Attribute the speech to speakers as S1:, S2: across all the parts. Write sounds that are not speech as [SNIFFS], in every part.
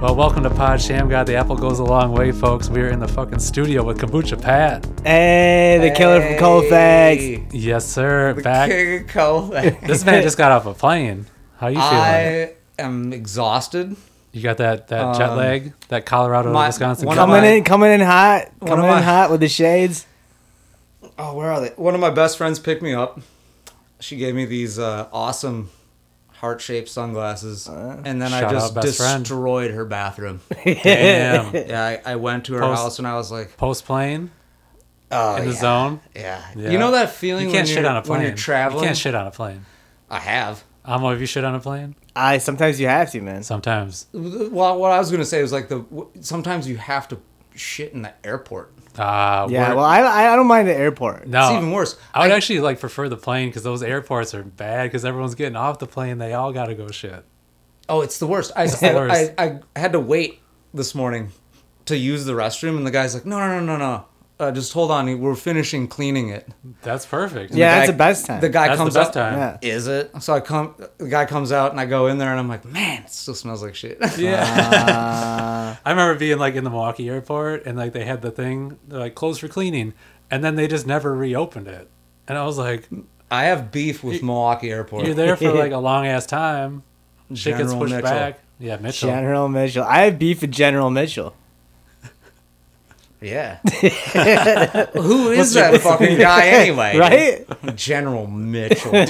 S1: Well, welcome to Pod Sham God. The apple goes a long way, folks. We are in the fucking studio with Kombucha Pat.
S2: Hey, the killer from Colfax.
S1: Hey, Yes, sir.
S3: The
S1: Back.
S3: king of Colfax.
S1: This man just got off a plane. How you feeling?
S3: I am exhausted.
S1: you got that that jet lag, that Colorado to
S3: um, my-
S1: Wisconsin.
S3: one of
S1: jet
S2: Coming
S1: lag?
S3: my-
S2: in, coming in hot,
S3: am
S2: coming in
S3: I?
S2: hot with the shades.
S3: Oh, where are they? One of my best friends picked me up. She gave me these uh, awesome heart shaped sunglasses, and then I
S1: Uh, Shout
S3: just
S1: out best friend.
S3: destroyed
S1: [LAUGHS]
S3: her bathroom.
S1: Damn.
S3: yeah, I, I went to her
S1: Post-
S3: house and I was like,
S1: Post plane
S3: oh,
S1: in the
S3: yeah,
S1: zone.
S3: Yeah.
S1: Yeah.
S3: you know that feeling
S1: You can't
S3: when,
S1: shit
S3: you're,
S1: on a plane.
S3: when you're traveling.
S1: You can't shit on a plane.
S3: I have.
S1: Amo, have you shit on a plane?
S2: I sometimes you have to, man.
S1: Sometimes. Uh,
S3: Well, what I was gonna say was like the w- sometimes you have to shit in the airport.
S1: Uh,
S2: Yeah,
S1: we're-
S2: well, I I don't mind the airport.
S1: no.
S3: It's even worse.
S1: I would actually like prefer the plane because those airports are bad because everyone's getting off the plane. They all got to go shit.
S3: Oh, it's the worst. I,
S1: the worst.
S3: I, I, I had to wait this morning to use the restroom, and the guy's like, no, no, no, no, no. Uh, just hold on. We're finishing cleaning it.
S1: That's perfect.
S2: Yeah,
S3: guy-
S2: that's the best time.
S3: The guy
S1: That's the
S3: comes
S1: best
S3: out.
S1: time.
S2: Yeah.
S3: Is it? So I come. The guy comes out, and I go in there, and I'm like, man, it still smells like shit.
S1: [LAUGHS] Yeah.
S2: Uh,
S1: [LAUGHS] I remember being like in the Milwaukee airport and like they had the thing they're like closed for cleaning and then they just never reopened it. And I was like,
S3: I have beef with Milwaukee Airport.
S1: you're there for like a long ass time. Shit gets
S3: General
S1: pushed
S3: Mitchell.
S1: back. Yeah, Mitchell. [LAUGHS]
S2: General Mitchell. I have beef with General Mitchell.
S3: [LAUGHS]
S2: [LAUGHS]
S3: Yeah. Who is that fucking guy anyway?
S2: [LAUGHS] Right?
S3: General Mitchell.
S1: [LAUGHS]
S3: yeah,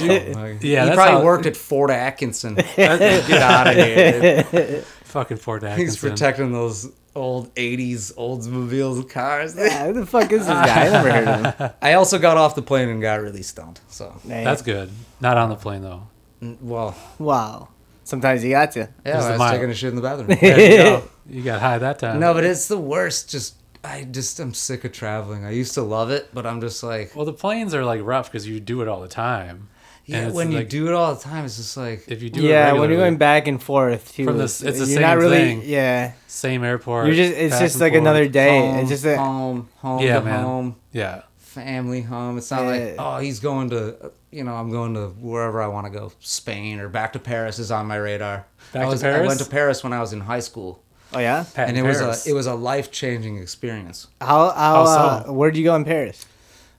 S3: he
S1: that's
S3: probably
S1: how-
S3: worked at
S1: [LAUGHS]
S3: Fort Atkinson. [LAUGHS] Get out of here. dude.
S1: Fucking Fort
S3: He's
S1: Atkinson.
S3: protecting those old 80s Oldsmobiles cars.
S2: Yeah, who the fuck is this guy? I never heard
S1: [LAUGHS]
S2: of him.
S3: [LAUGHS] I also got off the plane and got really stoned. So,
S1: That's good. Not on the plane
S3: [LAUGHS]
S1: though.
S3: n- well,
S2: wow. Sometimes you got to.
S3: yeah,
S1: There's the
S3: I was
S1: mile.
S3: taking a shit in the [LAUGHS] bathroom.
S1: There you, go. You got high that time.
S3: no, but it's the worst. Just, I just, I'm sick of traveling. I used to love it, but I'm just like,
S1: Well, the planes are like rough because you do it all the time. And
S3: yeah,
S1: it's,
S3: when you
S1: like,
S3: do it all the time, it's just like,
S1: if you do it
S2: Yeah,
S1: regularly,
S2: when you're going back and forth, too,
S1: From the s- it's the
S2: you're
S1: same
S2: not really.
S1: thing.
S2: Yeah,
S1: same airport.
S2: you're just. It's
S1: back
S2: just
S1: and
S2: like
S1: forth.
S2: another day.
S3: home,
S2: it's just a,
S3: home, home
S1: Yeah,
S3: to
S1: man.
S3: home,
S1: Yeah.
S3: family home. It's not like,
S2: Yeah.
S3: oh, he's going to, you know, I'm going to wherever I want to go. Spain or back to Paris is on my radar.
S1: Back
S3: I
S1: to
S3: was, I
S1: Paris?
S3: went to Paris when I was in high school.
S2: Oh yeah.
S1: Pat
S3: and
S1: in
S3: it was
S1: Paris.
S3: a it was a life changing experience.
S2: How how
S1: How so?
S2: uh, where'd you go in Paris?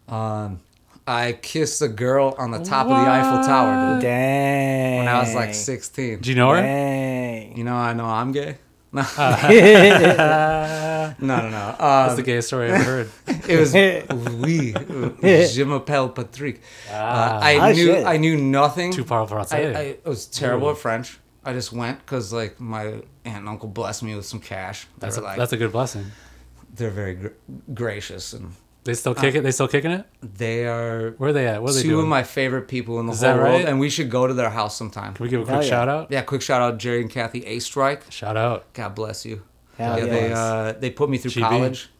S3: Um, I kissed a girl on the top of the Eiffel Tower,
S1: Uh,
S3: dude.
S2: Dang.
S3: When I was like 16.
S1: Do you know her?
S2: Dang.
S3: You know, I know I'm gay. [LAUGHS] No,
S1: [LAUGHS]
S3: no, no. no. Um,
S1: Uh. That's the gayest story I've heard.
S3: it
S2: [LAUGHS]
S3: was oui, je m'appelle Patrick. Uh, I
S2: Ah,
S3: knew
S2: shit.
S3: I knew nothing.
S1: Too powerful to
S3: I,
S1: say.
S3: I it was terrible at French. I just went because like my aunt and uncle blessed me with some cash. They
S1: that's a,
S3: were like
S1: that's a good blessing.
S3: they're very gr- gracious and
S1: They still kick it. They still kicking it.
S3: they are
S1: Where are they at? What are they
S3: Uh, two
S1: doing?
S3: of my favorite people in the
S1: Is
S3: whole
S1: that
S3: world,
S1: right?
S3: and we should go to their house sometime.
S1: Can we give a quick
S2: Hell yeah.
S1: shout out?
S3: yeah, quick shout out Jerry and Kathy A Strike.
S1: Shout out.
S3: God bless you.
S2: Hell
S3: yeah,
S2: yeah.
S3: they uh, they put me through
S1: GB.
S3: college,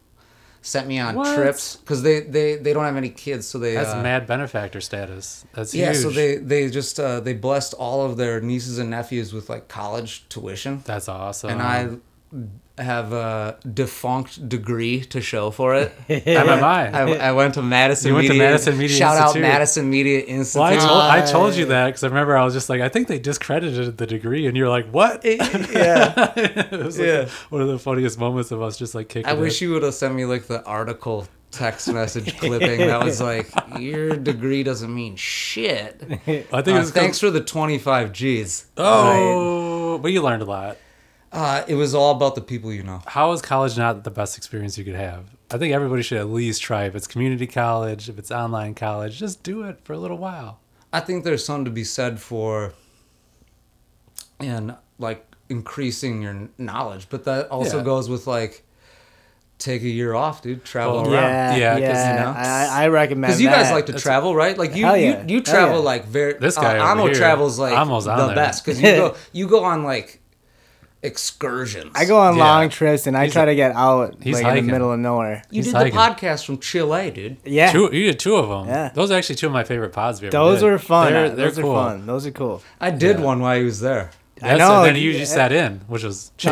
S3: sent me on
S1: What?
S3: trips because they, they they don't have any kids, so they
S1: That's
S3: uh,
S1: mad benefactor status. That's
S3: yeah,
S1: huge.
S3: so they they just uh, they blessed all of their nieces and nephews with like college tuition,
S1: that's awesome.
S3: and I have a defunct degree to show for it.
S1: MMI.
S3: I, I went to Madison.
S1: You went to
S3: Media-
S1: Madison Media
S3: Shout
S1: Institute.
S3: out Madison Media Institute.
S1: well, I told I told you that because I remember I was just like I think they discredited the degree, and you're like, what? [LAUGHS] it
S3: Eh, yeah.
S1: was like
S3: Yeah.
S1: one of the funniest moments of us just like kicking.
S3: I wish
S1: it.
S3: you would have sent me like the article text
S1: [LAUGHS]
S3: message clipping that was like, your degree doesn't mean shit.
S1: [LAUGHS] I think it
S3: Uh,
S1: was 'cause-
S3: thanks for the 25 G's.
S1: Oh, but you learned a lot.
S3: Uh, it was all about the people you know.
S1: How is college not the best experience you could have? I think everybody should at least try. If it's community college, if it's online college, just do it for a little while.
S3: I think there's something to be said for and like increasing your knowledge, but that also
S1: Yeah.
S3: goes with like take a year off, dude. Travel
S1: Well,
S2: Yeah,
S3: around.
S1: Yeah,
S2: yeah.
S1: 'cause, you
S3: know.
S2: I, I recommend
S3: Because you guys
S2: that.
S3: like to travel, right? Like you,
S2: Hell yeah.
S3: you, you
S2: Hell
S3: travel
S2: yeah.
S3: like very.
S1: This guy over
S3: Amo
S1: here,
S3: travels like
S1: Amo's on
S3: the
S1: there.
S3: best because you
S2: [LAUGHS]
S3: go, you go on like excursions.
S2: I go on
S1: Yeah.
S2: long trips and I try to get out
S1: he's
S2: like in
S1: hiking.
S2: the middle of nowhere.
S3: You
S1: He's
S3: did
S1: hiking.
S3: the podcast from Chile, dude.
S2: Yeah,
S1: Two, you did two of them.
S2: Yeah.
S1: Those are actually two of my favorite pods. We ever
S2: those
S1: did.
S2: were fun.
S1: They're,
S2: They're,
S1: they're
S2: those
S1: cool.
S2: are fun. Those
S1: [LAUGHS]
S2: are cool.
S3: I did one while he was there.
S1: That's
S2: I know,
S1: And then you
S2: yeah.
S1: just sat in, which
S2: [LAUGHS]
S1: was
S3: yeah,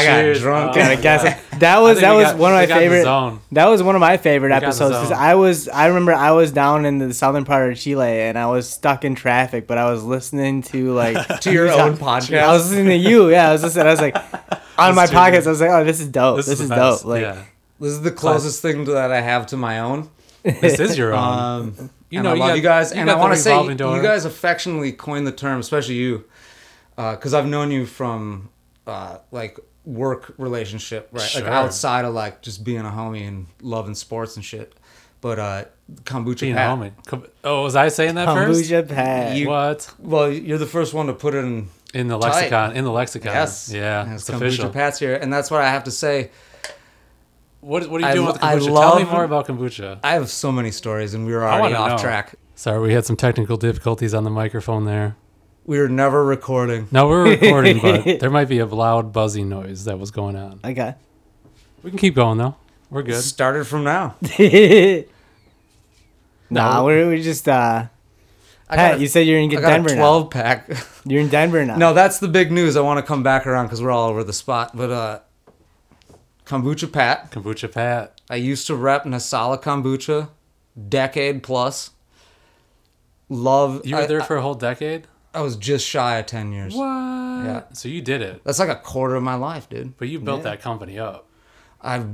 S3: I got
S1: Cheers.
S3: drunk.
S1: Oh, [LAUGHS]
S2: Gotta
S1: yeah.
S2: guess it. That was
S1: think
S2: that
S1: we
S2: was
S1: got-
S2: one of
S1: we
S2: my
S1: got in the
S2: favorite.
S1: zone.
S2: That was one of my favorite
S1: got in the
S2: episodes because
S1: zone.
S2: I was I remember I was down in the southern part of Chile and I was stuck in traffic, but I was listening to
S1: [LAUGHS]
S2: like [LAUGHS]
S3: To your own podcast.
S2: I was listening to you. Yeah, I was listening. I was like, on my
S1: This is
S2: pockets.
S1: too
S2: I was like, oh, this is dope. This,
S1: the
S2: is,
S1: best.
S2: dope. Like,
S1: yeah.
S3: This is the closest thing that I have to my own.
S1: this is your
S2: [LAUGHS]
S1: own.
S3: Um,
S1: You
S3: and
S1: know,
S3: I
S1: you
S3: love
S1: got-
S3: you guys,
S1: you
S3: and
S1: got
S3: I
S1: the
S3: want to say
S1: revolving door.
S3: you guys affectionately coined the term, especially you, because I've known you from uh, like work relationship, right?
S1: Sure.
S3: Like outside of like just being a homie and loving sports and shit. But uh, kombucha
S1: being
S3: Pat,
S1: a homie. Com- Oh, was I saying that first?
S2: kombucha pad.
S3: You-
S1: What
S3: Well, you're the first one to put it in.
S1: in the
S3: Tight.
S1: lexicon? In the lexicon.
S3: Yes,
S1: Yeah.
S3: Yes,
S1: it's
S3: kombucha
S1: official.
S3: Pat's here, and that's what I have to say.
S1: What What are you
S3: I
S1: doing
S3: lo-
S1: with the
S3: I
S1: kombucha? Tell
S3: love-
S1: me more about kombucha.
S3: I have so many stories, and we were
S1: I want
S3: already
S1: to
S3: off
S1: know.
S3: track.
S1: Sorry, we had some technical difficulties on the microphone there.
S3: We were never recording.
S1: No, we're recording,
S3: [LAUGHS]
S1: but there might be a loud buzzing noise that was going on.
S2: Okay.
S1: We can keep going though. We're good.
S3: Started
S2: [LAUGHS]
S3: from now.
S2: nah,
S1: No.
S2: we're, we're just uh,
S3: I
S2: Pat.
S3: got a-
S2: you said you're in
S3: I got
S2: Denver
S3: a 12 pack. [LAUGHS]
S2: now. You're in Denver now. [LAUGHS]
S3: No, that's the big news. I want to come back around because we're all over the spot. But uh, kombucha Pat,
S1: Kombucha Pat.
S3: I used to rep Nasala kombucha, decade plus. Love.
S1: You were
S3: I,
S1: there for a whole decade.
S3: I was just shy of ten years.
S1: What?
S3: Yeah.
S1: So you did it,
S3: That's like a quarter of my life, dude.
S1: but you built that company up.
S3: I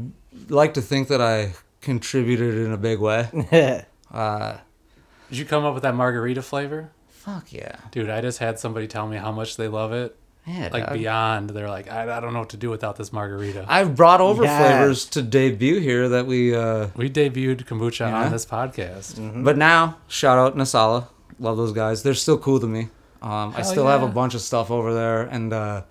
S3: like to think that I contributed in a big way.
S1: [LAUGHS] Did you come up with that margarita flavor?
S3: Fuck yeah,
S1: Dude, I just had somebody tell me how much they love it.
S3: yeah.
S1: Like
S3: dog.
S1: beyond, they're like, I, I don't know what to do without this margarita.
S3: I've brought over
S2: Yeah.
S3: flavors to debut here that we. Uh,
S1: we debuted kombucha
S3: Yeah. Mm.
S1: on this podcast.
S3: But now, shout out Nasala. Love those guys. They're still cool to me. Um, I
S1: Hell
S3: still have a
S1: yeah.
S3: bunch of stuff over there and uh,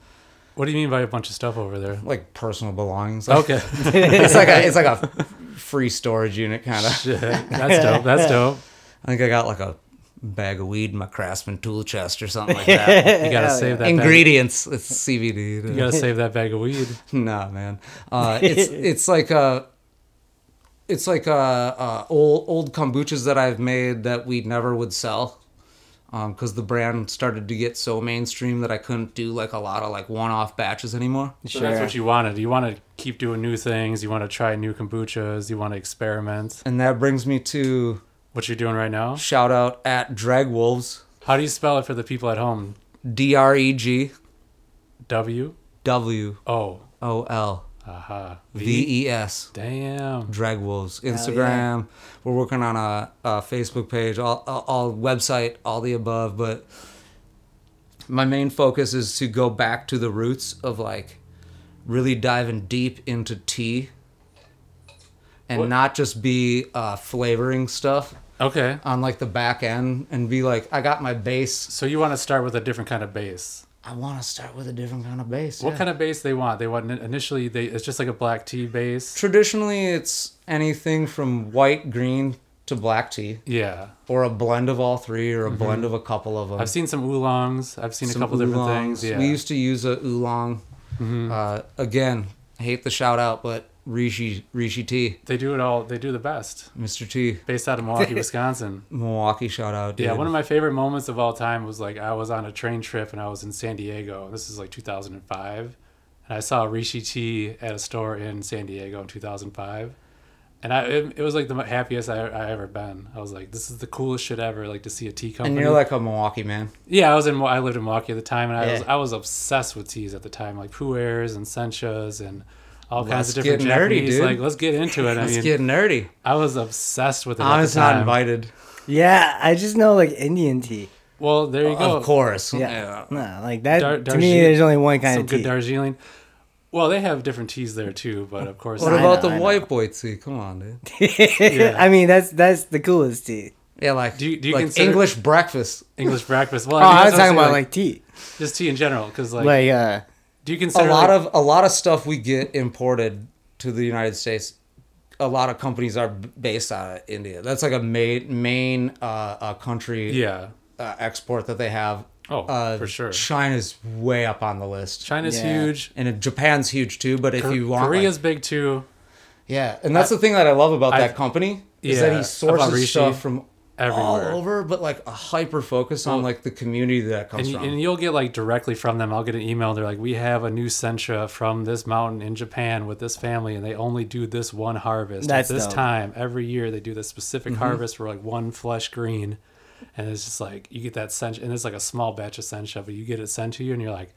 S1: What do you mean by a bunch of stuff over
S3: [LAUGHS]
S1: there?
S3: like personal belongings. Like,
S1: Okay,
S3: [LAUGHS]
S1: [LAUGHS]
S3: it's like a, it's like a free storage unit kind of.
S1: Shit. that's dope. That's dope.
S3: I think I got like a bag of weed in my Craftsman tool chest or something
S1: [LAUGHS]
S3: like that. [LAUGHS]
S1: You gotta
S2: Hell
S1: save
S2: yeah.
S1: that. Bag.
S3: Ingredients. It's CBD.
S1: You gotta
S3: [LAUGHS]
S1: save that bag of weed.
S3: Nah, man. Uh, it's it's like uh it's like uh, uh old old kombuchas that I've made that we never would sell, um, because the brand started to get so mainstream that I couldn't do like a lot of like one off batches anymore.
S1: So that's what you wanted. You want to keep doing new things. You want to try new kombuchas. You want to experiment.
S3: And that brings me to
S1: What you're doing right now.
S3: shout out at Drag Wolves
S1: How do you spell it for the people at home?
S3: D R E G
S1: W
S3: W
S1: O.
S3: O L
S1: Aha.
S3: V E S.
S1: Damn.
S3: Drag Wolves Instagram. We're working on a, a Facebook page, all, all, all website, all the above. But my main focus is to go back to the roots of like really diving deep into tea, and
S1: What-
S3: not just be uh, flavoring stuff
S1: Okay.
S3: on like the back end and be like, I got my base.
S1: So you want to start with a different kind of base.
S3: I want to start with a different kind of base.
S1: What kind of base they want? They want initially they it's just like a black tea base.
S3: Traditionally, it's anything from white green to black tea.
S1: Yeah.
S3: or a blend of all three or a blend of a couple of them.
S1: Mm-hmm. I've seen some oolongs. I've seen a couple different things. Yeah. Mm-hmm.
S3: We used to use a oolong. Uh, again, hate the shout out, but Rishi Rishi T,
S1: they do it all. They do the best.
S3: Mr. T,
S1: Based out of
S3: [LAUGHS]
S1: Milwaukee, Wisconsin.
S3: Milwaukee shout out. Dude.
S1: Yeah, one of my favorite moments of all time was like I was on a train trip and I was in San Diego. This is like 2005, and I saw Rishi T at a store in San Diego in 2005, and I it, it was like the happiest I, I ever been. I was like, this is the coolest shit ever. Like to see a tea company.
S3: and you're like a Milwaukee man.
S1: yeah, I was in Mo- I lived in Milwaukee at the time, and I was
S2: Yeah.
S1: I was obsessed with teas at the time, like Pu'ers and Senchas and all kinds
S3: Let's
S1: of different
S3: get nerdy,
S1: Japanese.
S3: dude.
S1: Like let's get into it. I
S3: Let's
S1: mean,
S3: get nerdy.
S1: I was obsessed with it.
S3: I
S1: at
S3: was
S1: the
S3: not
S1: time.
S3: invited.
S2: Yeah, I just know like Indian tea.
S1: Well, there you go.
S3: Of course.
S2: Yeah, no, like that.
S1: Dar-
S2: to me,
S1: Darjeeling-
S2: there's only one kind
S1: some
S2: of tea.
S1: good Darjeeling. Well, they have different teas there too, but of course,
S3: What
S2: I
S3: about
S2: know,
S3: the
S2: I know.
S3: white boy tea? Come on, dude.
S2: [LAUGHS] I mean, that's that's the coolest tea.
S3: Yeah, like
S1: Do you- do you
S3: like
S1: consider-
S3: English breakfast?
S1: English breakfast. Well,
S2: Oh, I
S1: that's
S2: was
S1: what
S2: talking
S1: I'm
S2: about
S1: saying,
S2: like, tea,
S1: just tea in general, because like,
S2: like uh,
S1: do you
S3: a
S1: consider
S3: lot
S1: like-
S3: of a lot of stuff we get imported to the United States. A lot of companies are b- based out of India. That's like a main main uh, uh, country
S1: yeah,
S3: uh, export that they have.
S1: Oh,
S3: uh,
S1: for sure.
S3: China's way up on the list,
S1: China's
S2: Yeah.
S1: huge.
S3: and it- Japan's huge too. But if you want, like-
S1: Korea's big too.
S3: yeah, and that's the thing that I love about
S1: I've-
S3: that company is
S1: Yeah,
S3: that he
S1: about Rishi.
S3: sources stuff from
S1: Everywhere.
S3: all over, but like a hyper focus on like the community that it comes
S1: And, you,
S3: from.
S1: and you'll get like directly from them. I'll get an email. They're like, "We have a new sencha from this mountain in Japan with this family, and they only do this one harvest
S2: That's
S1: at this
S2: dope.
S1: time every year. They do this specific harvest for like one flesh green, and it's just like you get that sencha, and it's like a small batch of sencha, but you get it sent to you, and you're like,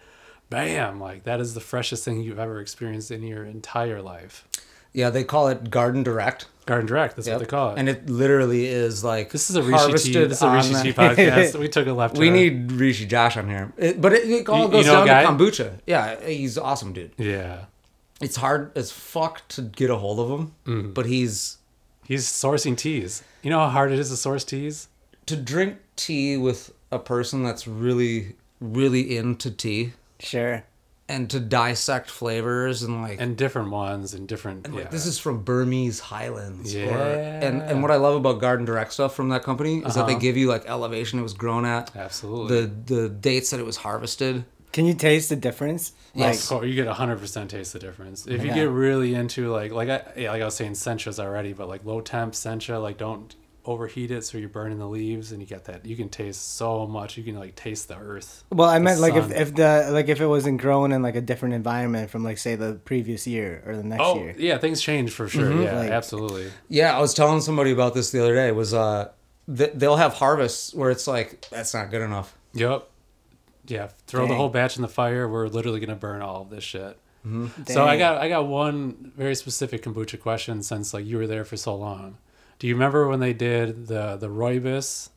S1: bam, like that is the freshest thing you've ever experienced in your entire life.
S3: Yeah, they call it garden direct.
S1: Garden Direct, that's
S3: Yep.
S1: what they call it.
S3: And it literally is like
S1: this is a Rishi T.
S3: harvested
S1: This is a
S3: on
S1: Rishi [LAUGHS]
S3: the-
S1: T podcast. We took a left
S3: [LAUGHS] We
S1: turn.
S3: need Rishi Josh on here, It- but it, it all
S1: You-
S3: goes
S1: you know a
S3: down to
S1: guy?
S3: kombucha. Yeah, he's awesome, dude.
S1: Yeah.
S3: It's hard as fuck to get a hold of him,
S1: Mm.
S3: but he's
S1: He's sourcing teas. You know how hard it is to source teas?
S3: to drink tea with a person that's really, really into tea
S2: Sure.
S3: and to dissect flavors and like
S1: And different ones and different yeah.
S3: Like, this is from Burmese Highlands. Or, and
S1: Yeah. Uh-huh.
S3: and what I love about Garden Direct stuff from that company is that they give you like elevation it was grown at,
S1: Absolutely.
S3: the the dates that it was harvested.
S2: Can you taste the difference?
S1: Of
S3: Yes.
S1: course, you get hundred percent taste the difference. If you get really into like like I yeah, like I was saying centras already, but like low temp sencha, like don't overheat it so you're burning the leaves and you get that you can taste so much. You can like taste the earth.
S2: Well, I meant like if,
S1: sun.
S2: if the like if it wasn't grown in like a different environment from like say the previous year or the next
S1: Oh
S2: year.
S1: yeah, things change for sure. Yeah,
S2: Like-
S1: absolutely.
S3: Yeah, I was telling somebody about this the other day. Was uh, th- they'll have harvests where it's like that's not good enough.
S1: Yep. Yeah, throw the
S2: Dang.
S1: whole batch in the fire. We're literally gonna burn all of this shit. So
S3: Mm-hmm.
S2: Dang.
S1: I got I got one very specific kombucha question since like you were there for so long. Do you remember when they did the the rooibos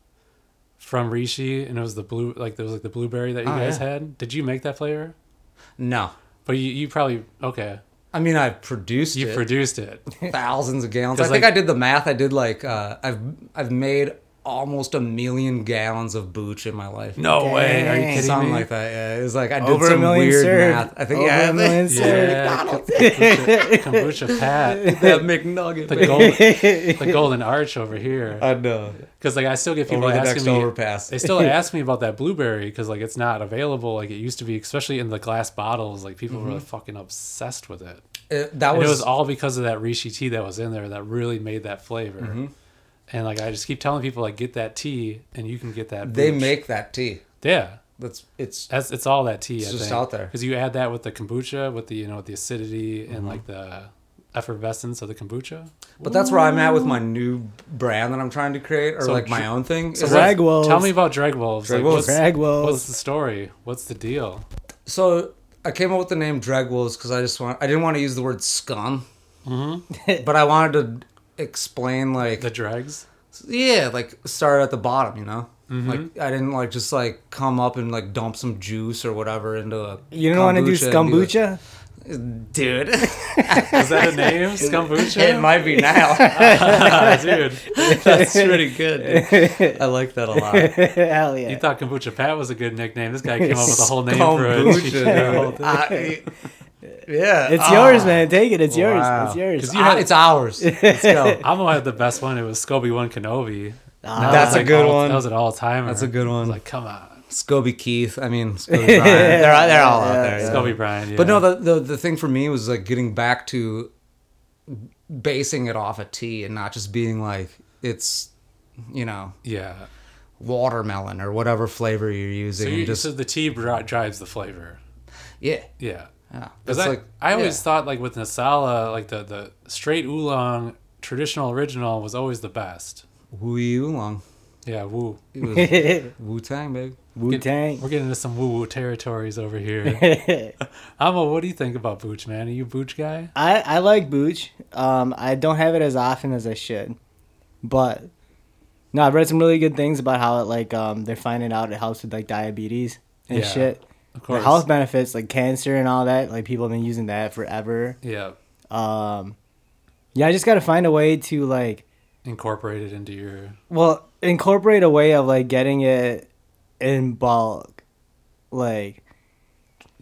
S1: from Rishi and it was the blue like there was like the blueberry that you
S3: Oh,
S1: guys
S3: yeah.
S1: had? Did you make that flavor?
S3: No,
S1: But you, you probably okay.
S3: I mean I've produced
S1: You
S3: it
S1: produced it.
S3: thousands of gallons. I
S1: 'Cause,
S3: think
S1: like-
S3: I did the math. I did like uh, I've I've made almost a million gallons of booch in my life.
S1: No way. Are you
S2: Dang.
S1: kidding
S3: Something
S1: me?
S3: like that. Yeah, it was like I did
S2: Over a
S3: some
S2: million
S3: weird
S2: served.
S3: math. I think
S2: Over
S3: yeah,
S2: a
S3: [LAUGHS]
S2: million served.
S1: yeah. Kombucha,
S2: [LAUGHS]
S1: kombucha Pat.
S3: that McNugget.
S1: The gold, the golden arch over here.
S3: I know.
S1: because like I still get people
S3: Over the
S1: asking
S3: next
S1: me.
S3: overpass.
S1: They
S3: [LAUGHS]
S1: still ask me about that blueberry because like it's not available like it used to be, especially in the glass bottles. Like people were fucking obsessed with it.
S3: It- that
S1: And
S3: Mm-hmm. was,
S1: it was all because of that Rishi tea that was in there that really made that flavor.
S3: Mm-hmm.
S1: And like I just keep telling people like get that tea and you can get that.
S3: they
S1: booch.
S3: make that tea.
S1: yeah.
S3: That's it's
S1: That's it's all that tea. I
S3: just
S1: think.
S3: out there. Mm-hmm.
S1: because you add that with the kombucha, with the you know with the acidity and like the effervescence of the kombucha.
S3: but that's where I'm at with my new brand that I'm trying to create or
S1: So
S3: like my
S1: dr-
S3: own thing. So,
S2: so Drag wolves.
S1: Tell me about drag wolves.
S3: Drag
S1: like,
S3: wolves.
S1: What's,
S2: Drag wolves.
S1: What's the story? What's the deal?
S3: so I came up with the name Drag Wolves because I just want I didn't want to use the word scum. but I wanted to explain like
S1: The dregs.
S3: yeah, like start at the bottom, you know? Like I didn't like just like come up and like dump some juice or whatever into a
S2: You don't want to do
S3: kombucha and be
S2: scumbucha?
S3: like, Dude. [LAUGHS]
S1: Is that a name? Scumbucha?
S3: It might be now.
S1: Ah, [LAUGHS] dude.
S3: [LAUGHS] That's pretty good. Dude. I like that a
S2: [LAUGHS]
S3: lot.
S2: Hell
S1: You
S2: yeah.
S1: thought Kombucha Pat was a good nickname. This guy came up with a whole name for [LAUGHS]
S3: Kombucha,
S1: it.
S3: dude. I- yeah,
S2: It's
S3: ah,
S2: yours, man. Take it. It's
S3: wow.
S2: yours. It's
S1: 'Cause
S2: yours.
S1: you
S3: ah,
S1: had-
S3: it's ours.
S1: [LAUGHS]
S3: Let's go.
S1: Amo had the best one. It was Scobie One Kenobi. That
S3: Ah, That's
S1: was
S3: a good
S1: all-
S3: one.
S1: That was an all timer. That's
S3: a good one.
S1: Like, come on.
S3: Scobie Keith. I [LAUGHS] mean, Scobie Bryant. They're, all- they're all out there. yeah.
S1: Scobie Brian. Yeah.
S3: But no, the, the the thing for me was like getting back to basing it off a tea and not just being like it's you know
S1: yeah.
S3: [LAUGHS] watermelon or whatever flavor you're using.
S1: So,
S3: and
S1: you,
S3: just
S1: so the tea bri- drives the flavor.
S3: yeah,
S1: Yeah.
S3: yeah.
S1: Because I, I always thought like with Nasala, like the, the straight oolong traditional original was always the best.
S3: Wu Long.
S1: Yeah, woo.
S3: It was [LAUGHS]
S2: [LAUGHS] Wu
S3: Wu Tang, baby.
S2: Tang.
S1: We're getting into some woo woo territories over here. Amo, what do you think about Booch, man? Are you a Booch guy?
S2: [LAUGHS] I, I like Booch. Um, I don't have it as often as I should, but no, I've read some really good things about how it like um they're finding out it helps with like diabetes and
S1: Yeah,
S2: shit.
S1: Of
S2: The
S1: course.
S2: health benefits like cancer and all that. Like people have been using that forever.
S1: yeah.
S2: Um, yeah, I just gotta find a way to like
S1: Incorporated into your.
S2: well incorporate a way of like getting it in bulk. Like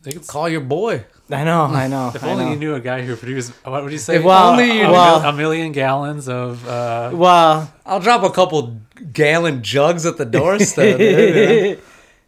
S1: They could,
S3: Call your boy.
S2: I know, I know.
S1: if
S2: I
S1: only
S2: know.
S1: you knew a guy who produced, what would you say?
S2: If- well,
S1: only you
S2: well-
S1: a million gallons of. Uh,
S2: well,
S3: I'll drop a couple gallon jugs at
S2: [LAUGHS]
S3: the doorstep. [LAUGHS] dude.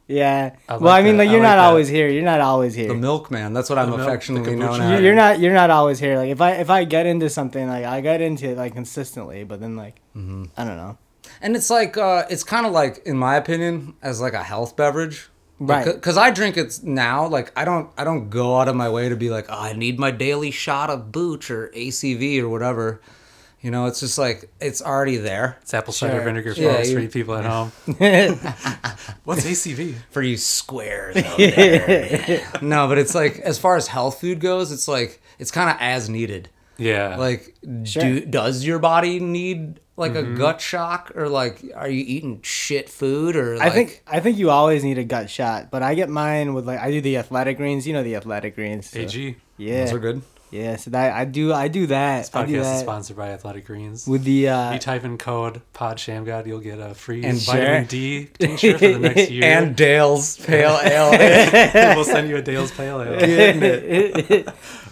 S2: yeah.
S1: I like
S2: well, I mean,
S1: that.
S2: like
S1: I
S2: you're
S1: like
S2: not
S1: that.
S2: always here. You're not always here.
S3: the milkman. That's what I'm
S1: milk- the
S3: affectionately
S1: kombucha.
S3: known as.
S2: You- you're not. You're not always here. Like if I if I get into something, like I get into it like consistently, but then like
S1: Mm-hmm.
S2: I don't know.
S3: And it's like uh, it's kind of like, in my opinion, as like a health beverage.
S2: Right.
S3: Because I drink it now. Like I don't. I don't go out of my way to be like, oh, I need my daily shot of booch or ACV or whatever. You know, it's just like it's already there
S1: It's apple cider
S2: Sure.
S1: vinegar for
S3: Yeah,
S1: all those
S3: you-
S1: three people
S2: [LAUGHS]
S1: at home. What's ACV?
S3: for you square. though.
S2: [LAUGHS]
S3: no, but it's like as far as health food goes, it's like it's kind of as needed.
S1: Yeah.
S3: Like, do, does your body need like
S2: Mm-hmm.
S3: a gut shock, or like, are you eating shit food, or
S2: I
S3: like,
S2: think I think you always need a gut shot, but I get mine with like I do the athletic greens. You know the athletic greens. so-
S1: AG.
S2: Yeah.
S3: those are good.
S2: Yeah. So that I do I do that.
S1: This
S2: I do
S1: podcast is
S2: that
S1: sponsored by Athletic Greens.
S2: with the uh,
S1: you type in code PodShamGod, you'll get a free
S3: And
S1: vitamin D tincture for the
S2: [LAUGHS]
S1: next year.
S3: And Dale's pale
S1: [LAUGHS]
S3: ale.
S1: we'll send you a Dale's Pale
S2: [LAUGHS]
S1: Ale.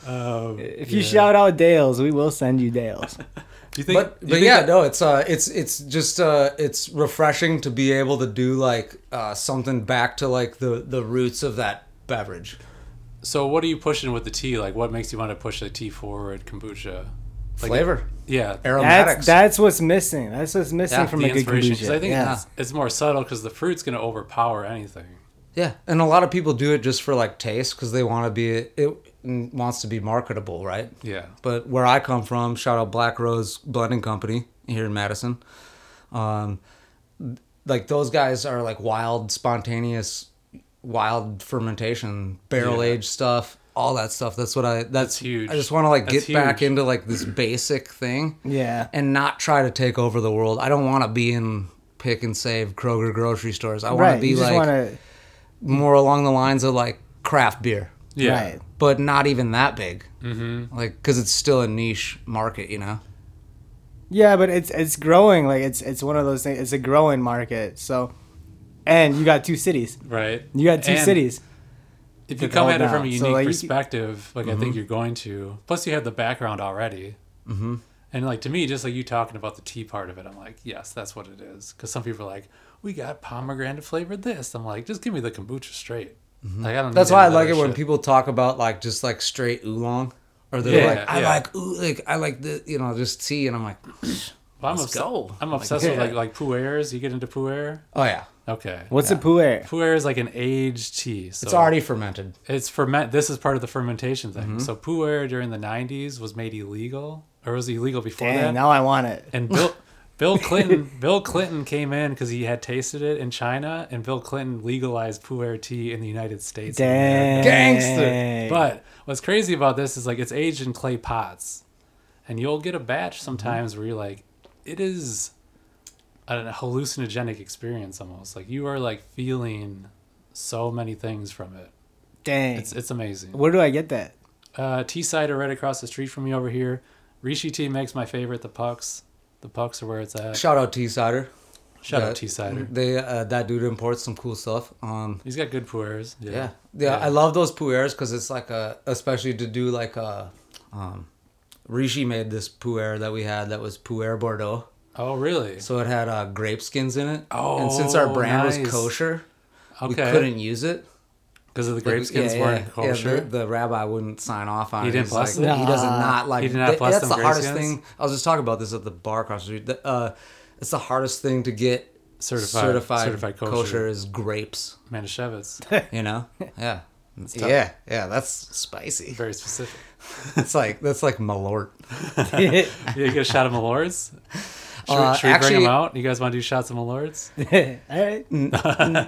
S1: Um,
S2: if you shout out Dales, we will send
S1: [LAUGHS]
S2: you Dales.
S1: Do you think?
S3: but
S1: do you
S3: but
S1: think
S3: yeah,
S1: that-
S3: no, it's uh, it's it's just uh, it's refreshing to be able to do like uh, something back to like the the roots of that beverage.
S1: so what are you pushing with the tea? Like, what makes you want to push the tea forward? Kombucha. Like,
S3: Flavor,
S1: Yeah.
S2: That's
S3: aromatics.
S2: that's what's missing. That's what's missing
S3: Yeah,
S2: from
S1: the
S2: a good
S1: inspiration.
S2: kombucha.
S1: 'Cause I think
S2: yeah.
S1: it's, it's more subtle because the fruit's going to overpower anything.
S3: Yeah, and a lot of people do it just for like taste because they want to be it wants to be marketable, right?
S1: Yeah.
S3: But where I come from, shout out Black Rose Blending Company here in Madison. Um, like those guys are like wild, spontaneous, wild fermentation, barrel
S1: Yeah.
S3: aged stuff, all that stuff. That's what I. That's,
S1: huge.
S3: I just want to like
S1: That's
S3: get back
S1: huge.
S3: into like this basic thing.
S2: Yeah.
S3: And not try to take over the world. I don't want to be in pick and save Kroger grocery stores. I want
S2: Right.
S3: to be
S2: you just
S3: like
S2: want to.
S3: more along the lines of like craft beer,
S1: Yeah.
S2: Right.
S3: but not even that big. Mm-hmm. Like, because it's still a niche market, you know?
S2: Yeah, but it's it's growing. Like it's it's one of those things. It's a growing market. So, and you got two cities.
S1: Right.
S2: You got two
S1: And
S2: cities.
S1: If you
S2: to
S1: come
S2: go
S1: at it from a
S2: down.
S1: unique
S2: So, like, you c- Mm-hmm.
S1: perspective, like I think you're going to, plus you have the background already. Mm-hmm. And like to me, just like you talking about the tea part of it, I'm like, yes, that's what it is. Because some people are like, we got pomegranate flavored this. I'm like, just give me the kombucha straight.
S2: Mm-hmm.
S1: Like I don't.
S3: That's
S1: need
S3: why I
S1: any
S3: like it
S1: other
S3: when
S1: shit.
S3: people talk about like just like straight oolong. Or they're
S1: Yeah,
S3: like, I
S1: yeah.
S3: like ooh, like I like the you know just tea, and I'm like, [SNIFFS]
S1: Well, I'm, obs-
S3: Let's go.
S1: I'm
S3: Like,
S1: obsessed
S3: yeah.
S1: with like like pu'ers. You get into pu'er.
S3: oh yeah,
S1: Okay.
S2: What's a puer?
S1: Pu'er is like an aged tea. So
S3: it's already fermented.
S1: it's ferment. This is part of the fermentation thing.
S2: Mm-hmm.
S1: So pu'er during the '90s was made illegal, or was illegal before
S2: Dang,
S1: that?
S2: now I want it.
S1: and
S2: [LAUGHS]
S1: Bill Bill Clinton Bill Clinton came in because he had tasted it in China, and Bill Clinton legalized pu'er tea in the United States. of
S2: Dang.
S1: America.
S3: Gangster.
S1: But what's crazy about this is like it's aged in clay pots, and you'll get a batch
S3: Mm-hmm.
S1: sometimes where you're like, it is an hallucinogenic experience almost. Like you are like feeling so many things from it.
S2: Dang.
S1: It's it's amazing.
S2: Where do I
S1: [LAUGHS]
S2: get that? [LAUGHS]
S1: Uh, tea cider right across the street from me over here. Rishi Tea makes my favorite. The pucks. The pucks are where it's at.
S3: Shout out Tea Cider.
S1: Shout
S3: That-
S1: out Tea Cider.
S3: They uh, that dude imports some cool stuff. Um,
S1: He's got good puers.
S3: Yeah. yeah, I love those pu'ers because it's like a, especially to do like a, um, Rishi made this pu'er that we had that was pu'er Bordeaux,
S1: Oh, really?
S3: so it had uh, grape skins in it.
S1: Oh,
S3: and since our brand
S1: nice.
S3: was kosher, we
S1: Okay.
S3: couldn't use it.
S1: Because of the
S3: Like,
S1: grape skins
S3: yeah,
S1: weren't
S3: yeah,
S1: kosher.
S3: Yeah, the, the rabbi wouldn't sign off on
S1: He
S3: it.
S1: didn't
S3: He's
S1: bless
S3: like,
S1: it?
S3: He doesn't not like.
S1: He did not
S3: th-
S1: bless
S3: that's
S1: them
S3: the hardest
S1: grape skins?
S3: thing. I was just talking about this at the bar across the street. The, uh, it's the hardest thing to get
S1: Certified-
S3: certified,
S1: certified kosher.
S3: kosher. is grapes. [LAUGHS]
S1: Manischewitz.
S3: You know, yeah.
S1: tough.
S3: Yeah, yeah, that's spicy.
S1: Very specific.
S3: That's like that's like Malort.
S1: Yeah, you get a shot of Malords? Should, we-
S3: Uh,
S1: should we bring
S3: actually-
S1: them out? You guys want to do shots of Malords? [LAUGHS]
S2: All right.
S1: Mm.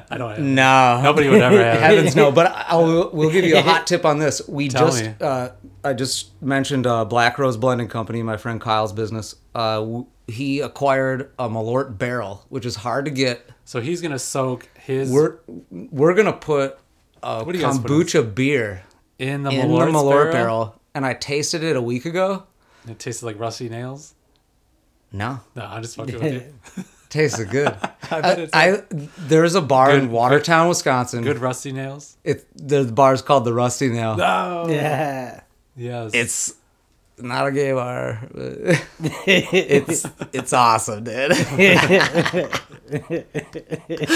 S1: I don't have it.
S3: No,
S1: Nobody would ever have it.
S3: heavens no. But I'll we'll give you
S1: [LAUGHS]
S3: a hot tip on this. We
S1: Tell
S3: just
S1: me.
S3: uh, I just mentioned uh, Black Rose Blending Company, my friend Kyle's business. Uh, w- he acquired a Malort barrel, which is hard to get.
S1: So he's going to soak his
S3: We're we're gonna put a
S1: do you guys put in
S3: kombucha beer
S1: in the
S3: in
S1: Malords
S3: the Malort barrel.
S1: barrel.
S3: and I tasted it a week ago.
S1: And it tasted like rusty nails.
S3: No,
S1: No, I'm just
S3: [LAUGHS]
S1: fucking with you. [LAUGHS]
S3: tasted good.
S1: bet
S3: I,
S1: it's
S3: I there's a bar in Watertown, Wisconsin.
S1: Good rusty nails?
S3: It the bar's called the Rusty Nail.
S1: No.
S2: Yeah.
S1: Yes.
S3: It's not a gay bar.
S1: [LAUGHS]
S3: but
S2: [LAUGHS]
S3: it's it's awesome, dude. [LAUGHS]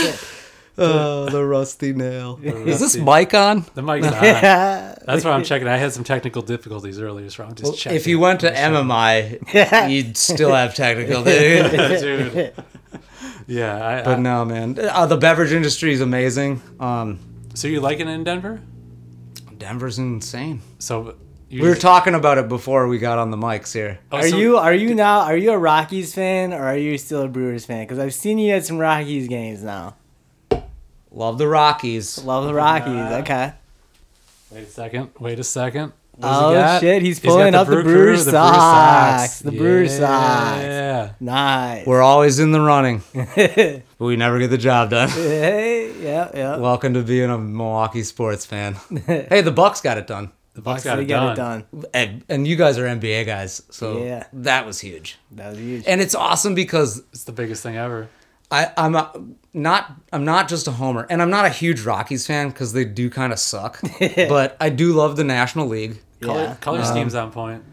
S3: oh, the Rusty Nail. Is this
S1: Rusty-
S3: mic on?
S1: the
S3: [LAUGHS]
S1: mic's on.
S2: Ah,
S1: That's why I'm checking. I had some technical difficulties earlier, so I'm just checking.
S3: If you went to MMI, you'd still have
S1: [LAUGHS]
S3: technical, dude.
S1: [LAUGHS]
S3: [LAUGHS]
S1: Dude. yeah. I,
S3: But
S1: I-
S3: no, man. Uh, the beverage industry is amazing. Um,
S1: so you liking it in Denver?
S3: Denver's insane.
S1: So You
S3: We were
S1: just-
S3: talking about it before we got on the mics here.
S1: Oh,
S2: are
S1: so-
S2: you are you now are you a Rockies fan or are you still a Brewers fan? Because I've seen you at some Rockies games now.
S3: Love the Rockies.
S2: Love the Rockies.
S1: Nah.
S2: Okay.
S1: Wait a second. Wait a second. What does he
S2: Oh
S1: got?
S2: shit,
S1: He's
S2: he's
S1: got
S2: pulling up the Brewer
S1: Brew Crew, Brew
S2: socks. The Brewer socks.
S1: Yeah.
S2: Nice.
S3: We're always in the
S2: [LAUGHS]
S3: running,
S2: hey,
S3: but we never get the job done.
S2: yeah, yeah.
S3: Welcome to being a Milwaukee sports fan. hey, the Bucks got it done.
S1: The Bucks
S2: So
S1: got
S2: they
S1: it
S2: got
S1: done.
S2: it done.
S3: And, and you guys are NBA guys, so
S2: Yeah.
S3: that was huge.
S2: That was huge.
S3: And it's awesome because
S1: It's the biggest thing ever.
S3: I, I'm a, not I'm not just a homer, and I'm not a huge Rockies fan because they do kind of
S2: [LAUGHS]
S3: suck. but I do love the National League.
S1: Color,
S2: Yeah. Um,
S1: color scheme's on point.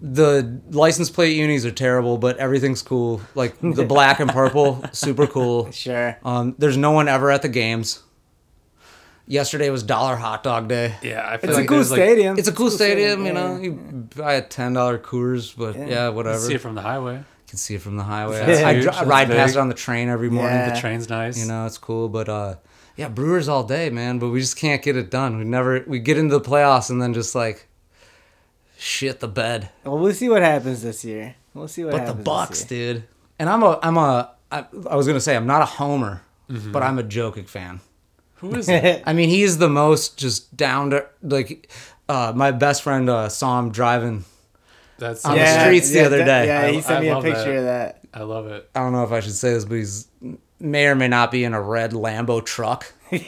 S3: The license plate unis are terrible, but everything's cool. Like the black and purple, super cool.
S2: Sure.
S3: Um, there's no one ever at the games. Yesterday was dollar hot dog day.
S1: Yeah, I feel
S2: It's
S1: like
S2: a cool
S1: there's, like-
S2: stadium.
S3: It's a cool stadium, you
S2: yeah,
S3: know. You buy a ten dollar Coors, but yeah,
S1: you
S3: whatever.
S1: see it from the highway.
S3: you can see it from the highway.
S2: That's
S3: I,
S1: huge.
S3: dri- I
S1: That's
S3: ride past
S1: big.
S3: it on the train every morning.
S2: Yeah.
S1: The train's nice.
S3: You know, it's cool, but uh, yeah, Brewers all day, man. But we just can't get it done. We never we get into the playoffs and then just like shit the bed.
S2: Well, we'll see what happens this year. We'll see what
S3: But the
S2: happens.
S3: Bucks, [LAUGHS]
S2: this year.
S3: dude. And I'm a I'm a I, I was gonna say I'm not a homer, but I'm a Jokic fan.
S1: Who is
S2: [LAUGHS]
S1: it?
S3: I mean, he's the most just down to like. Uh, my best friend uh, saw him driving.
S1: That's
S2: [LAUGHS]
S3: On the streets the other
S2: that-
S3: day.
S2: Yeah,
S1: I-
S2: he sent
S1: I
S2: me a
S1: love that.
S2: picture of that. [LAUGHS]
S1: I love it.
S3: I don't know if I should say this, but he's may or may not be in a red Lambo truck.
S1: You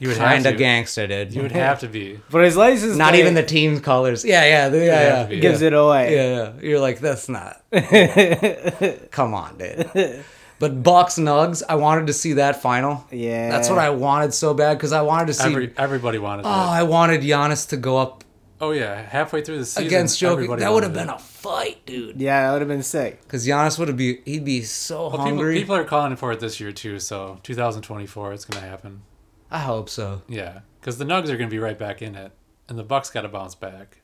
S1: would have
S3: Kind
S1: to.
S3: of gangster, dude.
S1: You would have to be.
S2: but his license
S3: not
S2: plate
S3: even the team colors. Yeah, yeah, yeah,
S1: have
S3: yeah.
S1: to be.
S2: gives it away.
S3: Yeah, yeah. You're like, that's not.
S1: [LAUGHS]
S3: Come on, dude. But Bucks Nugs, I wanted to see that final.
S2: Yeah.
S3: That's what I wanted so bad because I wanted to see.
S1: Every, everybody wanted
S3: oh,
S1: it.
S3: I wanted Giannis to go up
S1: Oh yeah, halfway through the season
S3: against Jokic.
S1: everybody
S3: That would have
S1: wanted
S3: been
S1: it.
S3: a fight, dude.
S2: Yeah, that would have been sick.
S3: Because Giannis would have be he'd be so
S1: Well, people,
S3: hungry.
S1: people are calling for it this year too. So 2024, it's gonna happen.
S3: I hope so.
S1: Yeah, because the Nugs are gonna be right back in it, and the Bucks got to bounce back.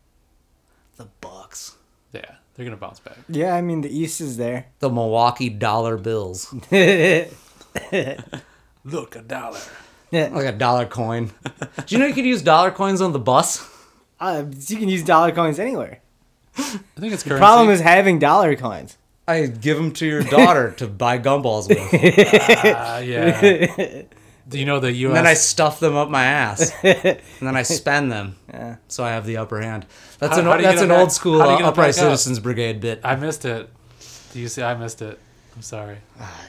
S3: The Bucks,
S1: Yeah, they're gonna bounce back.
S2: Yeah, I mean the East is there. [LAUGHS]
S3: the Milwaukee Dollar Bills,
S1: [LAUGHS] Look, a dollar.
S3: like a dollar coin. Do you know you could use dollar coins on the bus?
S2: Uh, you can use dollar coins anywhere.
S1: I think it's currency.
S2: Problem is having dollar
S3: [LAUGHS]
S2: coins.
S3: I give them to your daughter to buy gumballs with.
S1: Ah, yeah.
S2: [LAUGHS]
S1: Do you know the U.S.
S3: And then I stuff them up my ass, and then I spend them, so I have the upper hand. That's
S1: How-
S3: an
S1: how do you
S3: that's
S1: get
S3: an
S1: them
S3: old
S1: back-
S3: school
S1: how do you
S3: uh,
S1: get them
S3: upright
S1: back up?
S3: citizens brigade bit.
S1: I missed it. Do you see? I missed it. I'm sorry.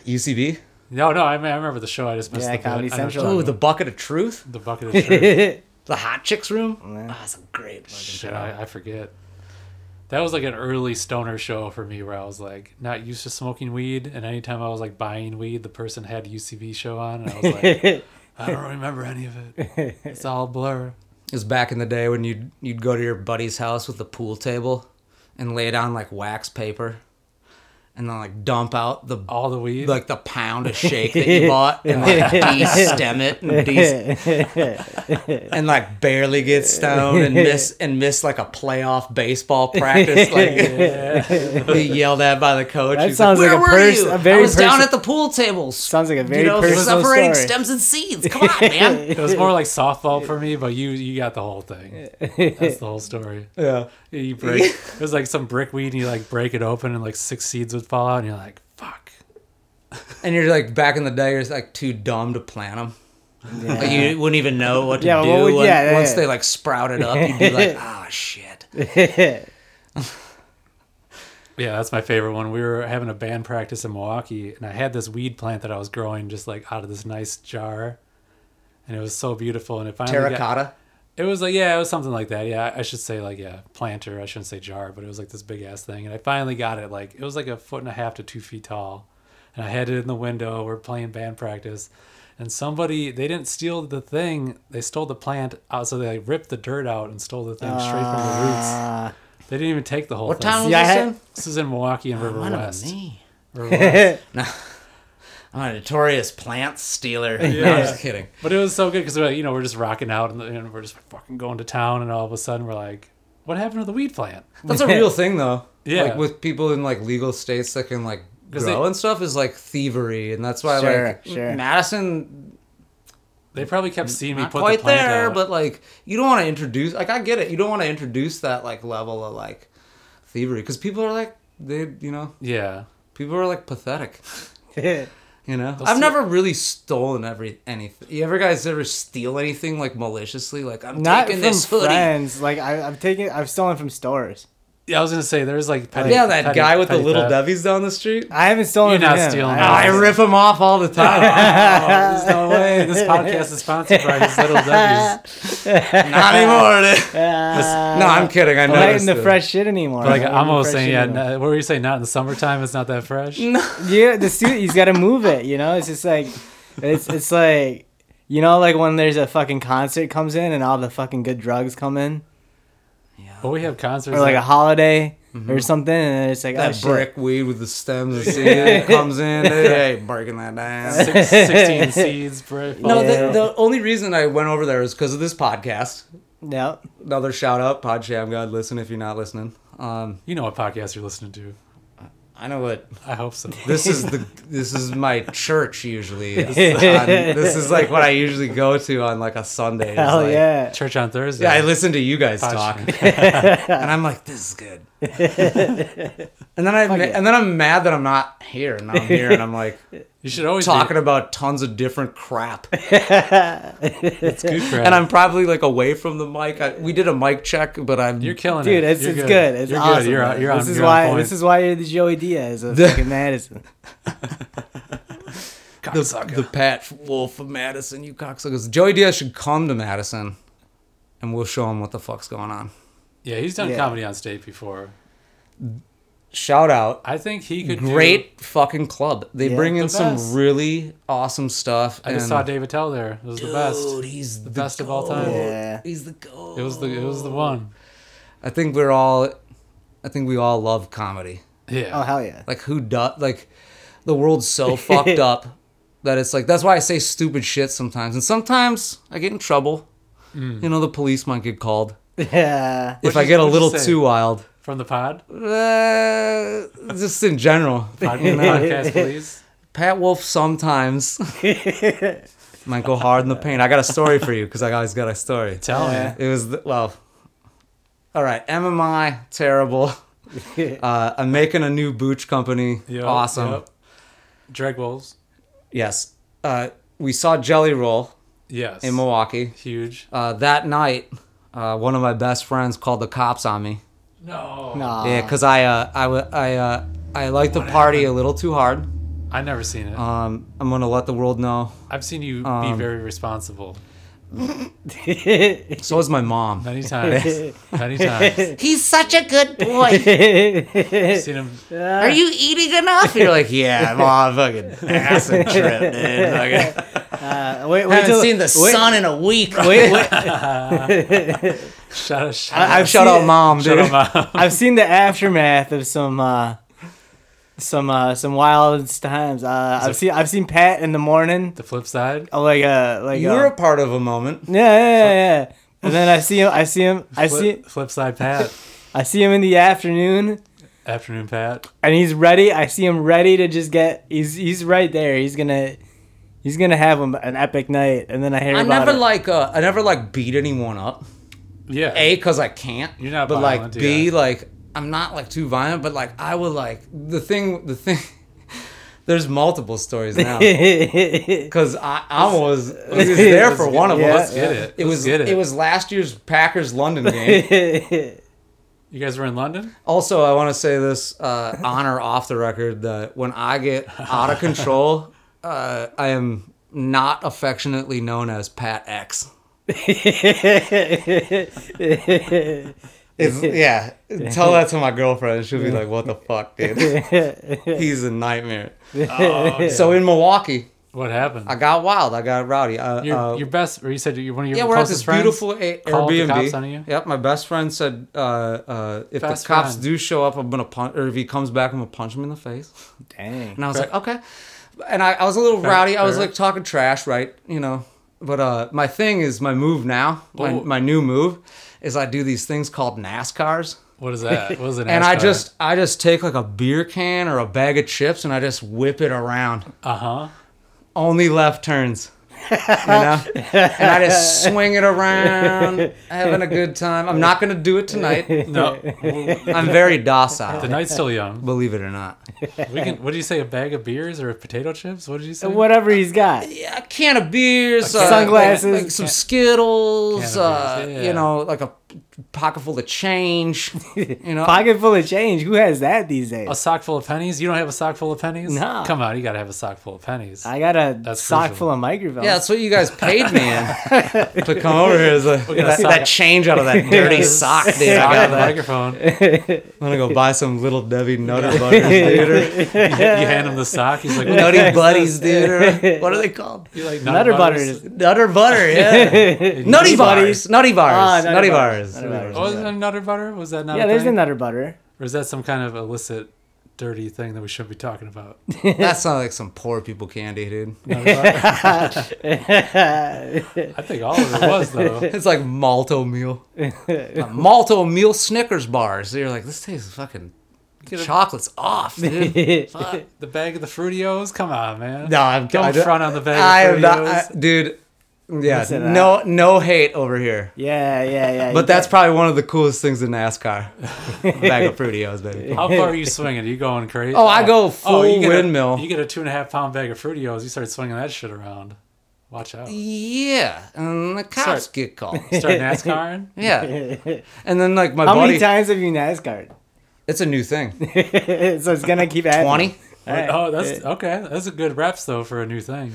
S3: UCB.
S1: No, no. I, mean, I remember the show. I just missed
S2: Yeah,
S1: the
S2: Comedy
S1: I know what you're
S2: Central.
S1: talking
S3: Oh, the bucket of truth,
S1: about. the bucket of shit.
S3: the hot chicks room. Ah, it's a great fucking
S1: shit.
S2: [LAUGHS]
S3: show.
S1: I, I forget. That was like an early stoner show for me, where I was like not used to smoking weed, and anytime I was like buying weed, the person had UCB show on, and I was like,
S2: [LAUGHS]
S1: I don't remember any of it. It's all blur.
S3: It was back in the day when you'd you'd go to your buddy's house with the pool table, and lay down like wax paper, and then like dump out the
S1: All the weed.
S3: like the pound of shake that
S2: [LAUGHS]
S3: you bought and like de-stem it and, de-
S2: [LAUGHS]
S3: and like barely get stoned and miss and miss like a playoff baseball
S2: [LAUGHS]
S3: practice like get yelled at by the coach.
S2: That
S3: He's
S2: sounds like
S3: "Where
S2: a
S3: were
S2: pers-
S3: you?
S2: a very
S3: I was down
S2: person-
S3: at the pool tables.
S2: Sounds like a very
S3: you know,
S2: personal
S3: separating
S2: story.
S3: stems and seeds. Come on,
S2: [LAUGHS]
S3: man.
S1: it was more like softball
S3: [LAUGHS]
S1: for me, but you you got the whole thing. That's the whole story.
S3: Yeah.
S1: You break.
S3: [LAUGHS]
S1: It was like some brick weed, and you like break it open, and like six seeds would fall out, and you're like, fuck.
S3: And you're like back in the day, you're like too dumb to plant them. Like you wouldn't even know what to
S2: Yeah,
S3: do
S2: what would-
S3: when-
S2: yeah, yeah,
S3: once
S2: yeah.
S3: they like sprouted up. You'd
S2: [LAUGHS]
S3: be like, ah, shit.
S2: Uh,
S3: [LAUGHS]
S1: Yeah, that's my favorite one. We were having a band practice in Milwaukee, and I had this weed plant that I was growing just like out of this nice jar, and it was so beautiful. And it finally got-
S3: Terracotta.
S1: it was like yeah, it was something like that. Yeah, I should say like yeah, planter. I shouldn't say jar, but it was like this big ass thing. And I finally got it. Like it was like a foot and a half to two feet tall, and I had it in the window. We're playing band practice, and somebody they didn't steal the thing. They stole the plant out, so they ripped the dirt out and stole the thing straight from the
S2: Uh,
S1: roots. They didn't even take the whole
S3: Ah. What
S1: thing.
S3: town was
S2: Yeah, I
S3: this
S2: had-
S3: in?
S1: This is in Milwaukee and River
S3: Might have been
S1: West.
S3: me.
S1: River West.
S3: I'm a notorious
S2: [LAUGHS]
S3: plant stealer. No,
S1: Yeah.
S3: I'm just kidding.
S1: But it was so good because you know we're just rocking out and, and we're just fucking going to town, and all of a sudden we're like, "What happened to the weed plant?"
S3: That's a real thing, though.
S1: Yeah.
S3: Like with people in like legal states that can like
S1: 'Cause
S3: grow
S1: they-
S3: and stuff is like thievery, and that's why
S2: Sure,
S3: like
S2: sure.
S3: Madison
S1: They probably kept seeing me
S3: not
S1: put
S3: quite
S1: the plant
S3: there,
S1: out.
S3: but like you don't want to introduce. Like I get it, you don't want to introduce that like level of like thievery because people are like they, you know,
S1: yeah,
S3: people are like pathetic. You know,
S1: They'll
S3: I've
S1: steal-
S3: never really stolen every anything. You ever guys ever steal anything like maliciously? Like I'm
S2: Not from
S3: taking this hoodie.
S2: friends. Like I, I've taken, I've stolen from stores.
S1: yeah. I was gonna say there's like petty,
S3: Yeah, that
S1: petty-
S3: guy with the
S1: petty
S3: little
S1: theft.
S3: dovies down the street.
S2: I haven't stolen.
S1: You're
S2: from
S1: not
S2: him.
S1: stealing
S2: I
S1: that.
S3: I
S2: haven't-
S3: rip him off all
S2: [LAUGHS]
S3: the time.
S1: Oh, there's no way. This podcast is sponsored by these little
S3: [LAUGHS]
S1: W's.
S2: [LAUGHS]
S3: Not anymore. dude.
S2: Uh,
S3: no, I'm kidding. I know.
S2: I'm not eating the fresh shit anymore.
S1: Like I'm
S2: I'm not eating the
S1: almost
S2: fresh
S1: saying,
S2: shit
S1: yeah.
S2: anymore.
S1: No, what were you saying? Not in the summertime. It's not that fresh.
S3: Mm.
S2: Yeah, the suit. He's got to move it. You know, it's just like, it's it's like, you know, like when there's a fucking concert comes in and all the fucking good drugs come in,
S1: But we have concerts.
S2: or like a
S1: that- Mm-hmm.
S2: holiday or something, and it's like oh,
S3: That
S2: shit.
S3: brick weed with the stems
S2: [LAUGHS]
S3: and seeds comes in. dude. Hey, breaking that down. [LAUGHS]
S1: six, sixteen seeds. Bro. Oh,
S3: No,
S2: Yeah.
S3: the, the only reason I went over there is because of this podcast.
S2: Yep.
S3: Another shout out, Pod Sham God. Listen if you're not listening. Um,
S1: you know what podcast you're listening to.
S3: I know what
S1: I hope
S3: [LAUGHS]
S1: so.
S3: this is the this is my church usually. It's on- this is like what I usually go to on like a Sunday. It's
S2: Hell
S3: like-
S2: yeah.
S1: Church on Thursday.
S3: Yeah, I listen to you guys
S1: Pod
S3: talk,
S1: Sham.
S3: and I'm like, this is good. and then I ma-
S2: yeah.
S3: and then I'm mad that I'm not here. Now I'm here, and I'm like
S1: [LAUGHS]
S3: [LAUGHS]
S1: You should always
S3: talking about tons of different crap.
S1: Be, it's good for
S3: and I'm probably like away from the mic. I, we did a mic check, but I'm
S1: You're killing it.
S2: Dude, it's,
S1: You're
S2: it's good. It's
S1: you're
S2: awesome.
S1: good. You're,
S2: man.
S1: on- you're on.
S2: this is
S1: you're on
S2: why
S1: point.
S2: this is why you're the Joey
S1: [LAUGHS]
S2: Diaz of fucking Madison.
S3: the, the Pat Wolf of Madison. You cocksuckers. Joey Diaz should come to Madison, and we'll show him what the fuck's going on.
S1: yeah, he's done
S2: Yeah.
S1: comedy on stage before.
S3: Shout out.
S1: I think he could do-
S3: Great fucking club. They
S2: Yeah.
S3: bring
S1: The
S3: in some
S1: best.
S3: really awesome stuff.
S1: I just
S3: and-
S1: saw David Tell there. It was the
S3: Dude,
S1: best.
S3: he's the,
S1: best of all time.
S3: goat.
S2: Yeah.
S3: He's the goat.
S1: It was the it was the one.
S3: I think we're all. I think we all love comedy.
S1: Yeah.
S2: Oh hell
S1: [LAUGHS]
S2: yeah.
S3: Like who does? Like the world's so fucked up that it's like that's why I say stupid shit sometimes. And sometimes I get in trouble.
S1: Mm.
S3: You know, the police might get called
S2: Yeah.
S3: if
S1: What'd
S3: I
S1: you-
S3: get a
S1: what'd you
S3: little
S1: say?
S3: too wild.
S1: From the
S3: [LAUGHS]
S1: pod.
S3: Uh, just in general,
S1: Pod- podcast, please.
S3: Pat Wolf sometimes might go hard in the paint. I got a story for you because I always got a story.
S1: Tell
S2: Yeah.
S1: me.
S3: It was the, well, all right. MMI
S1: [LAUGHS]
S3: terrible. Uh, I'm making a new booch company.
S1: Yep,
S3: awesome.
S1: yep. Drag Wolves.
S3: Yes. Uh, we saw Jelly Roll
S1: Yes.
S3: in Milwaukee.
S1: Huge.
S3: Uh, that night, uh, one of my best friends called the cops on me.
S1: No.
S2: Nah.
S3: Yeah, 'cause I uh, I wa- I uh, I liked the party a little too hard.
S1: I've never seen it.
S3: Um, I'm gonna let the world know.
S1: I've seen you
S3: um.
S1: be very responsible
S3: So is my mom. [LAUGHS]
S1: many times. many times.
S3: He's such a good boy.
S1: I've seen him.
S3: Are you eating enough? [LAUGHS] You're like, yeah, mom, fucking [LAUGHS] acid trip, dude. Fucking-
S2: Uh, wait, wait till wait,
S3: in a week.
S2: Wait,
S3: [LAUGHS]
S2: wait.
S1: Shut up. Shut
S2: I-
S1: up.
S2: I've seen
S3: Shout out,
S2: it.
S3: mom, dude.
S1: Shut up. [LAUGHS] Mom.
S2: I've seen the aftermath of some uh some uh some wild times. Uh, I've
S1: it-
S2: seen I've seen Pat in the morning.
S1: The flip side.
S2: uh, Like uh like
S3: You
S2: uh,
S3: were a part of a moment.
S2: yeah, yeah,
S1: [LAUGHS]
S2: yeah, yeah. And then I see him I see him I see
S1: Flip, flip side Pat.
S2: I see him in the afternoon
S1: Afternoon Pat.
S2: and he's ready. I see him ready to just get he's he's right there. He's gonna he's gonna have him an epic night and then I hear
S3: I
S2: about
S3: never
S2: it.
S3: like uh, I never like beat anyone up.
S1: Yeah.
S3: A because I can't.
S1: You're not
S3: But
S1: violent,
S3: like B,
S1: yeah.
S3: like I'm not like too violent. But like I would like the thing. The thing. [LAUGHS] There's multiple stories [LAUGHS] now because I I [LAUGHS] was, I was there for one of them.
S2: Yeah.
S1: Let's get it.
S3: It was
S1: Let's get it.
S3: it was last year's Packers London [LAUGHS] game.
S1: You guys were in London.
S3: Also, I want to say this uh, on or off the record that when I get out of control, [LAUGHS] uh, I am not affectionately known as Pat X.
S2: [LAUGHS]
S3: [LAUGHS] It's, yeah, tell that to my girlfriend. She'll be like, "What the fuck, dude? [LAUGHS] He's a nightmare." So in Milwaukee,
S1: What happened?
S3: I got wild. I got rowdy. Uh,
S1: your,
S3: uh,
S1: your best. Or you said you're one of your
S3: yeah, we're at
S1: closest
S3: this
S1: friends?
S3: beautiful a-
S1: called the
S3: Airbnb.
S1: cops on you?
S3: Yep, my best friend said, uh, uh, "If
S1: Best
S3: the cops
S1: friend.
S3: do show up, I'm gonna punch. Or if he comes back, I'm gonna punch him in the face."
S2: Dang.
S3: And I was like, okay. And I, I was a little rowdy. I was
S1: fair.
S3: like talking trash, right? You know. But uh, my thing is my move now. My,
S1: Ooh.
S3: my new move is I do these things called NASCARs,
S1: What is that? What is an
S3: and I
S1: NASCAR?
S3: just I just take like a beer can or a bag of chips and I just whip it around.
S1: uh huh.
S3: Only left turns. you know? and I just swing it around, having a good time. I'm not gonna do it tonight.
S1: [LAUGHS] No,
S3: I'm very docile.
S1: the night's still
S2: [LAUGHS]
S1: young.
S3: believe it or not.
S1: We can. What did you say? A bag of beers or potato chips? What did you say?
S2: Whatever he's got.
S3: Yeah, a can of beers, uh,
S2: Sunglasses.
S3: like- like some Skittles,
S1: Can of
S3: uh,
S1: beers, yeah.
S3: you know, like a pocket full of change. You know,
S2: Pocket full of change. Who has that these days?
S1: A sock full of pennies? You don't have a sock full of pennies?
S2: Nah.
S1: Come on, you gotta have a sock full of pennies.
S2: I got a
S1: That's
S2: sock
S1: crucial.
S2: full of microvilles.
S3: yeah, that's what you guys paid me in to come over here. Is like,
S1: got a
S3: that,
S1: sock.
S3: that change out of that dirty
S1: [LAUGHS]
S3: sock, dude. I
S1: Sock
S3: got
S1: on the
S3: that. [LAUGHS]
S1: microphone.
S3: I'm gonna go buy some little
S1: [LAUGHS]
S3: Debbie Nutter Butters, dude. or
S1: You hand him the sock. He's like, what
S3: [LAUGHS] Nutty Buddies, dude. or- [LAUGHS] what are they called?
S1: you like
S2: Nutter
S1: butters?
S2: butters.
S3: Nutter Butter, yeah. [LAUGHS] Nutty Bars, Nutty
S2: Ah, Nutter
S3: Bars, Nutty
S2: Butters,
S3: Bars.
S2: Nutter Butters.
S1: Oh, is that a nutter butter? Was that not
S2: Yeah,
S1: a
S2: there's the
S1: thing?
S2: nutter butter.
S1: or is that some kind of illicit, dirty thing that we shouldn't be talking
S2: [LAUGHS]
S1: about?
S3: Oh, That sounds like some poor people candy, [LAUGHS] dude.
S2: [LAUGHS]
S1: I think all of it was
S2: [LAUGHS]
S1: though.
S3: It's like malt [LAUGHS] oatmeal. Like malt oatmeal Snickers bars. You're like, this tastes fucking chocolate's [LAUGHS] off, dude.
S1: Fuck, the bag of the Fruitios? Come on, man.
S3: no, I'm
S1: Don't
S3: I don't-
S1: front on the bag of
S3: I am not,
S1: Fruitios.
S3: I- dude. Yeah,
S2: Listen, I-
S3: no, no hate over here.
S2: Yeah, yeah, yeah.
S3: But
S2: you
S3: that's
S2: got-
S3: probably one of the coolest things in [LAUGHS] NASCAR. A bag of Fruitios, [LAUGHS] baby.
S1: How far are you swinging? Are you going crazy?
S3: Oh, I go full
S1: get
S3: windmill.
S1: A, you get a two and a half pound bag of Fruitios. You start swinging that shit around. Watch out.
S3: [LAUGHS] Yeah, and the cops get called.
S1: Start NASCARing.
S3: Yeah, and then like my
S2: How
S3: buddy,
S2: many times have you NASCAR'd?
S3: it's a new thing.
S2: [LAUGHS] so it's gonna keep adding.
S3: Twenty.
S2: All right.
S1: Oh, that's okay. That's a good reps though for a new thing.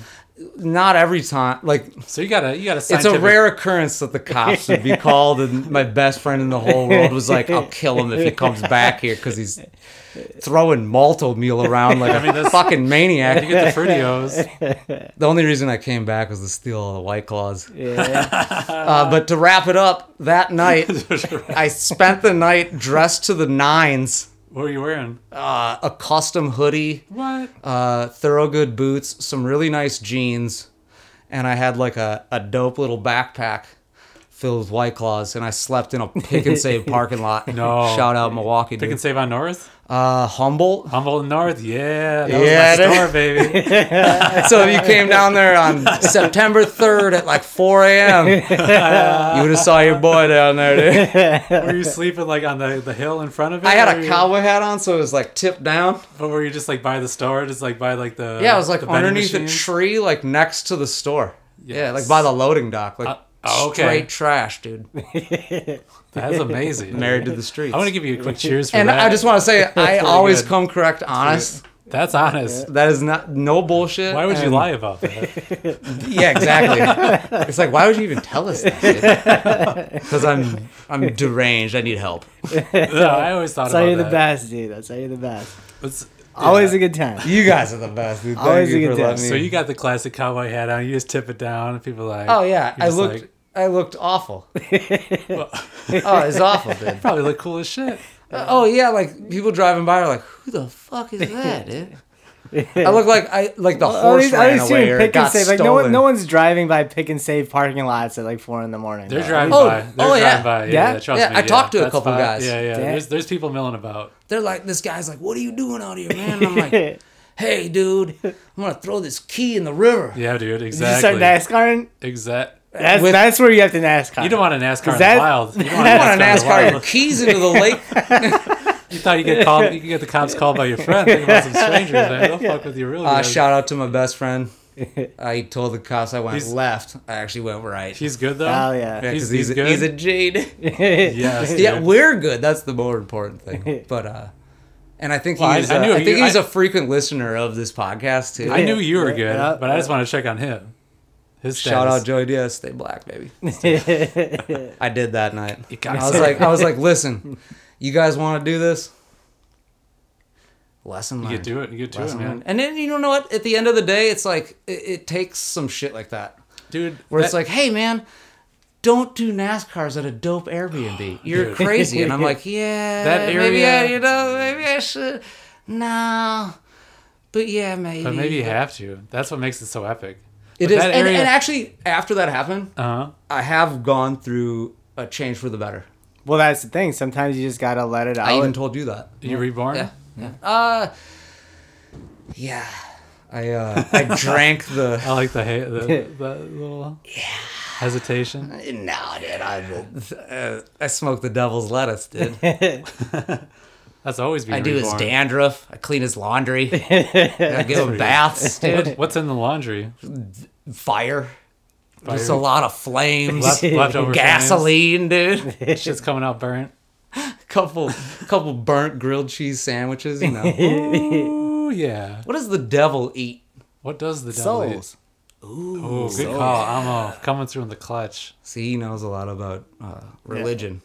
S3: Not every time. Like
S1: So you gotta you gotta.
S3: It's
S1: scientific-
S3: a rare occurrence that the cops would be called, and my best friend in the whole world was like, "I'll kill him if he comes back here because he's throwing malt meal around like
S1: mean,
S3: a
S1: that's-
S3: fucking
S1: You [LAUGHS]
S3: maniac."
S1: get the
S3: [LAUGHS]
S1: Fruitios.
S3: The only reason I came back was to steal all the white claws.
S2: Yeah.
S3: [LAUGHS] Uh, but to wrap it up, that night I spent the night dressed to the nines,
S1: what are you wearing?
S3: uh, a custom hoodie,
S1: What?
S3: uh, Thoroughgood boots, some really nice jeans, and I had like a, a dope little backpack filled with White Claws, and I slept in a pick and
S1: [LAUGHS]
S3: save parking lot.
S1: No.
S3: Shout out Milwaukee,
S1: Pick and
S3: dude.
S1: save on North. [LAUGHS]
S3: Uh, Humboldt.
S1: Humboldt North. Yeah, that
S3: Yeah,
S1: was
S3: that-
S1: my store,
S3: [LAUGHS]
S1: baby.
S3: So if you came down
S1: [LAUGHS]
S3: there on September 3rd at like 4 a.m., you would have saw your boy down there,
S1: [LAUGHS]
S3: dude.
S1: Were you sleeping like on the, the hill in front of it?
S3: I had
S1: or
S3: a
S1: you-
S3: cowboy hat on, so it was like tipped down.
S1: Or were you just like by the store, just like by like the
S3: Yeah, it was like
S1: the vending
S3: underneath a
S1: machines?
S3: tree, like next to the store. Yeah,
S1: Yes.
S3: like by the loading dock, like
S1: oh, okay.
S3: straight trash, dude.
S1: That's
S3: [LAUGHS]
S1: amazing.
S3: Married to the
S1: [LAUGHS]
S3: streets.
S1: I want to give you a quick cheers for
S3: And
S1: that.
S3: I just want
S2: [LAUGHS]
S3: to say, I always
S1: good.
S3: come correct, honest.
S1: that's honest.
S3: That is not no bullshit.
S1: Why would you
S3: and-
S1: lie about that?
S3: [LAUGHS]
S2: [LAUGHS]
S3: Yeah, exactly. it's like, why would you even tell us that?
S2: [LAUGHS]
S3: Because I'm I'm deranged. I need help.
S1: No, I always thought
S2: That's how
S1: about
S2: you're the
S1: that.
S2: best, dude. That's how you're the best.
S1: It's-
S2: Always a good time.
S3: You guys are the best. Dude.
S2: Thank Always you a good for letting
S1: So you got the classic cowboy hat on. You just tip it down, and people are like,
S3: Oh yeah,
S1: you're
S3: I
S1: just
S3: looked.
S1: like,
S3: I looked awful.
S2: [LAUGHS]
S3: oh, it's awful, dude.
S1: probably look cool as shit.
S3: Oh yeah, like people driving by are like, "Who the fuck is that, dude?" I look like I like the
S2: At
S3: horse
S2: least- at
S3: ran
S2: least you're
S3: away
S2: in
S3: or
S2: pick
S3: got
S2: and save. Like
S3: stolen.
S2: no one, no one's driving by pick and save parking lots at like four in the morning.
S1: They're
S2: though.
S1: driving
S3: Oh,
S1: by. They're
S3: oh,
S1: driving
S3: yeah.
S1: by. Yeah,
S2: Yeah?
S1: trust
S3: Yeah,
S1: me.
S3: I talked to a
S1: that's
S3: couple
S1: fine.
S3: guys.
S1: Yeah, yeah.
S2: Yeah.
S1: There's there's people milling about.
S3: they're like, this guy's like, what are you doing out here, man?
S2: [LAUGHS]
S3: And I'm like, hey, dude, I'm gonna throw this key in the river.
S1: Yeah, dude.
S2: If You
S1: Exactly.
S2: start NASCARing.
S1: Exact.
S2: That's
S3: With-
S2: that's where you have to NASCAR.
S1: You don't want a NASCAR in
S2: that-
S1: the wild.
S3: [LAUGHS]
S1: You don't want
S3: I
S1: a
S3: want to
S1: NASCAR in
S3: NASCAR
S1: the
S3: your
S1: wild.
S3: keys into
S1: [LAUGHS]
S3: the lake. Uh,
S1: You thought you get called. You could get the cops called by your friend. Think about
S3: [LAUGHS]
S1: some strangers. Man. They'll fuck with you really.
S3: Uh,
S1: good.
S3: shout out to my
S1: [LAUGHS]
S3: best friend. I told the cops I went
S1: He's-
S3: left. I actually went right.
S1: He's good though.
S2: Hell Oh, yeah. [LAUGHS]
S3: Yeah, 'cause
S1: he's- he's good?
S3: he's
S1: [LAUGHS]
S3: a jade. [LAUGHS]
S1: Yes.
S3: yeah,
S1: dude.
S3: we're good. That's the more
S1: [LAUGHS]
S3: important thing. But uh, and I think
S1: Well, I-
S3: he's
S1: I
S3: uh,
S1: knew
S3: I
S1: you-
S3: think he's
S1: I-
S3: a frequent listener of this podcast too.
S1: I knew you were
S2: Yeah,
S1: good,
S2: yeah,
S1: but I just want to check on him. His
S3: Shout
S1: status.
S3: out Joey Diaz, stay
S1: [LAUGHS]
S3: black, baby. I did that night.
S1: got
S3: I was
S1: it.
S3: like, I was like, listen, you guys want to do this? Lesson learned.
S1: You get to it. You get to it,
S3: Lesson
S1: man.
S3: learned. And then you know what? At the end of the day, it's like it, it takes some shit like that,
S1: Dude,
S3: where it's
S1: that-
S3: like, hey man, don't do NASCARs at a
S1: [GASPS]
S3: dope Airbnb. You're
S1: [LAUGHS]
S3: crazy. And I'm like, yeah,
S1: That
S3: maybe I,
S1: area-
S3: you know, maybe I should. No, but yeah, maybe.
S1: But maybe you have to. That's what makes it so epic.
S3: it
S1: But
S3: is.
S1: That
S3: And,
S1: area,
S3: and actually, after that happened,
S1: uh-huh.
S3: I have gone through a change for the better.
S2: Well, that's the thing. Sometimes you just gotta let it out.
S3: I even told you that.
S1: You reborn?
S3: Yeah. Uh, yeah. I uh,
S1: [LAUGHS]
S3: I drank the
S1: I like the, ha- the that little hesitation.
S3: no, dude. [LAUGHS] I uh, I smoked the devil's lettuce, dude.
S2: [LAUGHS]
S1: That's always been
S3: [LAUGHS] I do his
S1: reborn.
S3: dandruff. I clean his [LAUGHS] laundry. I give him baths, dude.
S1: What's in the laundry?
S3: Fire. There's a
S1: Fire.
S3: lot of flames. [LAUGHS]
S1: Left, leftover
S3: gasoline, dude.
S1: flames. Shit's coming out burnt.
S3: [LAUGHS] couple couple burnt grilled cheese sandwiches. You know [LAUGHS]
S1: Ooh, yeah.
S3: what does the devil eat?
S1: What does the devil eat?
S3: [LAUGHS]
S2: Souls.
S1: Ooh, good call, Amo. Coming through in the clutch.
S3: See, he knows a lot about uh, religion.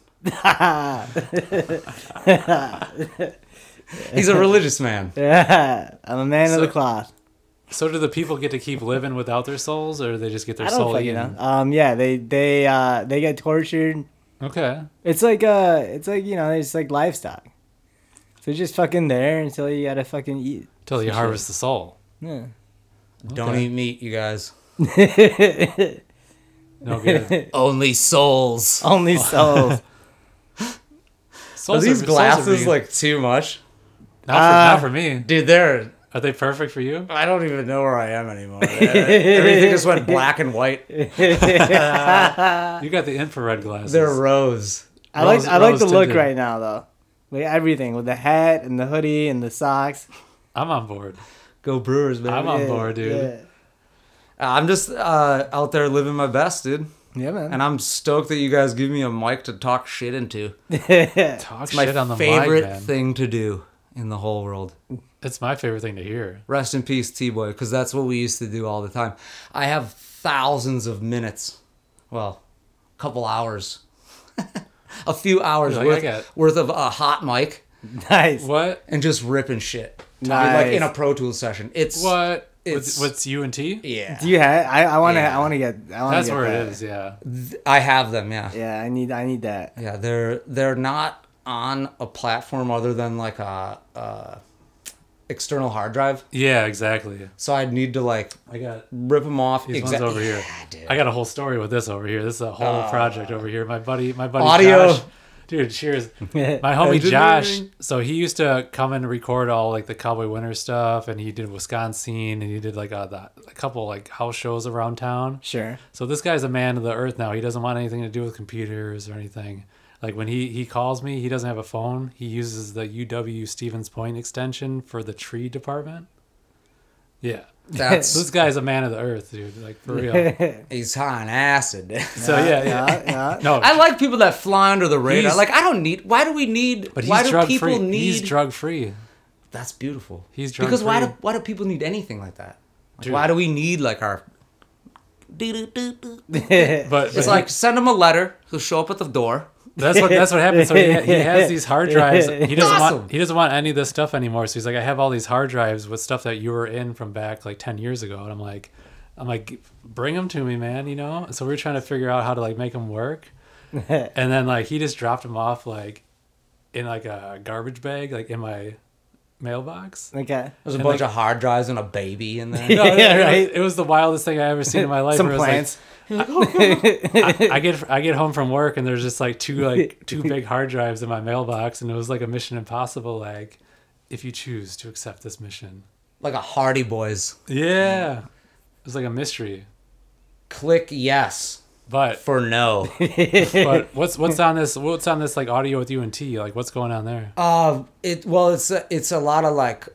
S3: He's a religious [LAUGHS] man.
S2: Yeah, [LAUGHS] I'm a man of the
S1: So-
S2: cloth.
S1: So do the people get to keep living without their souls, or they just get their
S2: I don't
S1: soul
S2: fucking
S1: eaten?
S2: know. Um, yeah, they they uh they get tortured.
S1: Okay.
S2: It's like uh, it's like you know, it's like livestock. So you're just fucking there until you gotta fucking eat.
S1: Till you harvest the soul.
S2: Yeah. [LAUGHS]
S3: Don't eat meat, you guys.
S1: No
S3: [LAUGHS]
S1: good.
S3: Only souls.
S2: [LAUGHS] Only souls.
S1: Souls
S3: are these
S1: souls
S3: glasses
S1: mean-
S3: like Ah. too much?
S1: not for, not for me?
S3: Dude, they're.
S1: Are they perfect for you?
S3: I don't even know where I am anymore. Everything just went black and white.
S1: You got the infrared glasses.
S3: Uh, They're rose.
S2: I like
S1: Rose-
S2: I like the
S1: rose
S2: look
S1: tinted.
S2: right now though. Like everything with the hat and the hoodie and the socks.
S1: I'm on board.
S3: Go Brewers, man.
S1: I'm
S3: I'm,
S1: on
S2: Yeah,
S1: board, dude.
S3: just uh, out there living my best, dude.
S2: Yeah, yeah man. [LAUGHS]
S3: And I'm stoked that you guys give me a mic to talk shit into.
S1: Talk
S3: It's my
S1: shit on the
S3: favorite
S1: mic, man.
S3: thing to do in the whole world.
S1: It's my favorite thing to hear.
S3: Rest in peace, T Boy, because that's what we used to do all the time. I have thousands of minutes, well, a couple hours, [LAUGHS] a few hours
S1: Really? I
S3: worth,
S1: got-
S3: worth of a hot mic
S2: nice.
S1: What?
S3: and just ripping shit.
S2: Nice.
S3: Like in a Pro Tools session. It's.
S1: What? What's,
S3: It's-
S1: what's you and T?
S3: Yeah.
S2: Do you have? I I want to.
S3: Yeah.
S2: I want to get. I want
S1: That's
S2: to get
S1: where
S2: that.
S1: it is. Yeah.
S3: I have them, yeah.
S2: Yeah, I need. I need that.
S3: Yeah, they're they're not on a platform other than like a, a external hard drive.
S1: Yeah. Exactly.
S3: So I'd need to like
S1: I got
S3: rip them off.
S1: these
S3: exact-
S1: ones over here.
S3: Yeah, dude.
S1: I [LAUGHS] got a whole story with this over here. This is a whole project over here. My buddy, my buddy
S3: Audio.
S1: Josh. Dude,
S3: [LAUGHS]
S1: cheers. My homie Josh.
S3: Engineering.
S1: So he used to come and record all like the Cowboy Winter stuff, and he did Wisconsin, and he did like a, the, a couple like house shows around town.
S2: Sure.
S1: So this guy's a man of the earth now. He doesn't want anything to do with computers or anything. Like when he he calls me, he doesn't have a phone. He uses the UW Stevens Point extension for the tree department. Yeah. So
S3: That's
S1: this guy's a man of the earth, dude. Like for
S3: [LAUGHS]
S1: real.
S3: he's high on acid. [LAUGHS]
S1: So yeah, yeah.
S2: Yeah, yeah.
S1: No,
S3: I like people that fly under the radar.
S1: He's-
S3: like I don't need. Why do we need?
S1: but
S3: why
S1: he's
S3: do
S1: drug
S3: people
S1: free.
S3: need?
S1: He's drug free.
S3: that's beautiful.
S1: He's
S3: because why do
S1: drug-free.
S3: why do people need anything like that? Like,
S1: Dude.
S3: why do we need like our? It's
S1: [LAUGHS] But, but he-
S3: like send him a letter. He'll show up at the door.
S1: that's what that's what happens. So he, he has these
S3: [LAUGHS]
S1: hard drives. He doesn't
S3: Awesome.
S1: want he doesn't want any of this stuff anymore. So he's like, I have all these hard drives with stuff that you were in from back like ten years ago. And I'm like, I'm like, bring them to me, man. You know. So we were trying to figure out how to like make them
S3: [LAUGHS]
S1: work. and then like he just dropped them off like in like a garbage bag like in my mailbox.
S2: [LAUGHS] Okay.
S3: There's a
S1: And,
S3: bunch
S1: like-
S3: of hard drives and a baby in there.
S1: No,
S2: Yeah,
S1: it- it-
S2: right.
S1: It was the wildest thing I ever seen in my life.
S2: Some
S1: where it was, like,
S2: plants.
S1: [LAUGHS] I get I get home from work and there's just like two like
S2: [LAUGHS]
S1: two big hard drives in my mailbox and it was like a Mission Impossible like if you choose to accept this mission.
S3: [LAUGHS] like a Hardy Boys.
S1: Yeah. It was like a mystery.
S3: Click yes
S1: But
S2: [LAUGHS]
S3: for [LAUGHS] no.
S1: but what's what's on this what's on this like audio with you and T? Like what's going on there?
S3: uh, it well, it's a, it's a lot of like,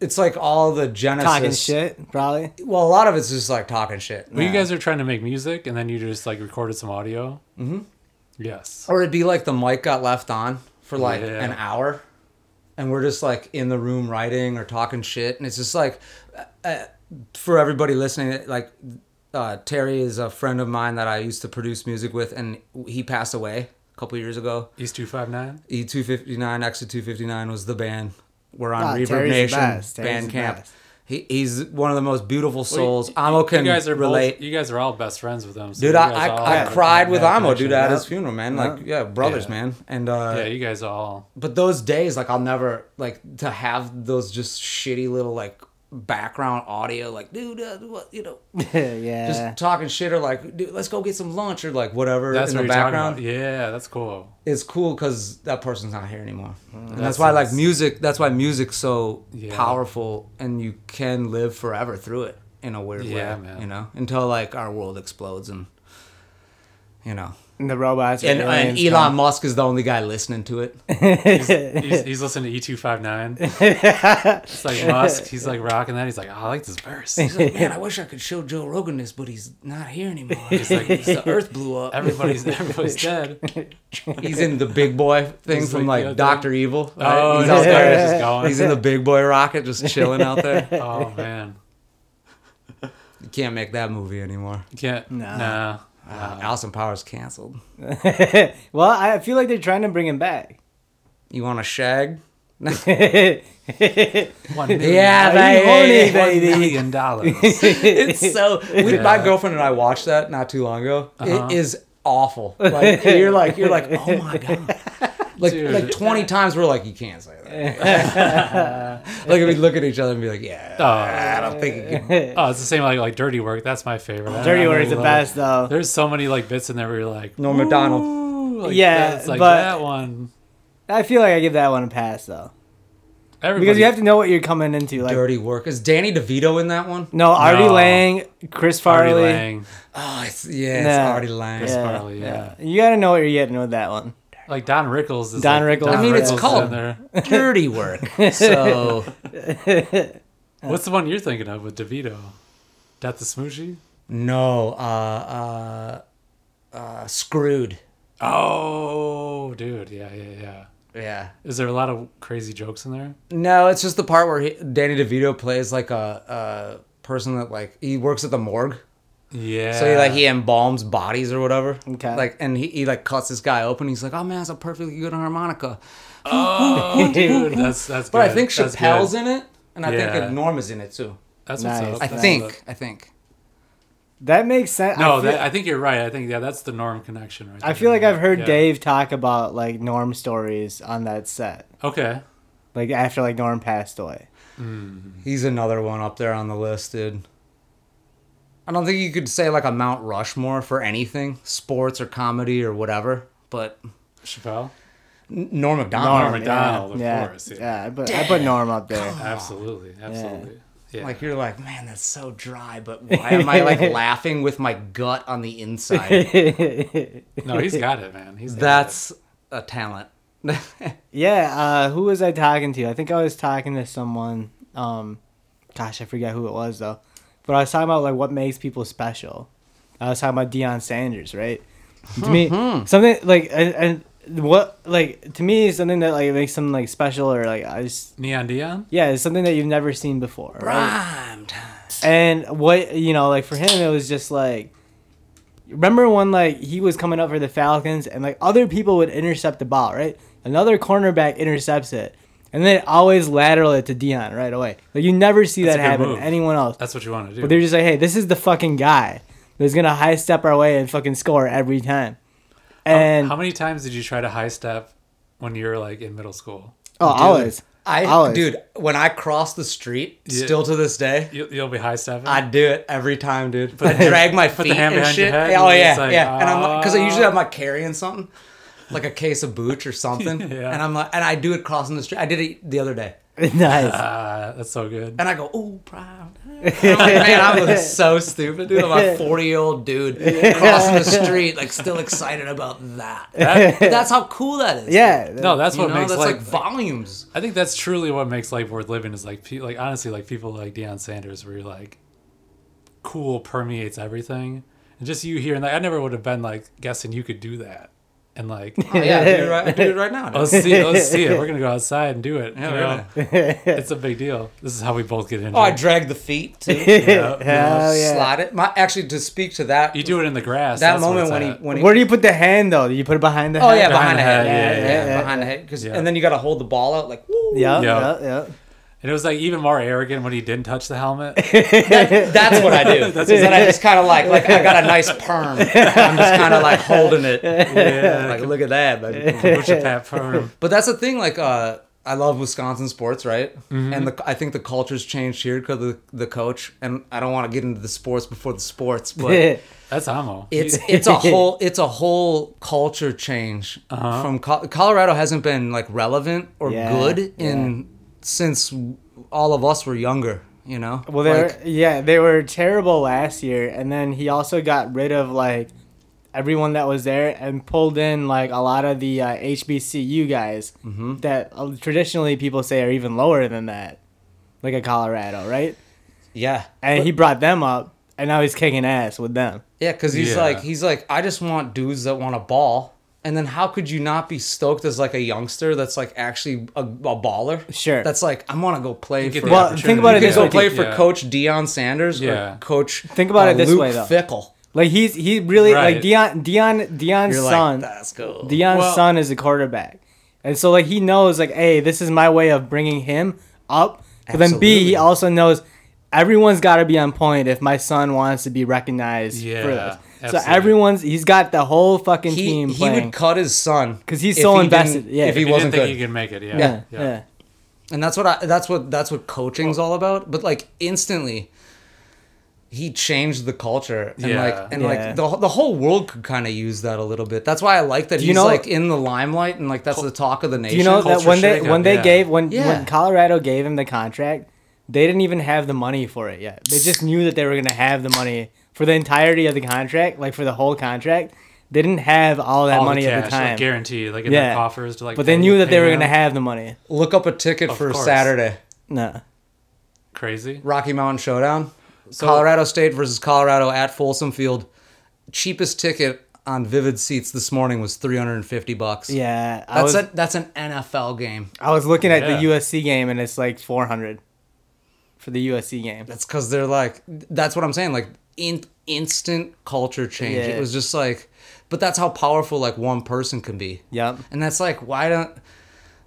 S3: it's like all the Genesis.
S2: Talking shit, probably. [LAUGHS]
S3: Well, a lot of it's just like talking shit,
S1: Well, you guys are trying to make music and then you just like recorded some audio. Mm-hmm. Yes.
S3: or it'd be like the mic got left on for like
S1: Yeah.
S3: an hour, and we're just like in the room writing or talking shit, and it's just like, uh, uh, for everybody listening, like. Uh, Terry is a friend of mine that I used to produce music with, and he passed away a couple years ago.
S1: East two five nine.
S3: E two fifty nine, Exit two fifty nine was the band. We're on
S2: Ah,
S3: Reverb
S2: Terry's the
S3: Nation
S2: best. Terry's
S3: band
S2: the
S3: camp.
S2: best.
S3: He, he's one of the most beautiful souls. Amo can
S1: You guys are
S3: relate.
S1: both, you guys are all best friends with them. So
S3: dude,
S1: you
S3: I
S1: guys all
S3: I, I
S1: have a
S3: cried with
S1: connection.
S3: Amo, dude, at his
S2: Yeah.
S3: funeral, man. Like, yeah, brothers,
S1: Yeah.
S3: man. And uh,
S1: Yeah, you guys all
S3: but those days, like, I'll never like to have those just shitty little like background audio, like dude, uh, what you know, [LAUGHS]
S2: yeah.
S3: just talking shit or like, dude, let's go get some lunch or like whatever
S1: That's
S3: in
S1: what
S3: the
S1: you're
S3: background.
S1: talking about. Yeah, that's
S3: [LAUGHS]
S1: cool.
S3: It's cool because that person's not here anymore, and that's,
S1: That's
S3: why I like
S1: nice.
S3: music. That's why music's so
S1: Yeah.
S3: powerful, and you can live forever through it in a weird
S1: Yeah,
S3: way,
S1: man.
S3: you know, until like our world explodes and you know,
S2: and the robots.
S3: and, and Elon
S2: aliens
S3: Musk is the only guy listening to it.
S2: come.
S1: He's, he's listening to E
S3: [LAUGHS]
S1: E259. it's like Musk. He's like rocking that. He's like, oh, I like this verse.
S3: [LAUGHS] He's like, man, I wish I could show Joe Rogan this, but he's not here anymore. He's like, the Earth blew up. [LAUGHS]
S1: Everybody's everybody's dead.
S3: He's in the big boy thing
S1: He's
S3: from
S1: like,
S3: like
S1: yeah,
S3: Doctor Evil. right?
S1: Oh,
S3: he's
S1: he's
S3: out
S1: there
S3: there.
S1: just going.
S3: He's in the big boy rocket, [LAUGHS] just chilling out there. [LAUGHS]
S1: Oh man,
S3: You can't make that movie anymore.
S1: you can't. Nah.
S2: Nah.
S1: nah.
S3: Uh, Allison Powers canceled.
S2: [LAUGHS] well, I feel like they're trying to bring him back. [LAUGHS]
S3: You want a shag?
S1: One million,
S3: [LAUGHS] Yeah,
S2: you horny,
S3: baby.
S1: one
S2: baby?
S1: million
S3: [LAUGHS]
S1: dollars.
S3: It's so. We, My
S1: Yeah. Uh-huh.
S3: girlfriend and I watched that not too long ago. It is awful.
S1: [LAUGHS]
S3: Like you're like you're like oh my god. Like,
S1: Dude.
S3: like 20 times we're like you can't say that.
S1: [LAUGHS]
S3: like we look at each other and be like yeah,
S1: Oh.
S3: I don't think you can
S1: Oh, it's the same like like Dirty Work. That's my favorite. I-
S2: Dirty
S1: I
S2: Word is the
S1: love-
S2: best, though.
S1: There's so many like bits in there where you're like,
S3: Norm Macdonald.
S1: ooh, like,
S2: Yeah,
S1: that's like
S2: but-
S1: that one.
S2: I feel like I give that one a pass, though.
S1: Everybody,
S2: Because you have to know what you're coming into. Like,
S3: Dirty Work. Is Danny DeVito in that one?
S2: no, Artie
S1: No.
S2: Lang, Chris
S1: Artie
S2: Farley.
S1: Lang,
S3: Oh, it's yeah, it's
S2: Nah.
S3: already lying.
S2: Yeah,
S1: Farley, yeah.
S2: You gotta know what you're getting with that one.
S1: like Don Rickles. Is
S2: Don
S1: like,
S2: Rickles. I mean, it's
S1: is
S3: called-
S1: in there.
S3: [LAUGHS] Dirty Work.
S1: [LAUGHS]
S3: So
S1: What's the one you're thinking of with DeVito? Death the Smoochie?
S3: no, uh, uh, uh, screwed.
S1: Oh, dude, yeah, yeah, yeah.
S3: Yeah.
S1: Is there a lot of crazy jokes in there?
S3: No, it's just the part where he, Danny DeVito plays like a, a person that like he works at the morgue.
S1: Yeah.
S3: So he like he embalms bodies or whatever.
S2: Okay.
S3: Like and he, he like cuts this guy open. He's like, oh man, that's a perfectly good harmonica.
S1: oh, dude, that's that's.
S3: But I
S1: good.
S3: think
S1: That's
S3: Chappelle's
S1: good.
S3: in it, and I
S1: Yeah.
S3: think Norm is in it too.
S1: That's
S2: Nice.
S1: what's up.
S3: I
S1: That's what's
S3: think.
S1: up.
S3: I think.
S2: [LAUGHS] That makes sense.
S1: No,
S2: I feel,
S1: that, I think you're right. I think yeah, that's the norm connection right.
S2: I feel like I've heard
S1: Yeah.
S2: Dave talk about like Norm stories on that set,
S1: Okay.
S2: like after like Norm passed away.
S3: He's another one up there on the list, dude. I don't think you could say like a Mount Rushmore for anything, sports or comedy or whatever. But [SIGHS]
S1: Chappelle.
S3: N-
S1: Norm
S3: Norm Macdonald,
S1: Macdonald, of
S2: Oh, yeah,
S1: course,
S2: Yeah,
S1: yeah.
S2: I put I put Norm up there.
S1: Absolutely. Absolutely. Yeah.
S3: like you're like, man, that's so dry.
S1: [LAUGHS]
S3: But why am I like laughing with my gut on the inside?
S1: [LAUGHS] no,
S3: [LAUGHS]
S1: he's got it, man. He's got
S3: That's a talent. [LAUGHS]
S2: yeah, uh, who was I talking to? I think I was talking to someone. Um, gosh, I forget who it was though. But I was talking about like what makes people special. I was talking about Deion Sanders, right? To me, something like and, and what like to me something that like makes something like special or like I just
S1: it. Neon Dion.
S2: Yeah, it's something that you've never seen before. Right?
S3: Prime time.
S2: And what you know, like for him, it was just like, remember when like he was coming up for the Falcons and like other people would intercept the ball, right? Another cornerback intercepts it, and then always lateral it to Dion right away. Like you never see
S1: That's
S2: that
S1: a good
S2: happen to
S1: move.
S2: anyone else.
S1: That's what you want to do.
S2: But they're just like, hey, this is the fucking guy that's gonna high step our way and fucking score every time. And
S1: How many times did you try to high step when you were like in middle school?
S2: oh, always.
S3: I
S2: Always.
S3: dude, when I cross the street,
S1: Yeah.
S3: still to this day,
S1: You, you'll be high stepping.
S3: I do it every time, dude. I
S1: hand-
S3: drag my feet
S1: put the hand
S3: and
S1: behind your
S3: shit.
S1: head
S3: oh
S1: and
S3: yeah,
S1: it's like,
S3: yeah. And I'm like, because I
S1: ah.
S3: usually I'm like carrying something, like a case of
S1: [LAUGHS]
S3: booch or something.
S1: Yeah.
S3: And I'm like, and I do it crossing the street. I did it the other day,
S2: [LAUGHS] nice.
S1: Ah, that's so good.
S3: and I go, oh, proud. I'm like, Man, I was so stupid, dude. I'm a 40 year old dude crossing the street, like still excited about that. But that's how cool that is.
S2: Yeah.
S1: No, that's
S3: You
S1: what
S3: know,
S1: makes
S3: that's
S1: like,
S3: like volumes.
S1: I think that's truly what makes life worth living. Is like, pe- like honestly, like people like Deion Sanders, where you're like, cool permeates everything, and just you here and like, I never would have been like guessing you could do that, and
S3: [LAUGHS]
S1: like,
S3: [LAUGHS]
S1: [LAUGHS]
S3: Oh, yeah, I do it right, I do it right now. dude.
S1: let's see, let's see it. We're gonna go outside and do it. you
S3: Yeah,
S1: know? it's a big deal. This is how we both get into.
S3: Oh, I
S1: it.
S3: drag the feet too. You know,
S1: Oh,
S2: Hell yeah.
S3: Slide it. My, actually, to speak to that,
S1: You do it in the grass.
S3: that
S1: that's what
S3: moment
S1: it's
S3: when he
S1: at.
S3: when he
S2: Where do you put the hand though? Do you put it behind the?
S3: oh
S2: head?
S3: yeah
S1: Behind
S3: behind,
S1: the
S3: the
S1: head,
S3: head,
S1: yeah,
S3: yeah,
S2: yeah, yeah.
S3: behind the head 'cause-
S1: Yeah.
S3: and then you got to hold the ball out like woo.
S2: Yeah,
S1: Yeah.
S2: yeah, yeah.
S1: and it was like even more arrogant when he didn't touch the
S2: [LAUGHS]
S1: helmet.
S3: That- [LAUGHS] that's what I [LAUGHS] do. that's then I just kind of like like I got a nice perm. I'm just kind of like holding it.
S1: yeah,
S3: Like look at that, baby.
S1: Kombucha Pat Perm.
S3: But that's the thing, like uh I love Wisconsin sports, right?
S2: Mm-hmm.
S3: And the, I think the culture's changed here because the the coach. And I don't want to get into the sports before the
S2: [LAUGHS]
S3: sports, but
S1: That's homo.
S3: it's it's a whole it's a whole culture change from Col- Colorado hasn't been like relevant or
S2: Uh-huh. Yeah,
S3: good in since all of us were younger. You know,
S2: Well, they
S3: Like,
S2: were, yeah, they were terrible last year, and then he also got rid of like everyone that was there and pulled in like a lot of the uh, HBCU guys
S3: Mm-hmm.
S2: that uh, traditionally people say are even lower than that, like a Colorado, right?
S3: yeah,
S2: And he brought them up, and now he's kicking ass with them.
S3: Yeah, because he's
S1: Yeah.
S3: like he's like I just want dudes that want a ball. And then how could you not be stoked as like a youngster that's like actually a, a baller?
S2: Sure.
S3: That's like I want to go play
S1: get
S3: for.
S1: the
S2: Well,
S1: opportunity.
S2: think about it
S3: you could
S2: this
S3: go
S2: way,
S3: play
S2: dude.
S3: for
S1: Yeah.
S3: Coach Dion Sanders
S1: Yeah.
S3: or Coach. uh,
S2: Think about it this
S3: Luke
S2: way, though.
S3: Fickle.
S2: Like he's he really
S1: Right.
S2: like Dion Dion Dion's
S3: You're
S2: son.
S3: like let's go.
S2: Dion's
S1: Well-
S2: son is a quarterback, and so like he knows like, hey, this is my way of bringing him up. But then B, he
S3: Absolutely.
S2: also knows everyone's got to be on point if my son wants to be recognized for
S1: Yeah,
S2: this. So
S1: absolutely.
S2: everyone's he's got the whole fucking
S3: he
S2: team
S3: he
S2: playing.
S3: would cut his son
S2: 'Cause he's
S3: if
S2: so
S3: he didn't-
S2: invested, yeah.
S3: if he
S2: If
S1: If you didn't
S3: wasn't
S1: think
S3: good.
S1: you could make it. Yeah.
S2: yeah,
S1: Yeah.
S2: yeah,
S3: and that's what I, that's what that's what coaching's all about. But like instantly, he changed the culture, and
S1: Yeah.
S3: like and
S2: Yeah.
S3: like the the whole world could kind of use that a little bit. That's why I like that
S2: you
S3: he's
S2: know-
S3: like in the limelight, and like that's the talk of the
S2: Do
S3: nation.
S2: you know that
S1: culture
S2: when they
S1: shakeup,
S2: when they
S1: yeah.
S2: gave when when
S3: Yeah.
S2: Colorado gave him the contract, they didn't even have the money for it yet. They just knew that they were gonna have the money for the entirety of the contract, like for the whole contract. They didn't have all that
S1: All
S2: money
S1: the cash,
S2: at the time.
S1: like guaranteed, like in
S2: Yeah.
S1: their coffers to like.
S2: But they
S1: pay-
S2: knew that
S1: pay
S2: they were
S1: them.
S2: going to have the money.
S3: Look up a ticket
S1: Of
S3: for
S1: course.
S3: Saturday,
S2: No.
S1: crazy.
S3: Rocky Mountain Showdown, Colorado State versus Colorado at Folsom Field. Cheapest ticket on Vivid Seats this morning was three hundred and fifty bucks.
S2: Yeah. I
S3: That's
S2: was,
S3: a, that's an NFL game.
S2: I was looking at
S1: Yeah.
S2: the USC game and it's like 400 for the USC game.
S3: That's because they're like, that's what I'm saying. Like in, instant culture change.
S2: Yeah.
S3: It was just like, but that's how powerful like one person can be.
S2: Yep.
S3: And that's like, why don't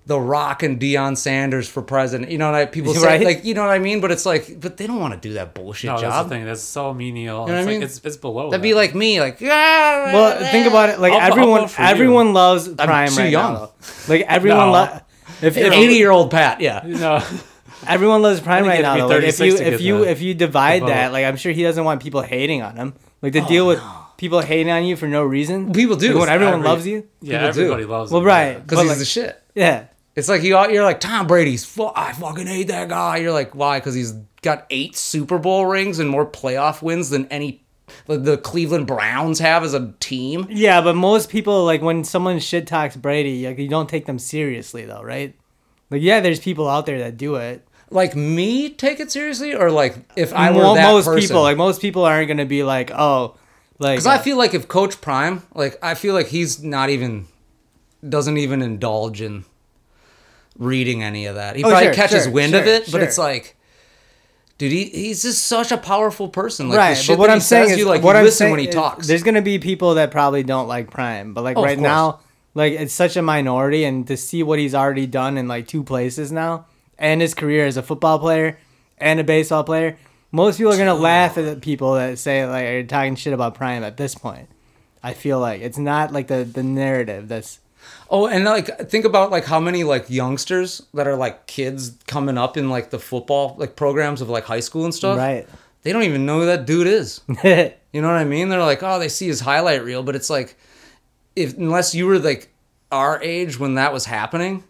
S3: The Rock and Deion Sanders for president? You know what I,
S2: [LAUGHS]
S3: people say,
S2: Right.
S3: like, you know what I mean? But it's like, but they don't want to do that bullshit
S1: No, that's the
S3: job.
S1: thing. That's so menial.
S3: You know
S1: it's
S3: what I
S1: like
S3: mean?
S1: it's it's below.
S3: That'd
S1: that. [LAUGHS]
S3: be like me, like, yeah.
S2: Well, think about it. Like
S1: I'll- I'll
S2: everyone,
S1: vote for you.
S2: everyone loves Prime
S3: too
S2: right
S3: young.
S2: now. though.
S1: [LAUGHS]
S2: Like everyone,
S1: No.
S2: lo- if, if
S3: eighty year old Pat, yeah.
S2: [LAUGHS]
S1: no.
S2: everyone loves Prime
S1: think
S2: right
S1: it'd
S2: now.
S1: be
S2: though. Like, if
S1: 36
S2: you
S1: to
S2: if
S1: get
S2: you
S1: the-
S2: if you divide
S1: the
S2: that,
S1: vote. Oh,
S2: like I'm sure he doesn't want people hating on him. Like to deal with people hating on you for no reason.
S3: People do.
S2: Like, when everyone
S1: Every-
S2: loves you.
S1: Yeah,
S3: People do.
S1: everybody loves.
S2: Well,
S1: him,
S2: right.
S1: yeah.
S3: Because
S2: But,
S3: he's
S2: like-
S3: the shit.
S2: Yeah.
S3: It's like you, you're like Tom Brady's. Fu- I fucking hate that guy. You're like, why? Because he's got eight Super Bowl rings and more playoff wins than any the, the Cleveland Browns have as a team.
S2: Yeah, but most people like when someone shit talks Brady, like you don't take them seriously though, right? Like yeah, there's people out there that do it.
S3: Like me, take it seriously, or like if I were
S2: Mo-
S3: that
S2: most
S3: person.
S2: people, like most people aren't gonna be like, oh, like
S3: Because I feel like if Coach Prime, like I feel like he's not even doesn't even indulge in reading any of that. He
S2: Oh,
S3: probably
S2: sure,
S3: catches
S2: sure,
S3: wind of
S2: sure,
S3: it,
S2: sure.
S3: but it's like, dude, he, he's just such a powerful person. Like,
S2: right.
S3: The shit
S2: But what
S3: that
S2: I'm
S3: he
S2: saying
S3: says,
S2: is,
S3: you like
S2: what
S3: you
S2: I'm
S3: listen
S2: saying
S3: when he
S2: is
S3: talks. Oh,
S2: there's gonna be people that probably don't like Prime, but like
S3: of
S2: right
S3: course.
S2: now, like it's such a minority, and to see what he's already done in like two places now, and his career as a football player and a baseball player, most people are gonna laugh at the people that say like are talking shit about Prime at this point. I feel like it's not like the the narrative that's
S3: Oh, and like think about like how many like youngsters that are like kids coming up in like the football like programs of like high school and stuff.
S2: right. [LAUGHS]
S3: They don't even know who that dude is.
S2: yeah,
S3: You know what I mean? They're like, oh, they see his highlight reel, but it's like, if unless you were like our age when that was happening,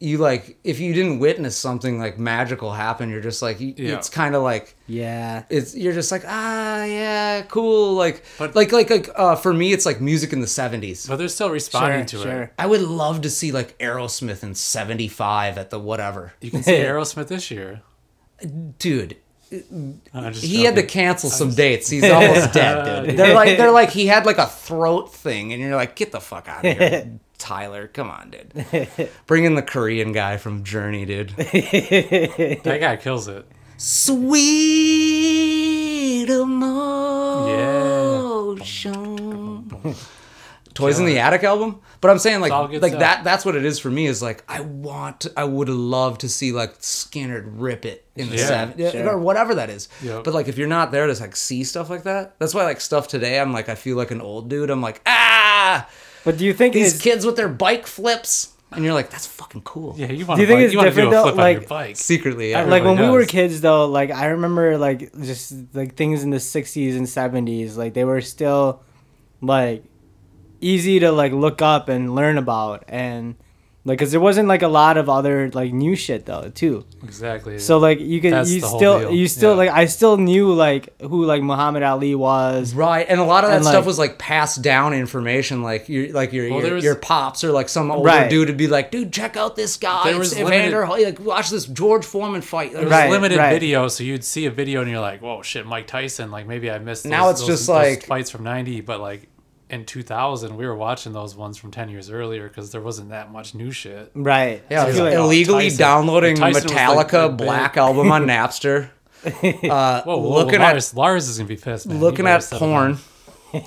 S3: you like if you didn't witness something like magical happen, you're just like, you-
S1: Yeah.
S3: it's kind of like it's you're just like ah yeah cool like
S1: But-
S3: like like like uh, for me it's like music in the seventies.
S1: But they're still
S2: sure,
S1: responding to
S2: sure.
S1: it.
S3: I would love to see like Aerosmith in 75 at the whatever.
S1: You
S2: [LAUGHS]
S1: can see Aerosmith this year.
S3: Dude,
S1: I'm just
S3: he had to
S1: joking.
S3: cancel some dates. He's almost dead, dude. They're like they're like he had like a throat thing and you're like get the fuck out of here. Tyler, come on, dude. Bring in the Korean guy from Journey, dude.
S1: That guy kills it.
S3: Sweet emotion. Toys in the Attic album, but I'm saying like
S1: all good
S3: like
S1: stuff.
S3: that that's what it is for me is like I want to- I would love to see like Skinner rip it in the
S1: Yeah,
S3: seven
S2: sure.
S3: or whatever that is.
S1: Yep.
S3: But like if you're not there to like see stuff like that, that's why like stuff today I'm like I feel like an old dude. I'm like ah
S2: But do you think
S3: these
S2: it's
S3: kids with their bike flips. and you're like, that's fucking cool.
S1: Yeah, you want
S2: Do
S1: to
S2: you think
S1: bike,
S2: it's
S1: you want to do
S2: different
S1: a
S2: though?
S1: flip
S2: Like-
S1: on your bike.
S3: Secretly, yeah.
S2: like when
S3: everybody
S2: we were
S3: does.
S2: kids though like i remember like just like things in the 60s and 70s like they were still like easy to like look up and learn about and like because there wasn't like a lot of other like new shit though too
S1: Exactly.
S2: so like you could
S1: That's
S2: you
S1: the whole
S2: still
S1: deal.
S2: you still
S1: Yeah.
S2: like i still knew like who like muhammad ali was
S3: Right, and a lot of that
S2: And,
S3: stuff
S2: like-
S3: was like passed down information, like your like your
S1: Well,
S3: your,
S1: there was-
S3: your pops or like some older
S2: Right.
S3: dude would be like, dude, check out this guy,
S1: There
S3: it's
S1: was
S3: Evander, Holyfield, like watch this George Foreman fight.
S1: There was
S2: Right,
S1: limited
S2: right.
S1: video, so you'd see a video and you're like, "Whoa, shit, Mike Tyson!" Like maybe I missed.
S3: Now
S1: those-
S3: it's
S1: those-
S3: just
S1: those
S3: like-
S1: fights from '90, but like in 2000, we were watching those ones from 10 years earlier because there wasn't that much new shit.
S2: right
S3: Yeah,
S2: I
S3: it was
S2: feel like-
S3: illegally
S1: Tyson-
S3: downloading
S1: Tyson was, like,
S3: Metallica
S1: the big-
S3: Black
S1: [LAUGHS]
S3: album
S2: [LAUGHS]
S3: on Napster, uh,
S1: Whoa, whoa,
S3: looking
S1: whoa,
S3: at
S1: Lars, Lars is gonna be pissed. Man. He
S3: looking
S1: better
S3: at
S1: settle
S3: porn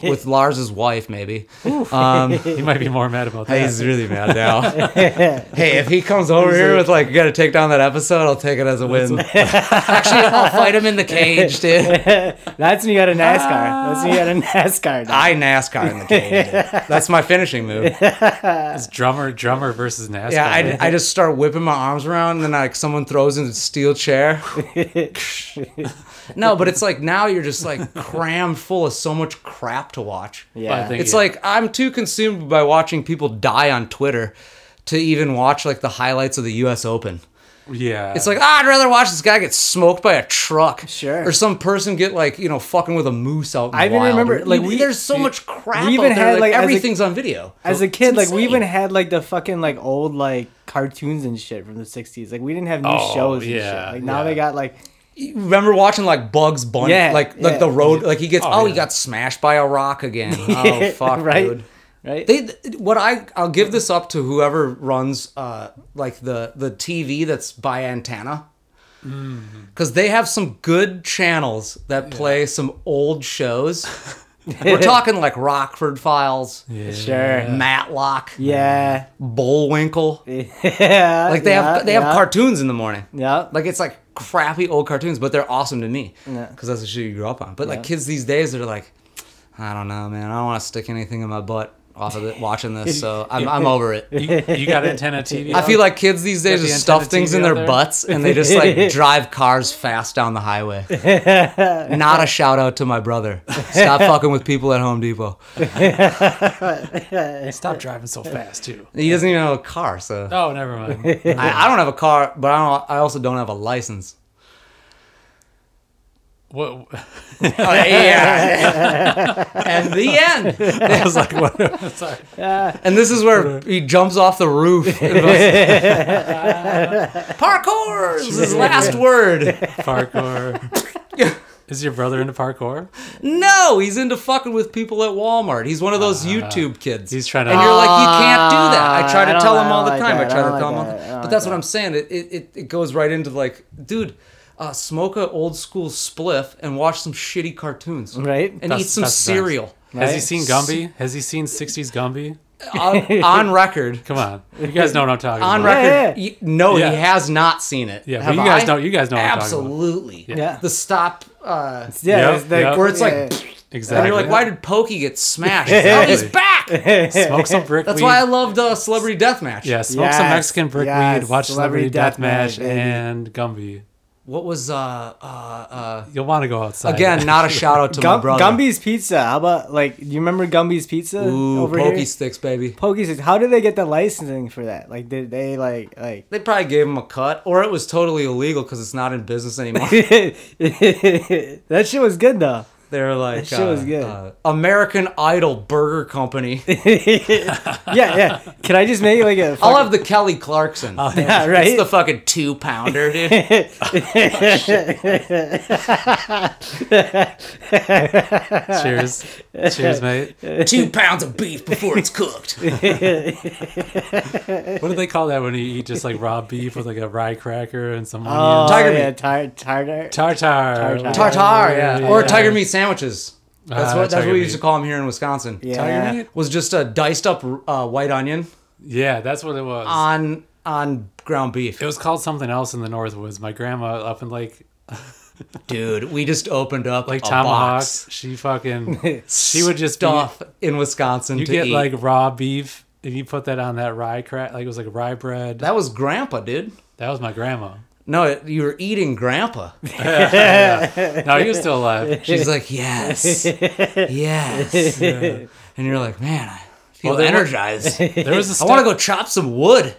S3: with Lars's
S2: [LAUGHS]
S3: wife, maybe. Um,
S1: down. He might be more mad about that.
S3: he's really
S2: [LAUGHS]
S3: mad now. hey, if he comes over here with like, you got to take down that episode, I'll take it as a win. [LAUGHS] Actually, I'll fight him
S2: [LAUGHS]
S3: in the cage, dude.
S2: that's when you got a nascar that's when
S1: [LAUGHS]
S2: you got a nascar dog.
S3: I NASCAR in the cage. dude.
S2: [LAUGHS]
S3: That's my finishing move.
S1: It's drummer, drummer versus NASCAR.
S3: Yeah, I, I just start whipping my arms around, and then like someone throws in a
S2: [LAUGHS]
S3: steel chair. [LAUGHS] no, but it's like now you're just like crammed full of so much crap to watch.
S1: Well, I
S2: yeah
S1: think-
S3: It's like I'm too consumed by watching people die on Twitter to even watch like the highlights of the U.S. Open.
S1: yeah.
S3: It's like ah, I'd rather watch this guy get smoked by a truck,
S2: Sure.
S3: or some person get like you know fucking with a moose out. In
S2: I
S3: the
S2: even
S3: wild.
S2: remember, like, we-
S3: there's so much crap.
S2: we even
S3: out there.
S2: had, like,
S3: like,
S2: as a-
S3: everything's on video.
S2: as a kid, like we
S3: insane.
S2: even had like the fucking like old like cartoons and shit from the sixties. Like we didn't have new
S1: Oh,
S2: shows and
S1: yeah,
S2: shit. Like now
S1: yeah.
S2: they got like
S3: remember watching like Bugs Bunny,
S2: Yeah,
S3: like like
S2: yeah.
S3: the road, like he gets
S1: Oh,
S3: oh, he
S1: yeah.
S3: got smashed by a rock
S2: [LAUGHS]
S3: again. Oh fuck,
S2: right,
S3: dude.
S2: right.
S3: They what I I'll give this up to whoever runs uh like the the TV that's by Antenna.
S1: Mm-hmm.
S3: Because they have some good channels that play some old shows.
S2: [LAUGHS]
S3: We're talking like Rockford Files,
S1: yeah.
S2: sure.
S3: Matlock,
S2: Yeah.
S3: Bullwinkle.
S2: Yeah.
S3: Like they
S2: yeah,
S3: have they
S2: yeah,
S3: have cartoons in the morning.
S2: Yeah.
S3: Like it's like crappy old cartoons, but they're awesome to me because
S2: Yeah.
S3: that's the shit you grew up on. But like kids these days, they're like, I don't know, man. I don't want to stick anything in my butt off of it watching this, so
S1: [LAUGHS]
S3: I'm, I'm over it.
S1: You, you got antenna
S3: [LAUGHS]
S1: TV.
S3: I
S1: on?
S3: feel like kids these days
S1: Got the
S3: just stuff
S1: antenna
S3: things
S1: TV
S3: in
S1: out
S3: their
S1: there?
S3: butts and they just
S1: [LAUGHS]
S3: like drive cars fast down the highway. Not a shout out to my brother.
S1: [LAUGHS]
S3: Stop fucking with people at Home Depot.
S1: stop driving so fast too.
S3: He doesn't even have a
S1: [LAUGHS]
S3: car, so
S1: Oh, never
S3: [LAUGHS]
S1: mind.
S3: I, I don't have a car, but I don't. I also don't have
S1: [LAUGHS]
S3: a license.
S1: What? [LAUGHS]
S3: Oh, yeah. [LAUGHS] and the end.
S1: I was like, what? Sorry.
S3: And this is where he jumps off the roof.
S1: [LAUGHS]
S3: Parkour is his last word.
S1: Parkour.
S3: [LAUGHS]
S1: Is your brother into parkour?
S3: No, he's into fucking with people at Walmart. He's one of those YouTube kids.
S1: Uh-huh. He's trying to.
S3: and you're like, you can't do that. I try
S2: Ah, I
S3: to
S2: don't-
S3: tell
S2: I
S3: him all the
S2: don't like
S3: time.
S2: that.
S3: I try
S2: I
S3: to
S2: don't
S3: tell him,
S2: like
S3: all the
S2: that. I
S3: time.
S2: don't
S3: but
S2: like
S3: that's what I'm saying. It, it, it, it goes right into like, dude, uh, smoke a old school spliff and watch some shitty cartoons.
S2: Right.
S3: And
S1: That's-
S3: eat
S1: that's the
S3: some
S1: best. [LAUGHS]
S3: cereal.
S1: Has he
S2: Right?
S1: seen Gumby? Has he seen '60s Gumby?
S3: on, on record.
S1: Come
S3: [LAUGHS]
S1: on, you guys know what I'm talking
S3: on
S1: about.
S3: record.
S2: yeah.
S3: y- no,
S1: Yeah.
S3: he has not seen it.
S1: Yeah, but
S3: Have
S1: you guys
S3: I?
S1: know- you guys know what I'm talking about.
S3: Absolutely.
S2: Yeah.
S3: The stop. Uh,
S2: Yeah.
S1: Yep,
S2: it's like-
S1: yep.
S3: Where it's
S2: [LAUGHS]
S3: like-
S1: Exactly.
S3: and you're like, why [LAUGHS] did Pokey get smashed? oh, he's
S1: Exactly.
S3: back. That's
S1: smoke some brick?
S3: why I loved uh, Celebrity Deathmatch.
S1: yeah, smoke some
S2: Yes,
S1: Mexican brickweed,
S2: yes,
S1: watch Celebrity
S2: Celebrity
S1: Deathmatch,
S2: Deathmatch, baby.
S1: and Gumby.
S3: What was uh uh uh
S1: You'll want to go outside.
S3: again? Not a shout out to my
S2: Gum-
S3: brother.
S2: Gumby's Pizza. How about like do you remember Gumby's Pizza
S3: Ooh,
S2: over
S3: Pokey
S2: here?
S3: sticks, baby.
S2: Pokies. How did they get the licensing for that? Like did they like like [LAUGHS]
S3: They probably gave him a cut, or it was totally illegal because it's not in
S2: [LAUGHS]
S3: business anymore.
S2: that shit was good though.
S3: they were like,
S2: shit was
S3: uh,
S2: good.
S3: uh, American Idol Burger
S2: [LAUGHS]
S3: Company.
S2: Yeah, yeah. Can I just make like a?
S3: I'll have the Kelly Clarkson.
S1: Oh,
S2: [LAUGHS] yeah, right.
S3: It's the fucking two
S2: [LAUGHS]
S3: pounder, dude.
S1: [LAUGHS]
S3: [LAUGHS]
S1: Cheers. Cheers, mate.
S3: two pounds of beef before it's cooked.
S1: What do they call that when you eat just like raw beef with like a rye cracker and some
S2: Oh,
S1: onion?
S3: Tiger
S2: yeah,
S3: meat.
S2: tar- tartar.
S1: Tartar.
S2: Tartar.
S3: [LAUGHS] Tartar, yeah.
S1: Oh, Yeah.
S3: Or tiger meat sandwiches. That's
S1: Ah,
S3: what that's
S1: tiger
S3: what we
S1: meat.
S3: used to call them here in Wisconsin.
S2: yeah.
S1: Tiger meat?
S3: Was just a diced up uh, white onion
S1: Yeah, that's what it was.
S3: on on ground beef.
S1: it was called something else in the Northwoods. My grandma up in like
S3: Dude, we just opened up
S1: like
S3: a
S1: tomahawks.
S3: box. [LAUGHS]
S1: She fucking she would just be,
S3: stuff in Wisconsin
S1: you
S3: to
S1: get
S3: eat.
S1: like raw beef and you put that on that rye crack, like it was like rye bread. That,
S3: That was grandpa, dude.
S1: was my grandma.
S3: No, it, you were eating grandpa.
S1: Yeah. No, you're still alive. [LAUGHS]
S3: She's like, yes, yes. [LAUGHS] And you're like, man, I feel
S1: Well, there were- [LAUGHS]
S3: energized. [LAUGHS] I
S1: There was a step,
S3: want to go chop some wood.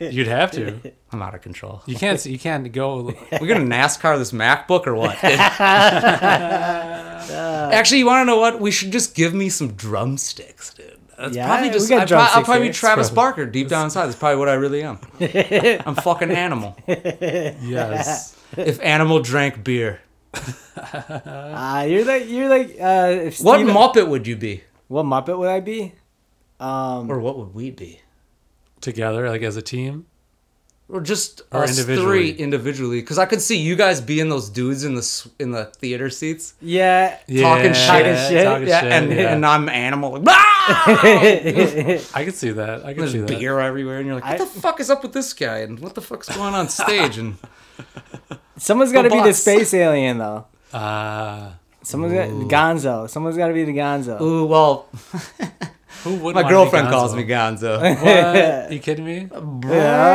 S1: You'd have to.
S3: I'm out of control.
S1: You can't. You can't
S3: [LAUGHS]
S1: go.
S3: We're gonna NASCAR this MacBook or what?
S2: [LAUGHS]
S3: dude? Actually, you want to know what? We should just give me some drumsticks, dude. That's
S2: Yeah,
S3: probably
S2: we
S3: just
S2: got
S3: I pro- I'll
S2: drumsticks
S3: probably
S2: here.
S3: be Travis Barker deep down inside. That's probably what I really
S2: [LAUGHS]
S3: am. I'm fucking animal.
S1: Yes.
S2: [LAUGHS]
S3: If animal drank beer,
S2: Ah, you're like you're like uh if
S3: what
S2: Steven-
S3: Muppet would you be,
S2: what Muppet would I be? Um
S3: or what would we be,
S1: Together, like as a team.
S3: or just
S1: Or
S3: us
S1: individually.
S3: three individually? Because I could see you guys being those dudes in the s- in the theater seats.
S2: yeah.
S1: Yeah,
S3: Talking shit. Talking
S2: shit,
S1: talking
S3: Yeah,
S1: shit,
S3: and,
S1: yeah.
S3: and I'm animal. Like,
S2: [LAUGHS]
S3: "Ah!"
S1: I could see that. I could
S3: There's
S1: see that.
S3: beer everywhere, and you're like, "What
S2: I-
S3: the fuck is up with this guy?" And what the fuck's going [LAUGHS] on stage? And
S2: Someone's gotta
S3: The
S2: be the
S3: boss.
S2: space alien though.
S1: Uh,
S2: Someone's got Gonzo. Someone's gotta be the Gonzo.
S3: ooh, well,
S1: who would
S3: my girlfriend calls me Uh, Gonzo.
S1: What? You kidding me?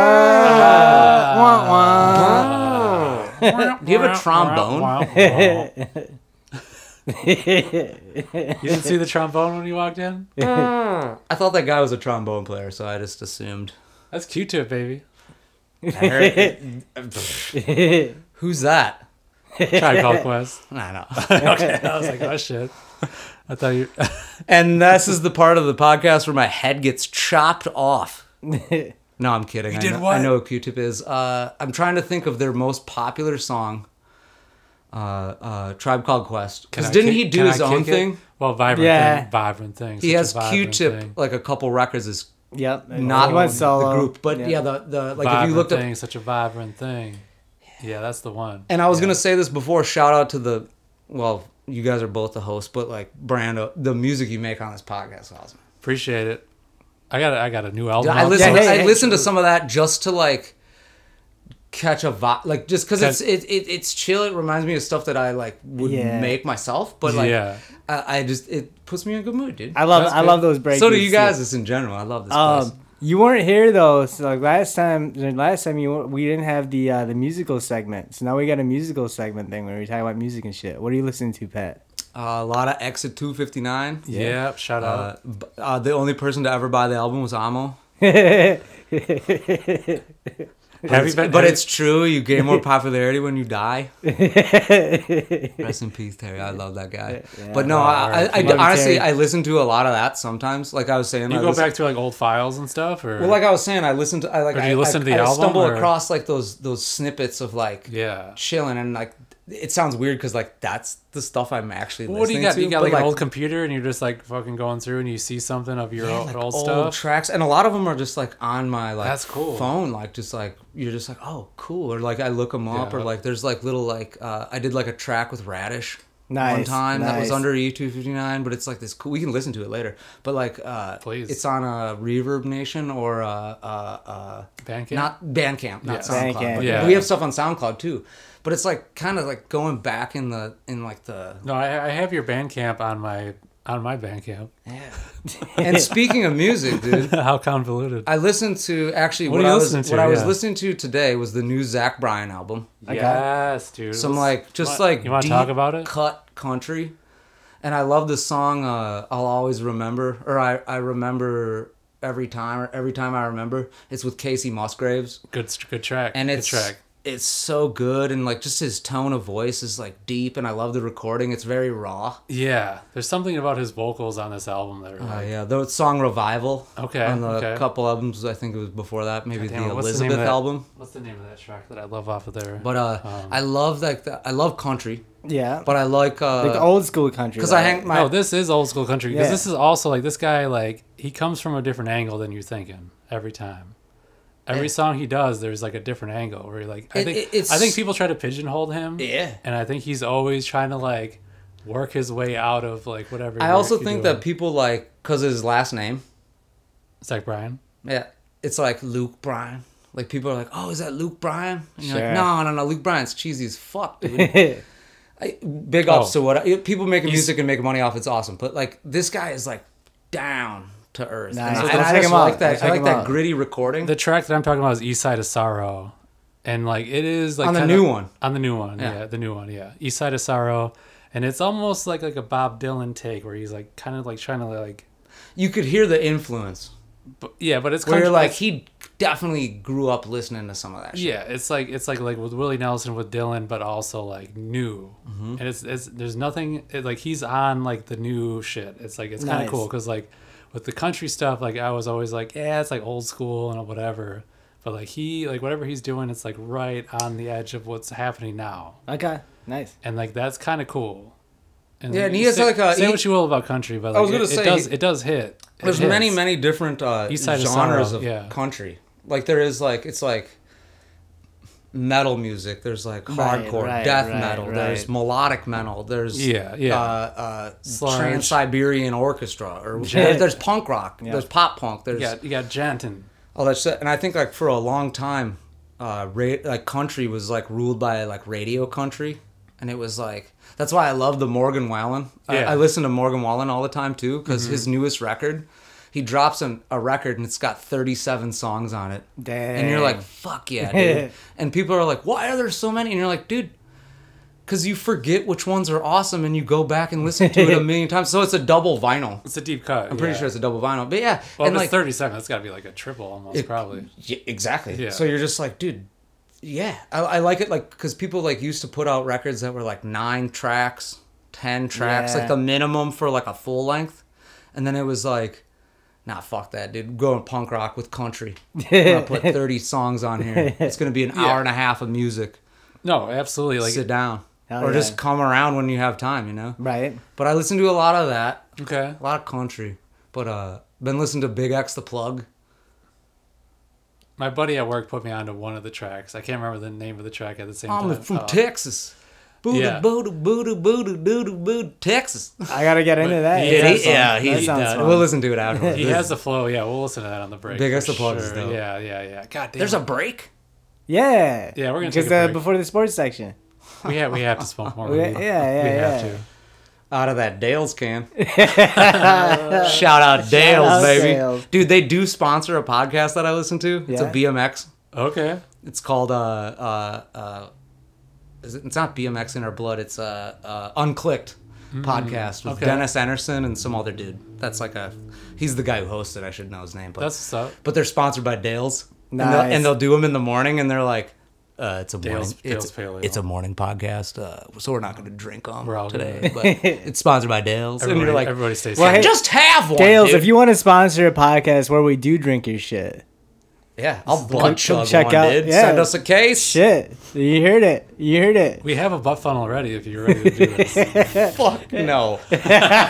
S2: Yeah. Wah, wah.
S1: Uh,
S3: Do you have a trombone?
S1: you
S3: [LAUGHS]
S1: didn't see the trombone when you walked in?
S3: [LAUGHS] I thought that guy was a trombone player, so I just assumed.
S1: That's cute to it, baby.
S3: [LAUGHS] Who's that?
S1: Tribe Called
S3: [LAUGHS]
S1: Quest.
S3: I know.
S1: okay, [LAUGHS] I was like, oh shit. I thought you. [LAUGHS]
S3: And this is the part of the podcast where my head gets chopped off. No, I'm kidding. You I
S1: did
S3: know,
S1: what?
S3: I know who Q-Tip is. Uh, I'm trying to think of their most popular song, uh, uh, Tribe Called Quest.
S1: Can I
S3: Because didn't
S1: kick-
S3: he do
S1: can I
S3: his own
S1: kick it?
S3: thing?
S1: Well, vibrant
S2: Yeah.
S1: thing, vibrant thing.
S3: He
S1: such a
S3: has
S1: vibrant thing.
S3: Q-Tip like a couple records is
S2: [LAUGHS] Yep.
S3: not
S2: He went solo.
S3: the group, but yeah, the, the like
S1: vibrant
S3: if you looked up
S1: thing, such a vibrant thing. Yeah, that's the one.
S3: And I was gonna say this before. Shout out to the, well, you guys are both the hosts, but like Brando, the music you make on this podcast is awesome.
S1: Appreciate it. I got a, I got a new album.
S3: I
S1: out
S3: listen,
S1: there.
S2: Uh-huh. hey,
S3: I
S2: hey.
S3: listened to some of that just to like catch a vibe, like just because it's it, it it's chill. It reminds me of stuff that I like would
S2: Yeah.
S3: make myself, but like
S1: Yeah.
S3: I, I just it puts me in a good mood, dude.
S2: I love- I love those break
S3: So do
S2: beats,
S3: you guys?
S2: too.
S3: Just in general, I love this. place.
S2: Um, you weren't here though. So like last time, the last time you were- we didn't have the uh, the musical segment. So now we got a musical segment thing where we talk about music and shit. What are you listening to, Pat?
S3: Uh, a lot of Exit Two Fifty Nine.
S1: yeah. Shout out.
S3: Uh, b- uh, the only person to ever buy the album was Amo.
S2: [LAUGHS]
S1: have you been?
S3: But
S1: have-
S3: it's true. You
S1: [LAUGHS]
S3: gain more popularity when you die. Rest in peace, Terry. I love that guy. but no, I, I, I
S2: R.I.P.
S3: honestly
S2: Terry.
S3: I listen to a lot of that sometimes. Like I was saying,
S1: you
S3: I
S1: go
S3: listen-
S1: back to like old files and stuff, or
S3: Well, like I was saying, I listen to I like
S1: Or do
S3: I,
S1: you listen
S3: I,
S1: to the
S3: I
S1: album,
S3: stumble
S1: or-
S3: across like those those snippets of like
S1: yeah.
S3: chilling and like it sounds weird because like that's the stuff I'm actually
S1: What do
S3: listening
S1: you got?
S3: to.
S1: you got
S3: but,
S1: like, an old computer, and you're just like fucking going through, and you see something of your
S3: yeah,
S1: old,
S3: like,
S1: old
S3: old
S1: stuff.
S3: tracks, and a lot of them are just like on my like
S1: That's cool.
S3: phone, like just like you're just like oh cool, or like I look them up, or
S1: Yeah.
S3: like there's like little like uh, I did like a track with Radish one
S2: Nice,
S3: time that was
S2: nice.
S3: under E two fifty nine, but it's like this cool. We can listen to it later, but like uh,
S1: Please.
S3: it's on a Reverb Nation or a, uh uh
S1: Bandcamp?
S3: not Bandcamp, not
S1: Yes.
S3: SoundCloud.
S2: Bandcamp,
S3: but
S1: yeah.
S3: we have stuff on SoundCloud too, but it's like kind of like going back in the in like the
S1: No, I, I have your Bandcamp on my on my Bandcamp.
S2: [LAUGHS]
S3: and speaking of music,
S1: [LAUGHS]
S3: dude.
S1: How convoluted.
S3: I listened to actually
S1: What
S3: what,
S1: are you
S3: I was
S1: listening to?
S3: what I was
S1: Yeah.
S3: listening to today was the new Zach Bryan album.
S1: yes, dude.
S3: Some
S1: Let's-
S3: like just
S1: wanna-
S3: like
S1: you want to talk
S3: deep
S1: about it?
S3: Cut country, and I love the song. Uh, I'll always remember, or I I remember every time, or every time I remember. It's with Casey Musgraves,
S1: Good, s- good track.
S3: and
S1: good
S3: it's
S1: track.
S3: it's so good, and like just his tone of voice is like deep, and I love the recording. It's very raw.
S1: Yeah, there's something about his vocals on this album that are
S3: Uh,
S1: like,
S3: yeah, the song revival.
S1: Okay,
S3: On the
S1: okay.
S3: couple albums, I think it was before that, maybe
S1: Goddamn
S3: the
S1: it, what's the name of
S3: Elizabeth
S1: that?
S3: album.
S1: what's the name of that track that I love off of there?
S3: But uh,
S1: Uh-huh.
S3: I love like the, I love country,
S2: Yeah,
S3: but I like
S2: like
S3: uh
S2: old school country.
S3: because
S2: though.
S3: I hang my
S1: no, this is old school country because
S2: Yeah.
S1: this is also like this guy like he comes from a different angle than you're thinking every time. Every song he does, there's like a different angle where you're like I
S3: It-
S1: think
S3: it- it's-
S1: I think people try to pigeonhole him.
S3: yeah.
S1: and I think he's always trying to like work his way out of like whatever.
S3: I
S1: work
S3: also
S1: you're
S3: think
S1: doing.
S3: that people like because his last name,
S1: Zach Bryan.
S3: yeah, it's like Luke Bryan. Like people are like, oh, is that Luke Bryan? And you're
S2: Sure.
S3: like, no, no, no, Luke Bryan's cheesy as
S1: [LAUGHS]
S3: fuck, dude. I, big ups
S1: Oh.
S3: to what I, people making music and making money off. It's awesome, but like this guy is like down to earth.
S2: Nice.
S3: And,
S2: So
S3: I- and
S2: go
S3: I
S2: check
S3: just
S2: 'em out.
S3: like that.
S2: Check
S3: I like
S2: 'em
S3: that
S2: out.
S3: gritty recording.
S1: The track that I'm talking about is East Side of Sorrow, and like it is like
S3: On the
S1: kinda-
S3: new one.
S1: On the new one, yeah.
S3: Yeah.
S1: the new one, yeah. East Side of Sorrow, and it's almost like like a Bob Dylan take where he's like kind of like trying to like,
S3: you could hear the influence.
S1: but, yeah, but it's
S3: Where
S1: country-
S3: you're like, he definitely grew up listening to some of that shit.
S1: yeah, it's like it's like like with Willie Nelson with Dylan, but also like new,
S3: Mm-hmm.
S1: and it's it's there's nothing it, like he's on like the new shit. It's like it's kind of
S2: Nice.
S1: 'cause cool because like with the country stuff, like I was always like, yeah, it's like old school and whatever. But like he like whatever he's doing, it's like right on the edge of what's happening now.
S2: [LAUGHS] Okay. Nice.
S1: and like that's kind of cool. And
S3: Yeah,
S1: like,
S3: and he has,
S1: say,
S3: like, a-
S1: say
S3: he-
S1: what you will about country, but like,
S3: was gonna
S1: it, it
S3: say,
S1: does
S3: he-
S1: it does hit. It
S3: There's many,
S1: hits.
S3: many different uh,
S1: East Side of
S3: genres
S1: Sorrow,
S3: of
S1: yeah.
S3: country. Like there is like it's like metal music. There's like
S2: Right,
S3: hardcore,
S2: right,
S3: death
S2: right,
S3: metal.
S2: right.
S3: There's melodic metal. There's
S1: Yeah, yeah.
S3: Uh, uh,
S1: Sludge.
S3: Trans Siberian Orchestra or
S2: Shit.
S3: there's punk rock. There's pop punk. There's
S1: You got you got Janton.
S3: all that shit. And I think like for a long time, uh, ra- like country was like ruled by like radio country, and it was like that's why I love the Morgan Wallen. I,
S1: Yeah. Mm-hmm.
S3: I listen to Morgan Wallen all the time too because his newest record, he drops an, a record and it's got 37 songs on it. And you're like,
S2: Damn.
S3: fuck
S1: [LAUGHS]
S3: yeah, dude. and people are like, why are there so many? And you're like, dude. Because you forget which ones are awesome and you go back and listen to
S1: [LAUGHS]
S3: it a million times. So it's a double vinyl.
S1: It's a deep cut.
S3: I'm pretty sure it's a double vinyl. But yeah.
S1: well,
S3: and
S1: if
S3: like,
S1: it's 37, that's got to be like a triple almost,
S3: It-
S1: probably.
S3: yeah, exactly.
S1: Yeah.
S3: So you're just like, dude, yeah, I, I like it. Like, because people like used to put out records that were like nine tracks, ten tracks,
S2: Yeah.
S3: like the minimum for like a full length, and then it was like, nah, fuck that, dude. Going punk rock with country. I'm gonna
S2: [LAUGHS]
S3: put thirty songs on here. It's gonna be an hour and a half of music.
S1: No, absolutely. Like
S3: Sit down,
S2: Hell
S3: or
S2: yeah.
S3: just come around when you have time, you know.
S2: Right.
S3: But I listen to a lot of that,
S1: okay,
S3: a lot of country. But uh, been listening to Big X the Plug.
S1: my buddy at work put me onto one of the tracks. I can't remember the name of the track at the same
S3: I'm
S1: time.
S3: from
S1: Oh.
S3: Texas. Boo
S1: Yeah.
S3: yeah. boo doo boo doo boo doo doo doo boo Texas.
S2: I gotta get into that.
S1: Yeah,
S2: that
S1: he-
S2: sounds-
S1: yeah,
S2: that
S1: he's
S2: sounds
S1: done.
S2: fun.
S3: We'll listen to it afterwards.
S1: Oh, He has the flow. Yeah, we'll listen to that on the break.
S3: Big
S1: for
S3: Ass the Plug is dope.
S1: Yeah, yeah, yeah. God damn.
S3: There's a break.
S2: Yeah.
S1: Yeah, we're gonna
S2: because
S1: take a
S2: uh,
S1: break.
S2: before the sports section.
S1: we have we have to
S3: [LAUGHS]
S1: smoke more.
S2: We-
S1: weed.
S2: yeah, yeah,
S1: we
S2: yeah.
S1: have to.
S3: Out of that Dale's can. Shout out Dale's,
S2: out
S3: baby.
S2: Dale's.
S3: Dude, they do sponsor a podcast that I listen to. It's
S2: Yeah.
S3: a BMX.
S1: Okay.
S3: It's called uh uh uh is it, it's not BMX in our blood, it's uh uh Unclicked podcast with
S1: okay.
S3: Dennis Anderson and some other dude. That's like a he's the guy who hosted, I should know his name, but
S1: That's what's up.
S3: but they're sponsored by Dale's. And,
S2: Nice.
S3: they'll, and they'll do them in the morning, and they're like, uh, "It's a
S1: Dale's-
S3: morning,
S1: Dale's
S3: it's,
S1: Paleo.
S3: it's a morning podcast, uh, so we're not going to drink on
S1: We're all [LAUGHS]
S3: today." But it's sponsored by Dale's, and
S1: Everybody,
S3: you're like,
S1: everybody stays
S2: Well, hey,
S3: "Just have one,
S2: Dales,
S3: dude."
S2: if you want to sponsor a podcast where we do drink your shit,
S3: yeah, I'll butt chug
S2: check
S3: one,
S2: out-
S3: dude.
S2: yeah.
S3: Send us a case.
S2: shit, you heard it, you heard it.
S1: We have a butt funnel ready if you're ready to do this.
S3: [LAUGHS]
S2: [LAUGHS]
S3: Fuck no.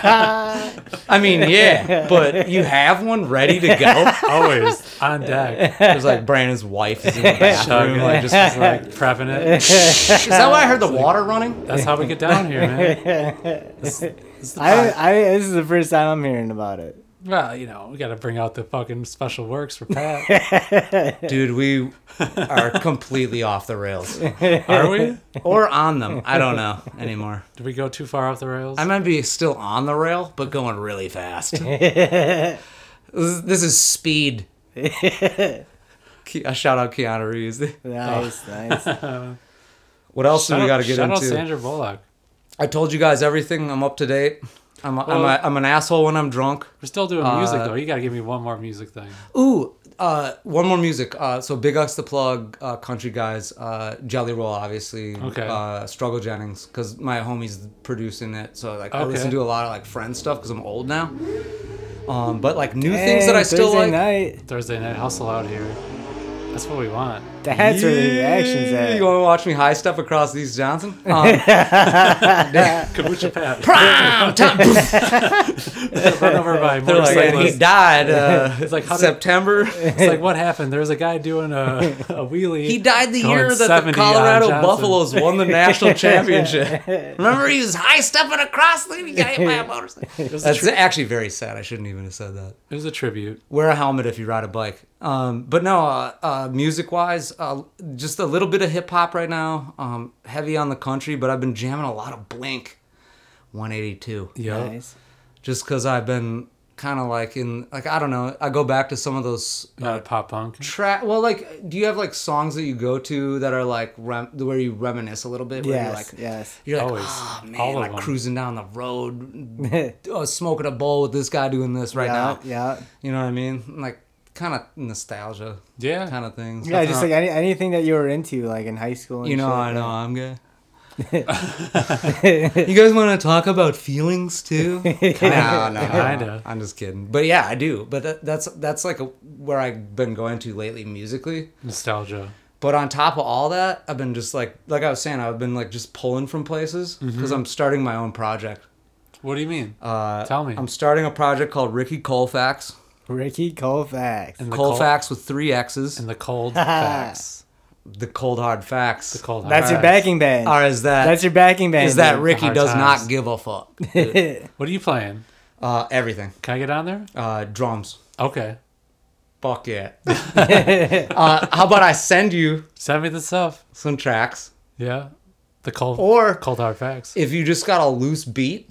S3: I mean, yeah, but you have one ready to go.
S1: [LAUGHS] Always on deck.
S3: It was like Brandon's wife is in the
S2: [LAUGHS]
S3: bathroom,
S1: [LAUGHS] Chugging,
S3: like just is [LAUGHS] like.
S1: like prepping it.
S3: Is that why I heard the water running?
S1: That's how we get down here,
S3: [LAUGHS]
S1: man. This- this is the
S2: I,
S1: pod-
S2: I, this is the first time I'm hearing about it.
S1: well, you know, we got to bring out the fucking special works for
S3: [LAUGHS]
S1: Pat.
S3: Dude, we are completely off the rails.
S1: Are we?
S3: or on them. I don't [LAUGHS] know anymore.
S1: Did we go too far off the rails?
S3: I might be still on the rail, but going really [LAUGHS] fast. this, is- this is speed. Ke- uh, shout out Keanu Reeves.
S2: Nice,
S3: Oh. [LAUGHS]
S2: nice.
S3: What else do
S1: Shout
S3: we
S1: out-
S3: got to get
S1: shout
S3: into?
S1: out Sandra Bullock.
S3: I told you guys everything. I'm up to date. I'm, a, I'm,
S1: Well-
S3: a, I'm an asshole when I'm drunk.
S1: We're still doing music
S3: Uh,
S1: though. You got to give me one more music thing.
S3: Ooh, uh, one more music. Uh, so Big Ups the Plug, uh, Country Guys, uh, Jelly Roll, obviously.
S1: Okay.
S3: Uh, Struggle Jennings, because my homie's producing it. So like, I
S1: Okay.
S3: listen to a lot of like friend stuff because I'm old now. Um, but like new things that I still
S2: Thursday
S3: like.
S2: night.
S1: Thursday night hustle out here. That's what we want.
S2: That's where the action's
S3: Yeah,
S2: at.
S3: You want to watch me high step across these Johnson?
S2: [LAUGHS]
S3: Um, [LAUGHS]
S1: Kabucha Pat.
S3: prime time.
S1: Run over by a
S3: [LAUGHS] They're like, and
S1: motorcyclist. [LAUGHS]
S3: he died. Uh,
S1: It's like, how did-
S3: September.
S1: [LAUGHS] It's like what happened? There was a guy doing a,
S3: [LAUGHS]
S1: a wheelie.
S3: He died the
S1: Going
S3: year
S1: 70
S3: that
S1: on
S3: the Colorado
S1: Johnson.
S3: Buffaloes won
S1: [LAUGHS]
S3: the national championship. Remember, he was high stepping across the guy hit by
S1: [LAUGHS]
S3: a motorcycle.
S1: was
S3: That's actually very sad. I shouldn't even have said that.
S1: It was a tribute.
S3: Wear a helmet if you ride a bike. Um, but no, uh, uh, music wise, uh, just a little bit of hip hop right now. Um, heavy on the country, but I've been jamming a lot of Blink 182
S1: Yeah.
S2: Nice.
S3: just because I've been kind of like in like I don't know. I go back to some of those uh,
S1: Not pop punk.
S3: track. Well, like, do you have like songs that you go to that are like rem- where you reminisce a little bit? Where
S2: Yes,
S3: You're like,
S2: yes. [LAUGHS]
S3: You're like,
S1: Always.
S3: oh man,
S1: All of
S3: like
S1: them.
S3: cruising down the road, oh, smoking a bowl with this guy doing this right
S2: yeah,
S3: now.
S2: yeah.
S3: You know what I mean? Like, kind of nostalgia.
S1: Yeah.
S3: Kind of things.
S2: Yeah,
S3: That's
S2: just
S3: not-
S2: like any, anything that you were into, like in high school. And
S3: you know,
S2: shit,
S3: I know
S2: yeah.
S3: I'm gay. you guys want to talk about feelings too? no, no, no,
S1: Kinda.
S3: I'm just kidding. But yeah, I do. But that, that's that's like a, where I've been going to lately musically.
S1: Nostalgia.
S3: But on top of all that, I've been just like like I was saying, I've been like just pulling from places
S1: Mm-hmm.
S3: because I'm starting my own project.
S1: What do you mean?
S3: Uh,
S1: Tell me.
S3: I'm starting a project called Ricky Colfax.
S2: Ricky Colfax.
S1: And the cold-
S3: Colfax with three X's.
S1: and the
S3: [LAUGHS]
S1: cold facts.
S3: the cold hard facts.
S1: The cold.
S2: That's your
S1: facts.
S2: backing band.
S3: Or is that
S2: That's your backing band.
S3: is that
S2: dude.
S3: Ricky
S1: Hard
S3: does
S1: times.
S3: not give
S1: [LAUGHS]
S3: a fuck?
S2: [LAUGHS]
S3: dude.
S1: What are you playing?
S3: uh, everything.
S1: Can I get on there?
S3: Uh, drums.
S1: Okay. [LAUGHS]
S3: Fuck yeah. uh, how about I send you
S1: Send me the stuff.
S3: some tracks?
S1: Yeah. The cold.
S3: Or
S1: cold hard facts.
S3: if you just got a loose beat,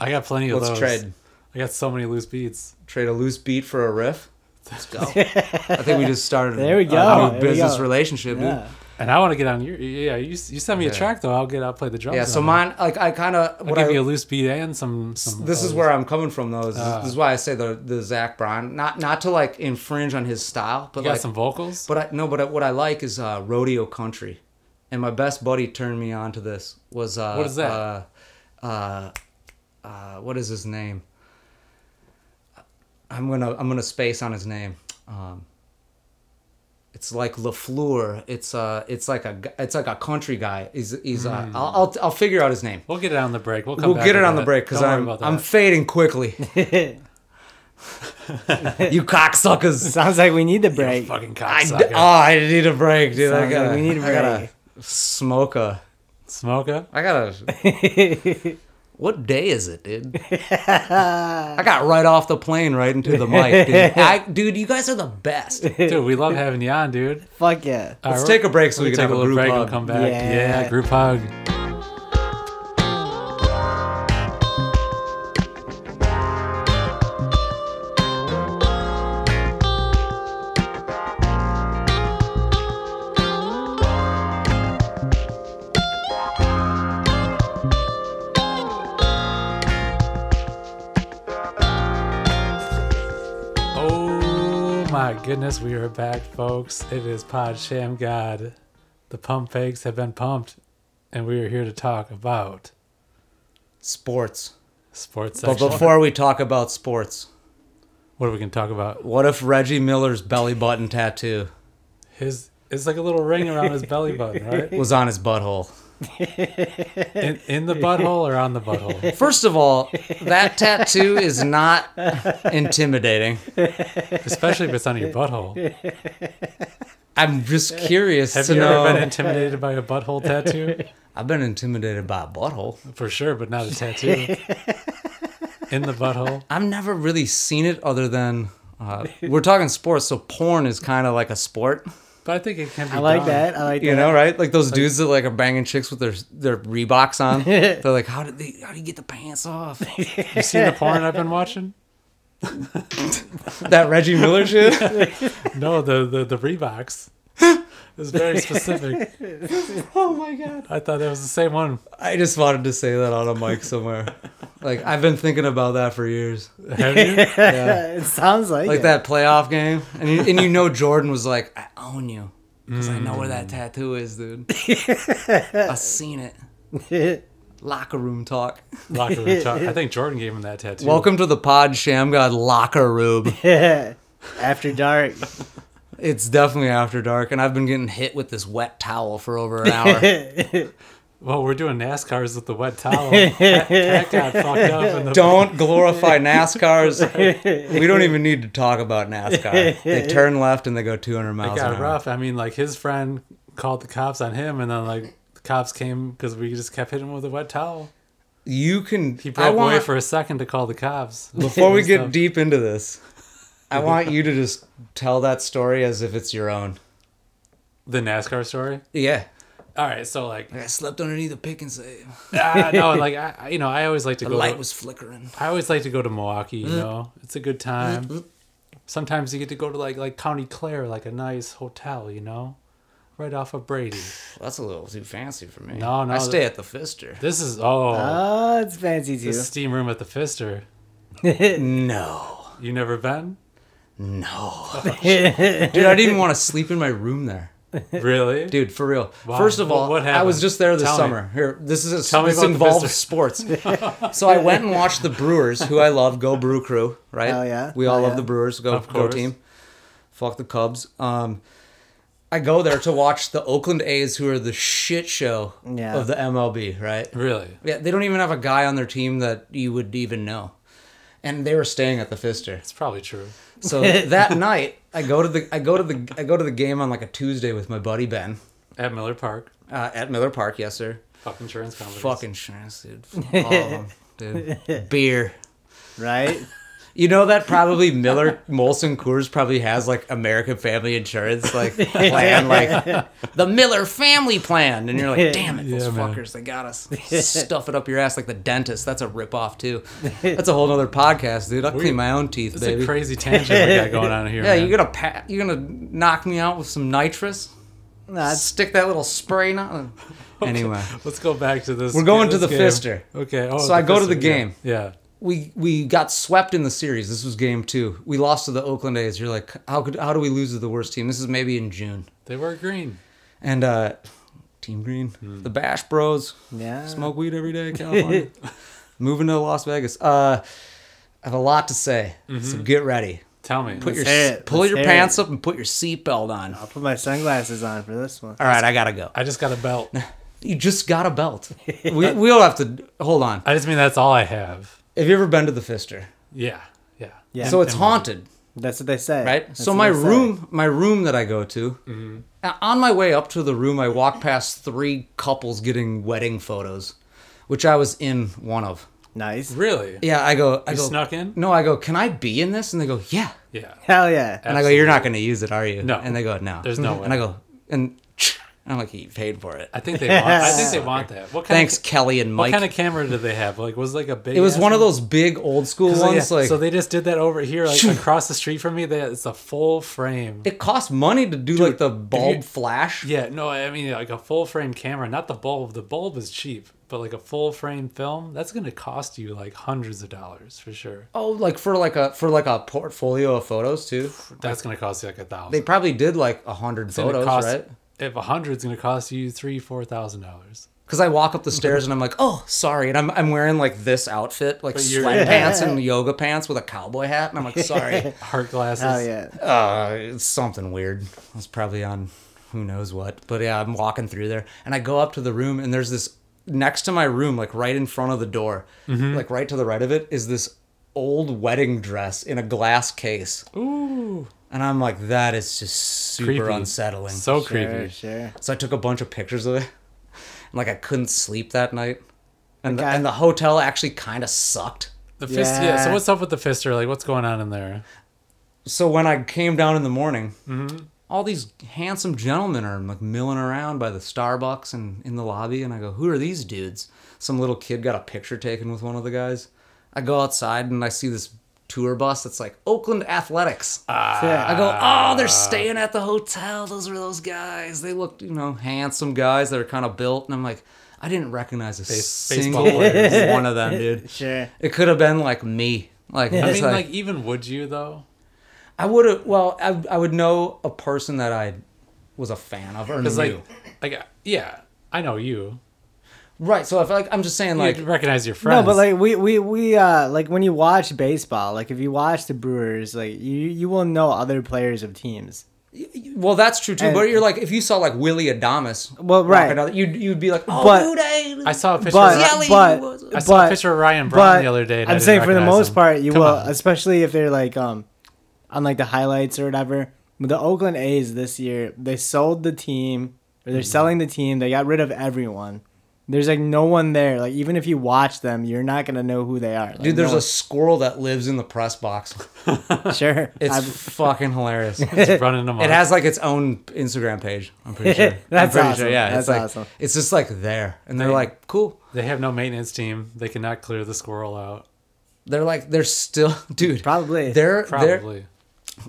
S1: I got plenty of
S3: let's
S1: those.
S3: trade
S1: I got so many loose beats.
S3: trade a loose beat for a riff.
S2: [LAUGHS]
S3: Let's go. I think we just started
S2: There we
S3: a
S2: go,
S3: new
S2: there we
S3: business
S2: go.
S3: relationship, dude.
S2: Yeah.
S1: And I want to get on your. Yeah. You, you send me
S3: Yeah.
S1: a track though. I'll get. I'll play the drums.
S3: Yeah, so
S1: on it.
S3: mine, like, I kind of,
S1: I'll
S3: what
S1: give
S3: I,
S1: you a loose beat and some. some uh,
S3: this is
S1: others.
S3: where I'm coming from, though. This,
S1: Ah.
S3: this is why I say the the Zach Brown, not not to like infringe on his style, but
S1: you got
S3: like,
S1: some vocals.
S3: but I, no, but I, what I like is uh, rodeo country, and my best buddy turned me on to this. Was uh,
S1: What is that?
S3: Uh, uh, uh, what is his name? I'm gonna I'm gonna space on his name. Um, it's like Lafleur. It's uh, it's like a gu- it's like a country guy. He's he's uh, I'll, I'll I'll figure out his name.
S1: We'll get it on the break. We'll come.
S3: We'll
S1: back
S3: get it
S1: to
S3: on the
S1: that.
S3: break because
S1: Don't worry
S3: I'm
S1: about
S3: I'm
S1: that.
S3: fading quickly. [LAUGHS] you [LAUGHS] cocksuckers!
S2: [LAUGHS] Sounds like we need the break.
S1: fucking
S3: I, d-
S1: cocksucker.
S3: oh, I need a break, dude. I
S2: Sounds like
S3: gotta,
S2: we need a
S3: I gotta
S2: break.
S3: smoke a. [LAUGHS]
S1: Smoker.
S3: I gotta. [LAUGHS] what day is it, [LAUGHS] dude? I got right off the plane right into the mic, dude. I, dude, you guys are the best. Let's
S1: Dude, we love having you on, dude.
S2: Fuck yeah.
S1: All right,
S3: take a break so
S1: we
S3: we
S1: can
S3: can
S1: take
S3: have
S1: a
S3: a
S1: little
S3: group
S1: break
S3: hug.
S1: and come back.
S2: Yeah.
S1: yeah group hug. Oh my goodness, we are back, folks. It is Pod Sham God. The pump fakes have been pumped, and we are here to talk about
S3: Sports.
S1: sports
S3: But
S1: section.
S3: before we talk about sports,
S1: what are we going to talk about?
S3: what if Reggie Miller's belly button tattoo
S1: His it's like a little ring around his belly button, right?
S3: was on his butthole?
S1: In, in the butthole or on the butthole?
S3: First of all, that tattoo is not intimidating.
S1: Especially if it's on your butthole.
S3: I'm just curious
S1: Have
S3: to
S1: you
S3: know.
S1: ever been intimidated by a butthole tattoo?
S3: I've been intimidated by a butthole.
S1: For sure, but not a tattoo. In the butthole.
S3: I've never really seen it other than uh, we're talking sports, so porn is kind of like a sport,
S1: But I think it can be
S2: I like
S1: done.
S2: that. I like
S3: you
S2: that.
S3: know, right? Like those dudes that like are banging chicks with their their Reeboks [LAUGHS] on. They're like, how did they? How do you get the pants off? [LAUGHS]
S1: You seen the porn I've been watching?
S3: that Reggie [LAUGHS] Miller shit.
S1: No, the the the Reeboks. [LAUGHS] It's very specific.
S3: oh my god!
S1: I thought that was the same one.
S3: I just wanted to say that on a mic somewhere. Like I've been thinking about that for years.
S1: Have you?
S2: [LAUGHS]
S3: Yeah.
S2: it sounds like,
S3: Like
S2: it.
S3: that playoff game, and you, and you know Jordan was like, "I own you," because I know where that tattoo is, dude. [LAUGHS] I seen it. Locker room talk.
S1: Locker room
S3: [LAUGHS]
S1: talk. I think Jordan gave him that tattoo.
S3: Welcome to the pod, Sham God Locker
S1: [LAUGHS]
S3: Room.
S2: [LAUGHS] After dark.
S3: it's definitely after dark, and I've been getting hit with this wet towel for over an hour.
S1: [LAUGHS] Well, we're doing NASCARs with the wet towel. that, that
S3: [LAUGHS]
S1: got fucked up. In the,
S3: don't
S1: [LAUGHS]
S3: glorify NASCARs. we don't even need to talk about NASCAR. They turn left and they go 200
S1: it
S3: miles an
S1: got
S3: hour.
S1: rough. I mean, like his friend called the cops on him, and then like the cops came because we just kept hitting him with a wet towel.
S3: You can.
S1: He
S3: I
S1: broke
S3: want,
S1: away for a second to call the cops.
S3: [LAUGHS] Before
S1: [LAUGHS]
S3: we
S1: And
S3: get
S1: stuff.
S3: deep into this,
S1: [LAUGHS]
S3: I want you to just tell that story as if it's your own.
S1: the NASCAR story,
S3: Yeah.
S1: all right, so like,
S3: Like I slept underneath a pick and save.
S1: ah,
S3: [LAUGHS]
S1: no, like I, I- you know, I always like to
S3: The
S1: go.
S3: light was Mm-hmm. flickering.
S1: I always like to go to Milwaukee. You know, it's a good
S3: Mm-hmm.
S1: time. Sometimes you get to go to like like County Clare, like a nice hotel. You know, right off of Brady.
S3: That's a little too fancy for me.
S1: No, no,
S3: I stay at the
S1: [LAUGHS]
S3: Fister.
S1: This is oh,
S3: Ah,
S2: Oh, it's fancy too.
S1: the steam room at the Fister.
S3: No,
S1: You never been? [LAUGHS]
S3: no, [LAUGHS] dude, I didn't even want to sleep in my room there.
S1: Really?
S3: Dude, for real.
S1: Wow.
S3: First of
S1: Well,
S3: all,
S1: what
S3: I was
S1: happened?
S3: just there this
S1: Tell me.
S3: summer. Here, this is
S1: Tell me
S3: this
S1: about the
S3: involves
S1: Fister. [LAUGHS]
S3: sports. so I went and watched the Brewers, who I love. Go Brew Crew, right?
S2: Hell Oh, yeah.
S3: We all
S2: Hell
S3: love
S2: yeah.
S3: the Brewers. Go
S1: Of
S3: go
S1: course.
S3: team. Fuck the Cubs. Um, I go there to watch the Oakland A's, who are the shit show
S2: Yeah.
S3: of the MLB, right?
S1: Really?
S3: Yeah, they don't even have a guy on their team that you would even know. And they were staying at the Fister.
S1: It's probably true.
S3: So that night, I go to the I go to the I go to the game on like a Tuesday with my buddy Ben
S1: At Miller Park,
S3: uh, at Miller Park. Yes, sir.
S1: fuck insurance company.
S3: Fuck insurance, dude. Fuck All of 'em, dude. Beer.
S2: right? [LAUGHS]
S3: You know that probably Miller Molson Coors probably has like American Family Insurance like plan like the Miller Family Plan, and you're like, damn it, those
S1: Yeah, man.
S3: fuckers, they got us. Stuff it up your ass like the dentist. That's a ripoff too. That's a whole nother podcast, dude. I'll clean my own teeth,
S1: It's
S3: baby.
S1: a crazy tangent we got going
S3: [LAUGHS]
S1: on here.
S3: yeah,
S1: man.
S3: you're gonna pat, you're gonna knock me out with some nitrous.
S2: Nah,
S3: [LAUGHS]
S2: it's-
S3: Stick that little spray. Not [LAUGHS] anyway.
S1: Let's go back to this.
S3: We're going to
S1: this
S3: the
S1: game.
S3: Fister.
S1: Okay. Oh,
S3: So I go to the
S1: Fister,
S3: game.
S1: Yeah.
S3: we we got swept in the series. This was game two. We lost to the Oakland A's. You're like, how could how do we lose to the worst team? This is maybe in June.
S1: They were green.
S3: And uh Team Green, the Bash Bros,
S2: yeah.
S3: smoke weed every day,
S2: [LAUGHS]
S3: California. Moving to Las Vegas. Uh, I have a lot to say, so get ready.
S1: Tell me.
S3: Put your
S2: hear it.
S3: pull
S2: Let's
S3: your
S2: hear
S3: pants
S2: it.
S3: up and put your seatbelt on.
S2: I'll put my sunglasses on for this one.
S3: All right, I gotta go.
S1: I just got a
S3: [LAUGHS]
S1: belt.
S3: You just got a belt.
S2: [LAUGHS]
S3: we we'll have to hold on.
S1: I just mean that's all I have.
S3: Have you ever been to the Fister?
S1: Yeah. Yeah.
S2: Yeah.
S3: so it's
S1: and-
S3: haunted.
S2: That's what they say.
S3: right?
S2: That's
S3: so
S2: what
S3: my
S2: they say.
S3: room, my room that I go to,
S1: Mm-hmm.
S3: uh, on my way up to the room, I walk past three couples getting wedding photos, which I was in one of.
S2: Nice.
S3: [LAUGHS]
S1: Really?
S3: Yeah, I go, I
S1: You
S3: go,
S1: snuck in?
S3: No, I go, can I be in this? And they go, yeah.
S1: Yeah.
S2: Hell yeah.
S3: And I go, you're not going to use it, are you?
S1: No.
S3: And they go, no.
S1: There's no way.
S3: [LAUGHS] And I go, and I'm like, he paid for it.
S1: I think they want. I think they want that. What kind
S3: Thanks,
S1: Of,
S3: Kelly and
S1: what
S3: Mike.
S1: kind of camera did they have? Like, was it like a big.
S3: it was
S1: ass
S3: one of those big old school
S1: So, yeah,
S3: ones. like
S1: so they just did that over here, like across the street from me. That it's a full frame.
S3: it costs money to do like the bulb flash.
S1: Yeah, no, I mean like a full frame camera, not the bulb. The bulb is cheap, but like a full frame film, that's gonna cost you like hundreds of dollars for sure.
S3: Oh, like for like a for like a portfolio of photos too.
S1: That's gonna cost you like a thousand.
S3: They probably did like a hundred
S1: gonna
S3: photos,
S1: cost,
S3: right?
S1: If a hundred's gonna cost you three, four thousand dollars.
S3: Because I walk up the stairs and I'm like, oh, sorry, and I'm I'm wearing like this outfit, like
S1: But you're- [LAUGHS]
S3: sweatpants and yoga pants with a cowboy hat, and I'm like, sorry,
S1: Heart glasses.
S2: Hell yeah.
S3: uh, it's something weird. I was probably on who knows what, but yeah, I'm walking through there, and I go up to the room, and there's this next to my room, like right in front of the door,
S1: Mm-hmm.
S3: like right to the right of it, is this old wedding dress in a glass case,
S1: Ooh.
S3: and I'm like, that is just super
S1: Creepy.
S3: unsettling.
S1: So
S2: Sure,
S1: creepy.
S2: sure.
S3: So I took a bunch of pictures of it. And, like I couldn't sleep that night. And, the,
S2: Okay.
S3: and the hotel actually kind of sucked.
S1: The fist yeah. so
S2: Yeah.
S1: what's up with the fister? Like what's going on in there?
S3: So when I came down in the morning, all these handsome gentlemen are like milling around by the Starbucks and in the lobby. And I go, who are these dudes? Some little kid got a picture taken with one of the guys. I go outside and I see this tour bus that's like Oakland Athletics. Ah. I
S2: yeah.
S3: go, oh, they're staying at the hotel. Those were those guys. They looked, you know, handsome guys that are kind of built. And I'm like, I didn't recognize a single
S1: baseball players.
S3: one of
S2: [LAUGHS]
S3: them, dude.
S2: Sure.
S3: It could have been like me. Like,
S1: I
S3: I
S1: mean,
S3: like,
S1: like even would you though?
S3: I would have. Well, I, I would know a person that I was a fan of or knew.
S1: Because like like yeah, I know you.
S3: right. So I feel like I'm just saying, like,
S1: Like recognize your friends.
S2: No, but like we we we uh like when you watch baseball, like if you watch the Brewers, like you you will know other players of teams.
S3: well, that's true too.
S2: And-
S3: but you're like, if you saw like Willie Adamas,
S2: Well,
S3: walking
S2: right.
S3: down- you'd you'd be like, oh,
S2: But-
S3: dude, I,
S1: I saw a picture
S2: But
S1: of
S3: Yelly
S2: but
S3: was-
S1: I saw a
S2: but-
S1: picture of Ryan Braun the other day. and I
S2: I'm
S1: didn't
S2: saying for the
S1: recognize
S2: most
S1: him.
S2: part, you
S1: Come
S2: will,
S1: on.
S2: especially if they're like um on like the highlights or whatever. With the Oakland
S1: Mm-hmm.
S2: A's this year, they sold the team, or they're selling the team. They got rid of everyone. There's like no one there. Like even if you watch them, you're not gonna know who they are. Like,
S3: Dude, there's
S2: no
S3: a squirrel that lives in the
S2: [LAUGHS]
S3: press box.
S2: one- sure.
S3: It's
S2: I've-
S3: fucking
S2: [LAUGHS]
S3: hilarious.
S1: It's running them
S3: It
S1: up.
S3: has like its own Instagram page. I'm
S2: [LAUGHS]
S3: pretty sure. I'm
S2: That's
S3: pretty
S2: awesome.
S3: yeah, it's
S2: That's
S3: like
S2: awesome.
S3: it's just like there, and they're like cool.
S1: they have no maintenance team. They cannot clear the squirrel out.
S3: They're like they're still, [LAUGHS] dude.
S2: Probably.
S3: They're they're.
S1: Probably.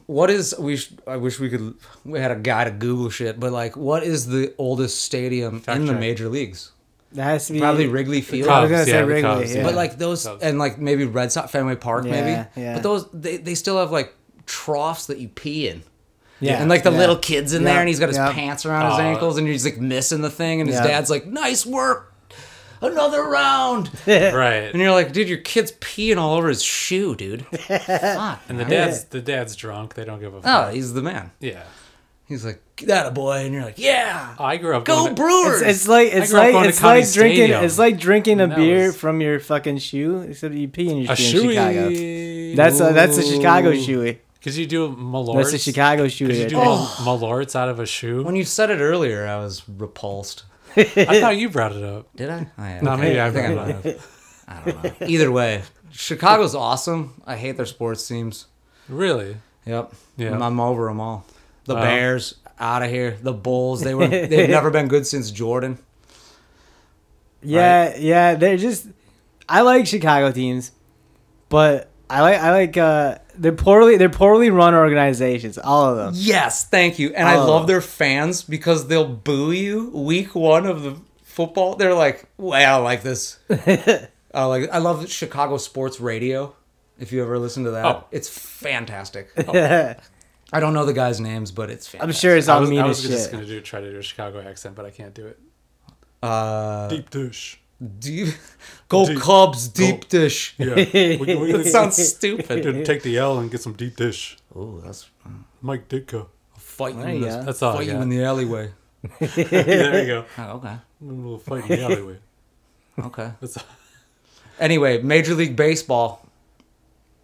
S3: What is we? Sh- I wish we could. We had a guy to Google shit, but like, what is the oldest stadium
S1: Fact
S3: in the
S1: check.
S3: major leagues?
S2: that has to be
S3: Probably Wrigley Field.
S2: I
S1: Cubs,
S2: was gonna say
S1: yeah, the
S2: Wrigley,
S1: Cubs,
S2: yeah.
S3: But like those,
S1: Cubs.
S3: and like maybe Red Sox, Fenway Park,
S2: Yeah,
S3: maybe.
S2: yeah.
S3: But those, they, they still have like troughs that you pee in.
S2: Yeah,
S3: And like the
S2: yeah.
S3: little kid's in
S2: Yeah,
S3: there, and he's got his
S2: yeah.
S3: pants around his
S1: Aw.
S3: ankles, and he's like missing the thing, and his
S2: Yeah.
S3: dad's like, "Nice work, another round."
S1: Right.
S3: And you're like, "Dude, your kid's peeing all over his
S2: [LAUGHS]
S3: shoe, dude." Fuck.
S1: And the dad's the dad's drunk. They don't give a
S3: oh,
S1: fuck.
S3: he's the man.
S1: Yeah.
S3: He's like, "That a boy," and you're like, "Yeah,
S1: I grew up.
S3: go
S1: going to-
S3: Brewers."
S2: It's, it's like
S1: I
S2: it's
S1: grew up
S2: like
S1: going to
S2: it's like
S1: Connie
S2: drinking
S1: Stadium.
S2: it's like drinking a
S1: that
S2: beer
S1: was-
S2: from your fucking shoe, except you pee in your
S1: A
S2: shoe in Chicago.
S1: shoey.
S2: That's a, that's a Chicago
S3: Ooh.
S2: shoey.
S1: Could you do malorts?
S2: That's a Chicago
S1: Could
S2: shoey.
S1: you
S2: right
S1: do
S2: there.
S1: mal- malorts out of a shoe?
S2: [LAUGHS]
S3: when you said it earlier, I was repulsed.
S1: I thought you brought it up.
S3: Did I? I
S1: No, maybe I
S3: think I
S1: brought
S2: [LAUGHS]
S3: might have. I don't know. Either way, Chicago's awesome. I hate their sports teams.
S1: Really?
S3: Yep.
S1: Yeah. Uh-huh.
S3: I'm over them all. The
S1: Wow.
S3: Bears out of here. The Bulls.
S2: [LAUGHS]
S3: They were. They've never been good since Jordan.
S2: Yeah, yeah, they're just. I like Chicago teams, but I like I like uh they're poorly they're poorly run organizations, all of them.
S3: Yes, thank you. And I
S2: Oh.
S3: love their fans because they'll boo you week one of the football. They're like, well, I don't
S2: [LAUGHS]
S3: like this. I like. I love Chicago sports radio. If you ever listen to that,
S1: Oh.
S2: [LAUGHS]
S3: it's fantastic. I don't know the guys' names, but it's fantastic.
S2: I'm sure it's
S1: I
S2: all
S1: was,
S2: mean
S1: I
S2: as
S1: was
S2: shit.
S1: just gonna do try to do a Chicago accent, but I can't do it.
S3: Uh,
S1: Deep dish.
S3: deep, [LAUGHS] go
S1: Deep-
S3: Cubs, deep
S2: [LAUGHS]
S3: dish.
S1: Yeah. we, we,
S3: [LAUGHS] It sounds stupid.
S1: Dude, take the L and get some deep dish.
S3: Oh, that's
S1: Mike Ditka.
S3: I'll fight you.
S2: There
S3: in
S2: you
S3: this-
S2: go.
S1: That's all I
S3: fight you
S1: got.
S3: in the alleyway.
S1: [LAUGHS] there you go.
S3: Oh, okay,
S1: We'll fight in the alleyway.
S3: okay.
S1: That's [LAUGHS] all.
S3: [LAUGHS] Anyway, Major League Baseball,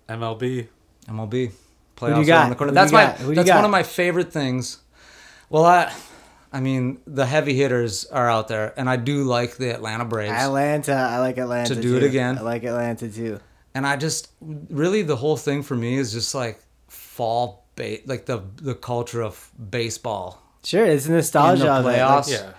S1: MLB.
S3: MLB playoffs
S2: you
S3: around
S2: got?
S3: the
S2: Who
S3: corner.
S2: do
S3: That's
S2: you
S3: my.
S2: got? Who do you
S3: That's
S2: got?
S3: one of my favorite things. Well, I, I mean, the heavy hitters are out there, and I do like the Atlanta Braves.
S2: Atlanta, I like Atlanta.
S3: To do it
S2: too.
S3: again.
S2: I like Atlanta too.
S3: and I just really the whole thing for me is just like fall, ba- like the the culture of baseball.
S2: Sure, it's nostalgia.
S3: In the
S2: of it. Like,
S3: playoffs.
S1: Yeah.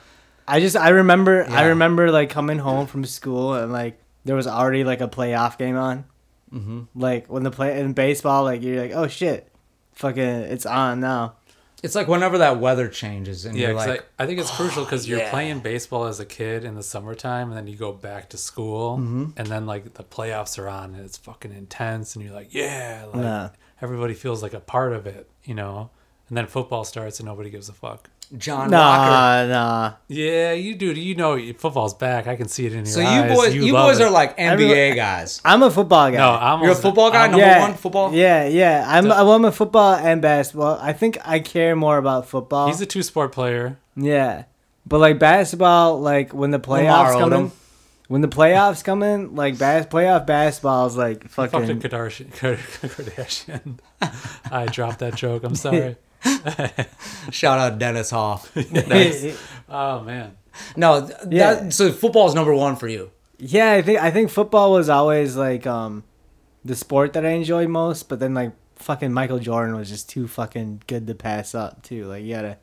S2: I just I remember I
S3: Yeah.
S2: remember like coming home from school and like there was already like a playoff game on. Mm-hmm. Like when the play in baseball, like you're like, oh shit, fucking, it's on now.
S3: It's like whenever that weather changes, and
S1: Yeah,
S3: you're
S1: 'cause
S3: like,
S1: I, I think it's crucial because you're
S3: [SIGHS] yeah.
S1: playing baseball as a kid in the summertime, and then you go back to school,
S3: Mm-hmm.
S1: and then like the playoffs are on, and it's fucking intense, and you're like, yeah, like
S2: Yeah.
S1: everybody feels like a part of it, you know. And then football starts, and nobody gives a fuck.
S3: John Walker.
S2: Nah, nah.
S1: Yeah, you do. You know, football's back. I can see it in your
S3: So you
S1: eyes.
S3: boys, you,
S1: love
S3: boys
S1: it.
S3: are like NBA
S2: Everyone-
S3: guys.
S2: I'm a football guy.
S1: no, I'm
S3: You're a football guy,
S1: I'm-
S3: no? number one, football?
S2: Yeah, yeah. I'm well, I'm a football and basketball. I think I care more about football.
S1: He's a two sport player.
S2: yeah, but like basketball, like when the playoffs
S3: Lamar
S2: come in,
S3: Odom.
S2: when the playoffs come in, like bas- playoff basketball is like
S1: Fucked a
S2: fucking.
S1: Kardashian. [LAUGHS] Kardashian. I dropped that joke. I'm
S3: [LAUGHS]
S1: sorry.
S3: Shout out Dennis Hoff.
S2: [LAUGHS]
S1: Oh man.
S3: No, th-
S2: Yeah.
S3: that, so football is number one for you.
S2: yeah, I think I think football was always like um, the sport that I enjoyed most. But then like fucking Michael Jordan was just too fucking good to pass up too. Like you gotta.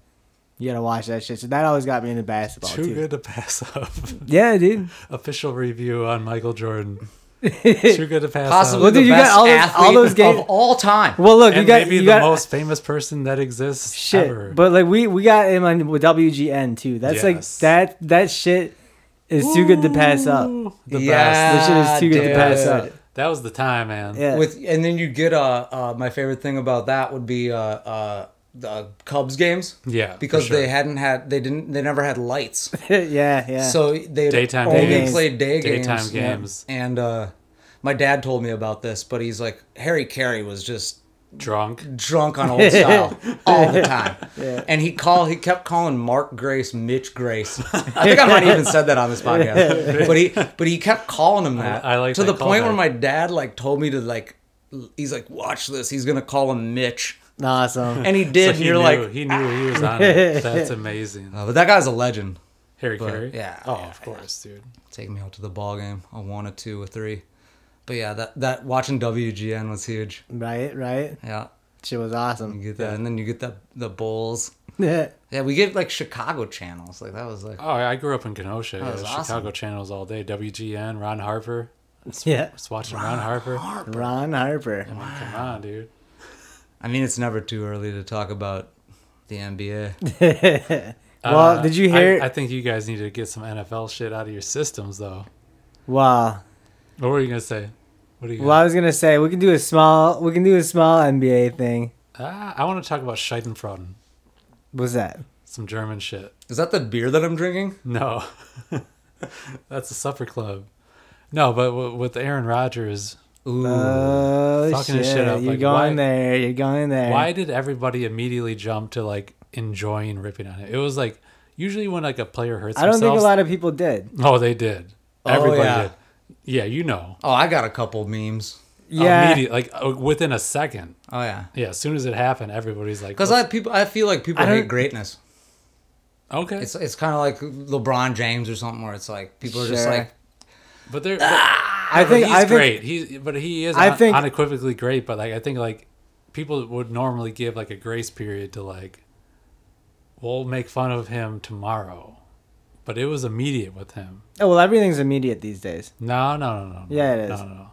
S2: You gotta watch that shit. So that always got me into basketball too.
S1: Too good to pass up. [LAUGHS]
S2: Yeah, dude.
S1: Official review on Michael
S3: [LAUGHS]
S1: Jordan. Too good to pass
S3: Possibly
S2: Well,
S1: up.
S2: dude,
S3: the
S2: you got
S3: best
S2: all those-
S3: athlete
S2: all those games-
S3: of all time.
S2: Well, look,
S1: And
S2: you got
S1: maybe
S2: you
S1: the
S2: got
S1: most famous person that exists
S2: shit.
S1: ever.
S2: But like we we got him on with WGN too. That's like
S1: Yes.
S2: that that shit is too good to pass up.
S1: Ooh, the
S3: Yeah.
S1: best.
S2: This shit is too good to pass up.
S3: dude.
S1: That was the time, man.
S2: Yeah.
S3: With and then you get uh, uh my favorite thing about that would be uh uh the Cubs games.
S1: Yeah, for
S3: because
S1: sure.
S3: they hadn't had they didn't they never had lights,
S2: [LAUGHS] yeah, [LAUGHS] yeah.
S3: so they
S1: Daytime
S3: only
S2: games.
S3: played day
S1: Daytime
S3: games.
S1: games.
S3: And uh, my dad told me about this, but he's like Harry Carey was just
S1: Drunk.
S3: drunk on old style all the time. And he call he kept calling Mark Grace Mitch Grace. I think I might have even said that on this podcast. But he but he kept calling him that.
S1: I- I like
S3: to
S1: that
S3: the point
S1: callback.
S3: where my dad like told me to like l- he's like watch this. He's gonna call him Mitch.
S2: awesome.
S3: [LAUGHS] And he did.
S1: But
S3: and you're
S1: knew,
S3: like [LAUGHS]
S1: he knew he was on it. That's amazing.
S3: "Oh, but that guy's a legend.
S1: Harry
S3: But
S1: Carey.
S3: yeah,
S1: Oh,
S3: yeah,
S1: of course, dude.
S3: taking me out to the ball game. A one, a two, a three. But yeah, that that watching WGN was huge.
S2: Right, right.
S3: Yeah,
S2: Shit was
S3: you
S2: awesome. [LAUGHS]
S3: get that, and then you get the the Bulls.
S2: yeah,
S3: Yeah, we get like Chicago channels. Like that was like
S1: Oh, I grew up in Kenosha. yeah,
S3: that's awesome.
S1: Chicago channels all day. WGN, Ron Harper. Just watching Ron, Harper.
S2: Ron Harper.
S1: I mean, come on, dude.
S3: I mean, it's never too early to talk about the NBA.
S2: [LAUGHS] well,
S1: Uh,
S2: did you
S1: I-
S2: hear?
S1: I, think you guys need to get some NFL shit out of your systems, though.
S2: wow.
S1: What were you gonna say? What are you?
S2: Well, I was gonna say we can do a small, we can do a small NBA thing.
S1: gonna- ah, I want to talk about Scheidenfroden,
S2: What's that?
S1: some German shit.
S3: Is that the beer that I'm drinking?
S1: No, [LAUGHS] that's the supper club. No, but w- with Aaron Rodgers,
S3: Ooh,
S2: Oh
S1: Fucking
S2: shit!
S1: his shit up,
S2: You're
S1: like,
S2: going
S1: why-
S2: there. You're going there.
S1: why did everybody immediately jump to like enjoying ripping on him? It was like usually when like a player hurts
S2: I don't think a
S1: themselves-
S2: lot of people did.
S1: Oh, they did.
S3: Oh,
S1: Everybody
S3: yeah.
S1: did. Yeah, you know.
S3: Oh, I got a couple memes.
S2: Yeah,
S1: Immediate- like uh, within a second.
S3: Oh yeah,
S1: Yeah, as soon as it happened, everybody's like,
S3: because I people I feel like people
S2: I
S3: hate
S2: don't-
S3: greatness.
S1: okay.
S3: It's it's kind of like LeBron James or something where it's like people are just
S2: Sure.
S3: like
S1: But they're.
S2: [LAUGHS] I think
S1: he's
S2: I think
S1: great. He's but he is
S2: I
S1: un-
S2: think-
S1: unequivocally great. But like I think like people would normally give like a grace period to like we'll make fun of him tomorrow, but it was immediate with him.
S2: oh well, everything's immediate these days.
S1: No, no, no, no. no
S2: Yeah, it
S1: no,
S2: is.
S1: No, no.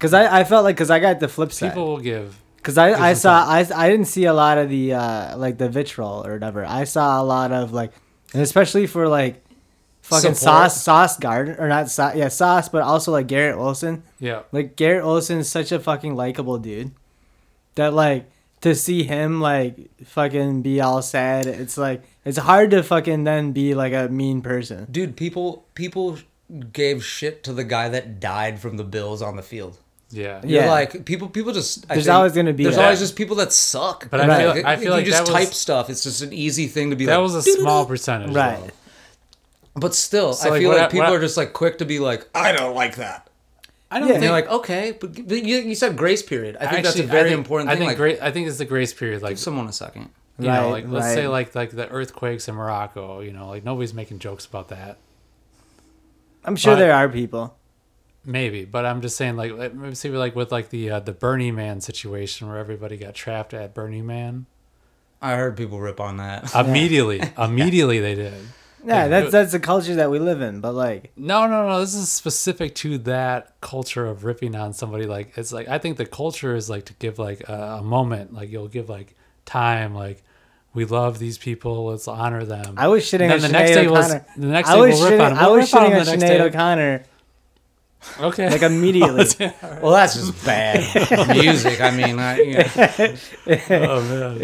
S2: Cause I, I felt like cause I got the flip side.
S1: People will give.
S2: Cause I, I
S1: Isn't
S2: saw I, I didn't see a lot of the uh like the vitriol or whatever. I saw a lot of like, and especially for like, fucking
S3: Support.
S2: sauce sauce garden or not sauce yeah sauce, but also like Garrett Wilson.
S1: Yeah,
S2: Like Garrett Olsen is such a fucking likable dude that like to see him like fucking be all sad. It's like it's hard to fucking then be like a mean person.
S3: dude people people gave shit to the guy that died from the bills on the field
S1: yeah,
S2: Yeah.
S3: you're like people people just I
S2: There's always gonna be
S3: there's
S2: that.
S3: always just people that suck
S1: But I
S2: Right.
S1: feel, I
S3: If
S1: feel like
S3: you just
S1: that
S3: type
S1: was
S3: stuff it's just an easy thing to be
S1: that
S3: like
S1: was a
S3: "Doo-doo-doo."
S1: small percentage,
S2: [LAUGHS] Right.
S1: though.
S3: but still
S1: So,
S3: i
S1: like,
S3: feel
S1: what
S3: like
S1: I-
S3: people
S1: what I-
S3: are just like quick to be like i don't like that
S1: I don't
S2: Yeah.
S3: and
S1: think
S3: you're like okay but, but you, you said grace period i think that's a
S1: actually, I
S3: very
S1: think-
S3: important
S1: I
S3: thing
S1: think
S3: like
S1: great. I think it's the grace period. Like
S3: someone a second
S1: you know,
S2: Right,
S1: like let's say
S2: right.
S1: like like the earthquakes in Morocco. You know, like nobody's making jokes about that.
S2: I'm sure
S1: But-
S2: there are people.
S1: Maybe, but I'm just saying, like, let- maybe see, like with like the uh, the Burning Man situation where everybody got trapped at Burning Man.
S3: i heard people rip on
S2: [LAUGHS]
S3: that
S1: Immediately, immediately they did.
S2: Yeah,
S1: Like,
S2: that's
S1: uh,
S2: that's the culture that we live in. But like,
S1: no, no, no. This is specific to that culture of ripping on somebody. Like, it's like I think the culture is like to give like a, a moment, like you'll give like time, like we love these people, let's honor them.
S2: I was shitting
S1: And
S2: on
S1: then the next
S2: Sinead
S1: day was
S2: O'Connor.
S1: the next
S2: I
S1: day
S2: was
S1: we'll rip
S2: shitting,
S1: on.
S2: I
S1: We'll
S2: was
S1: rip on
S2: shitting
S1: the
S2: on
S1: next
S2: Sinead
S1: day.
S2: O'Connor
S1: Okay, [LAUGHS]
S2: like immediately.
S3: [LAUGHS] well that's just bad music i mean I, you know.
S1: oh man,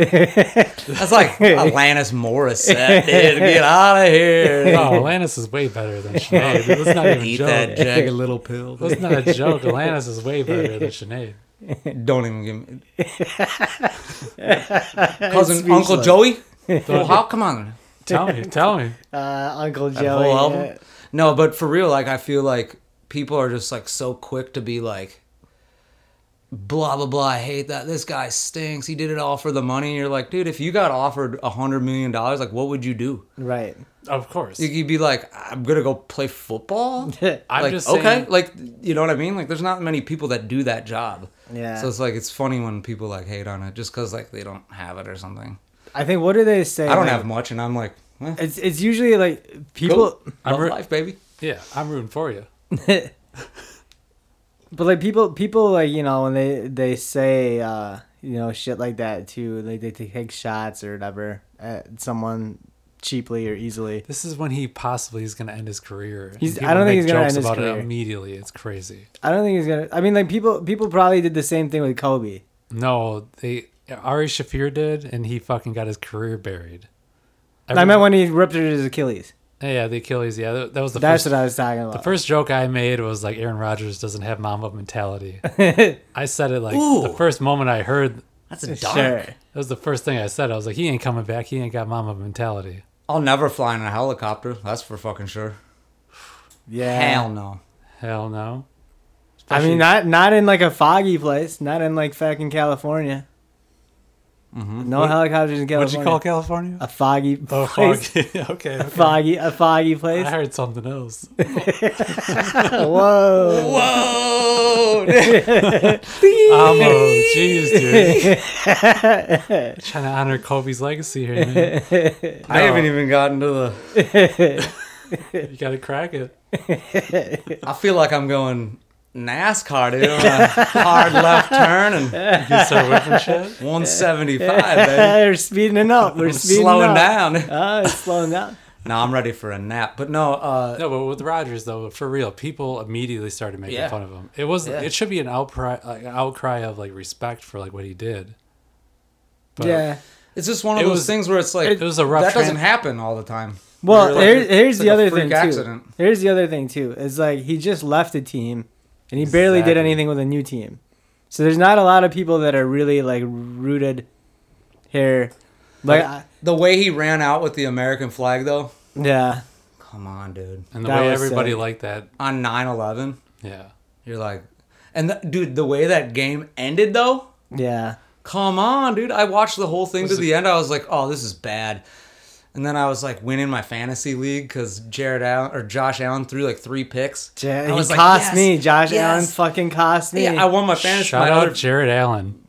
S3: That's like Alanis Morissette. Dude, get out of
S1: [LAUGHS] oh,
S3: here.
S1: Alanis is way better
S2: [LAUGHS]
S1: than Sinead. dude. Let's not even
S3: Eat
S1: joke.
S3: that jagged little pill.
S1: That's not
S2: [LAUGHS]
S1: a joke. Alanis is way better than Sinead.
S3: Don't even give me. Cousin
S2: Speechless.
S3: Uncle Joey? Well, how? Come on.
S1: Tell me, tell me.
S2: uh, Uncle Joey.
S3: That whole album?
S2: yeah.
S3: No, but for real, like, I feel like people are just, like, so quick to be like, blah, blah, blah. I hate that. This guy stinks. He did it all for the money. You're like, dude, if you got offered a $100 million, like, what would you do?
S2: Right.
S1: Of course.
S3: You'd be like, I'm going to go play football?
S1: I'm
S3: like,
S1: just
S3: okay,
S1: saying-
S3: like you know what I mean? Like there's not many people that do that job.
S2: Yeah.
S3: So it's like it's funny when people like hate on it just because like they don't have it or something.
S2: I think what do they say?
S3: I don't
S2: like,
S3: have much, and I'm like, eh,
S2: It's it's usually like people.
S3: cool.
S1: I'm
S3: Love
S1: re-
S3: life, baby.
S1: yeah, I'm rooting for you.
S2: [LAUGHS] But like people, people like you know when they they say uh, you know shit like that too, like they take shots or whatever at someone cheaply or easily.
S1: This is when he possibly is going to end his career.
S2: He's-
S1: People
S2: I don't think
S1: make
S2: he's gonna
S1: jokes
S2: end his
S1: about
S2: career.
S1: It immediately, it's crazy.
S2: I don't think he's gonna. I mean, like people, people probably did the same thing with Kobe.
S1: No, they Ari Shafir did, and he fucking got his career buried.
S2: I meant when he ripped it his Achilles.
S1: yeah, the Achilles. Yeah, that, that was the
S2: That's
S1: first.
S2: what I was talking
S1: the
S2: about.
S1: first joke I made was like Aaron Rodgers doesn't have mamba
S2: [LAUGHS]
S1: mentality. I said it like
S3: Ooh.
S1: the first moment I heard. That
S3: That's a dark.
S2: Sure.
S1: was the first thing I said. I was like, he ain't coming back. He ain't got mamba mentality.
S3: I'll never fly in a helicopter. That's for fucking sure.
S2: Yeah.
S3: Hell no.
S1: Hell no.
S2: I
S1: Especially-
S2: mean, not not in like a foggy place, not in like fucking California. No helicopters in
S1: Mm-hmm. What'd
S2: California.
S1: you call California?
S2: a foggy
S1: Oh,
S2: [LAUGHS]
S1: [LAUGHS]
S2: place.
S1: foggy. okay. okay.
S2: foggy, a foggy place.
S1: I heard something
S2: [LAUGHS]
S1: else.
S2: Whoa!
S3: [LAUGHS] Whoa!
S1: Amo, jeez,
S2: [LAUGHS]
S1: dude. Trying to honor Kobe's legacy here, man.
S3: I haven't even gotten to the.
S1: You got to crack it.
S3: I feel like I'm going NASCAR, dude. on a hard left turn
S1: [LAUGHS]
S3: and
S1: You can start
S2: [LAUGHS]
S1: whipping shit.
S3: 175, baby.
S2: We're speeding it up. [LAUGHS] We're
S3: We're
S2: speeding
S3: slowing
S2: up.
S3: down.
S2: Ah, it's slowing down.
S3: No, I'm ready for a nap. But no, uh,
S1: No, but with Rogers though, for real, people immediately started making
S3: Yeah.
S1: fun of him. It was
S3: Yeah.
S1: it should be an outcry, like, an outcry of like respect for like what he did. But
S2: yeah.
S3: it's just one of
S1: It
S3: those
S1: was-
S3: things where it's like
S1: it was a rough
S3: that doesn't
S1: tran-
S3: happen all the time.
S2: Well,
S3: You're like-
S2: here, here's
S3: it's
S2: the
S3: like a
S2: other
S3: freak
S2: thing
S3: accident.
S2: too. Here's the other thing too. Is like he just left a team, and he barely did
S1: Exactly.
S2: anything with a new team. So there's not a lot of people that are really like rooted here. Like, I,
S3: The way he ran out with the American flag, though,
S2: yeah,
S3: come on, dude.
S1: and the
S2: That
S1: way
S2: was
S1: everybody
S2: sick.
S1: liked that,
S3: On 9 11,
S1: yeah.
S3: you're like, and th- dude, the way that game ended, though,
S2: yeah.
S3: come on, dude. I watched the whole thing to
S1: Was
S3: the end. I was like, oh, this is bad. And then I was like winning my fantasy league because Jared Allen or Josh Allen threw like three picks.
S2: Ja-
S3: I
S2: he
S3: was like,
S2: cost
S3: yes,
S2: me. Josh Allen
S3: yes.
S2: fucking cost me.
S3: Yeah, I won my fantasy.
S1: Shout
S3: my
S1: out
S3: other-
S1: Jared Allen.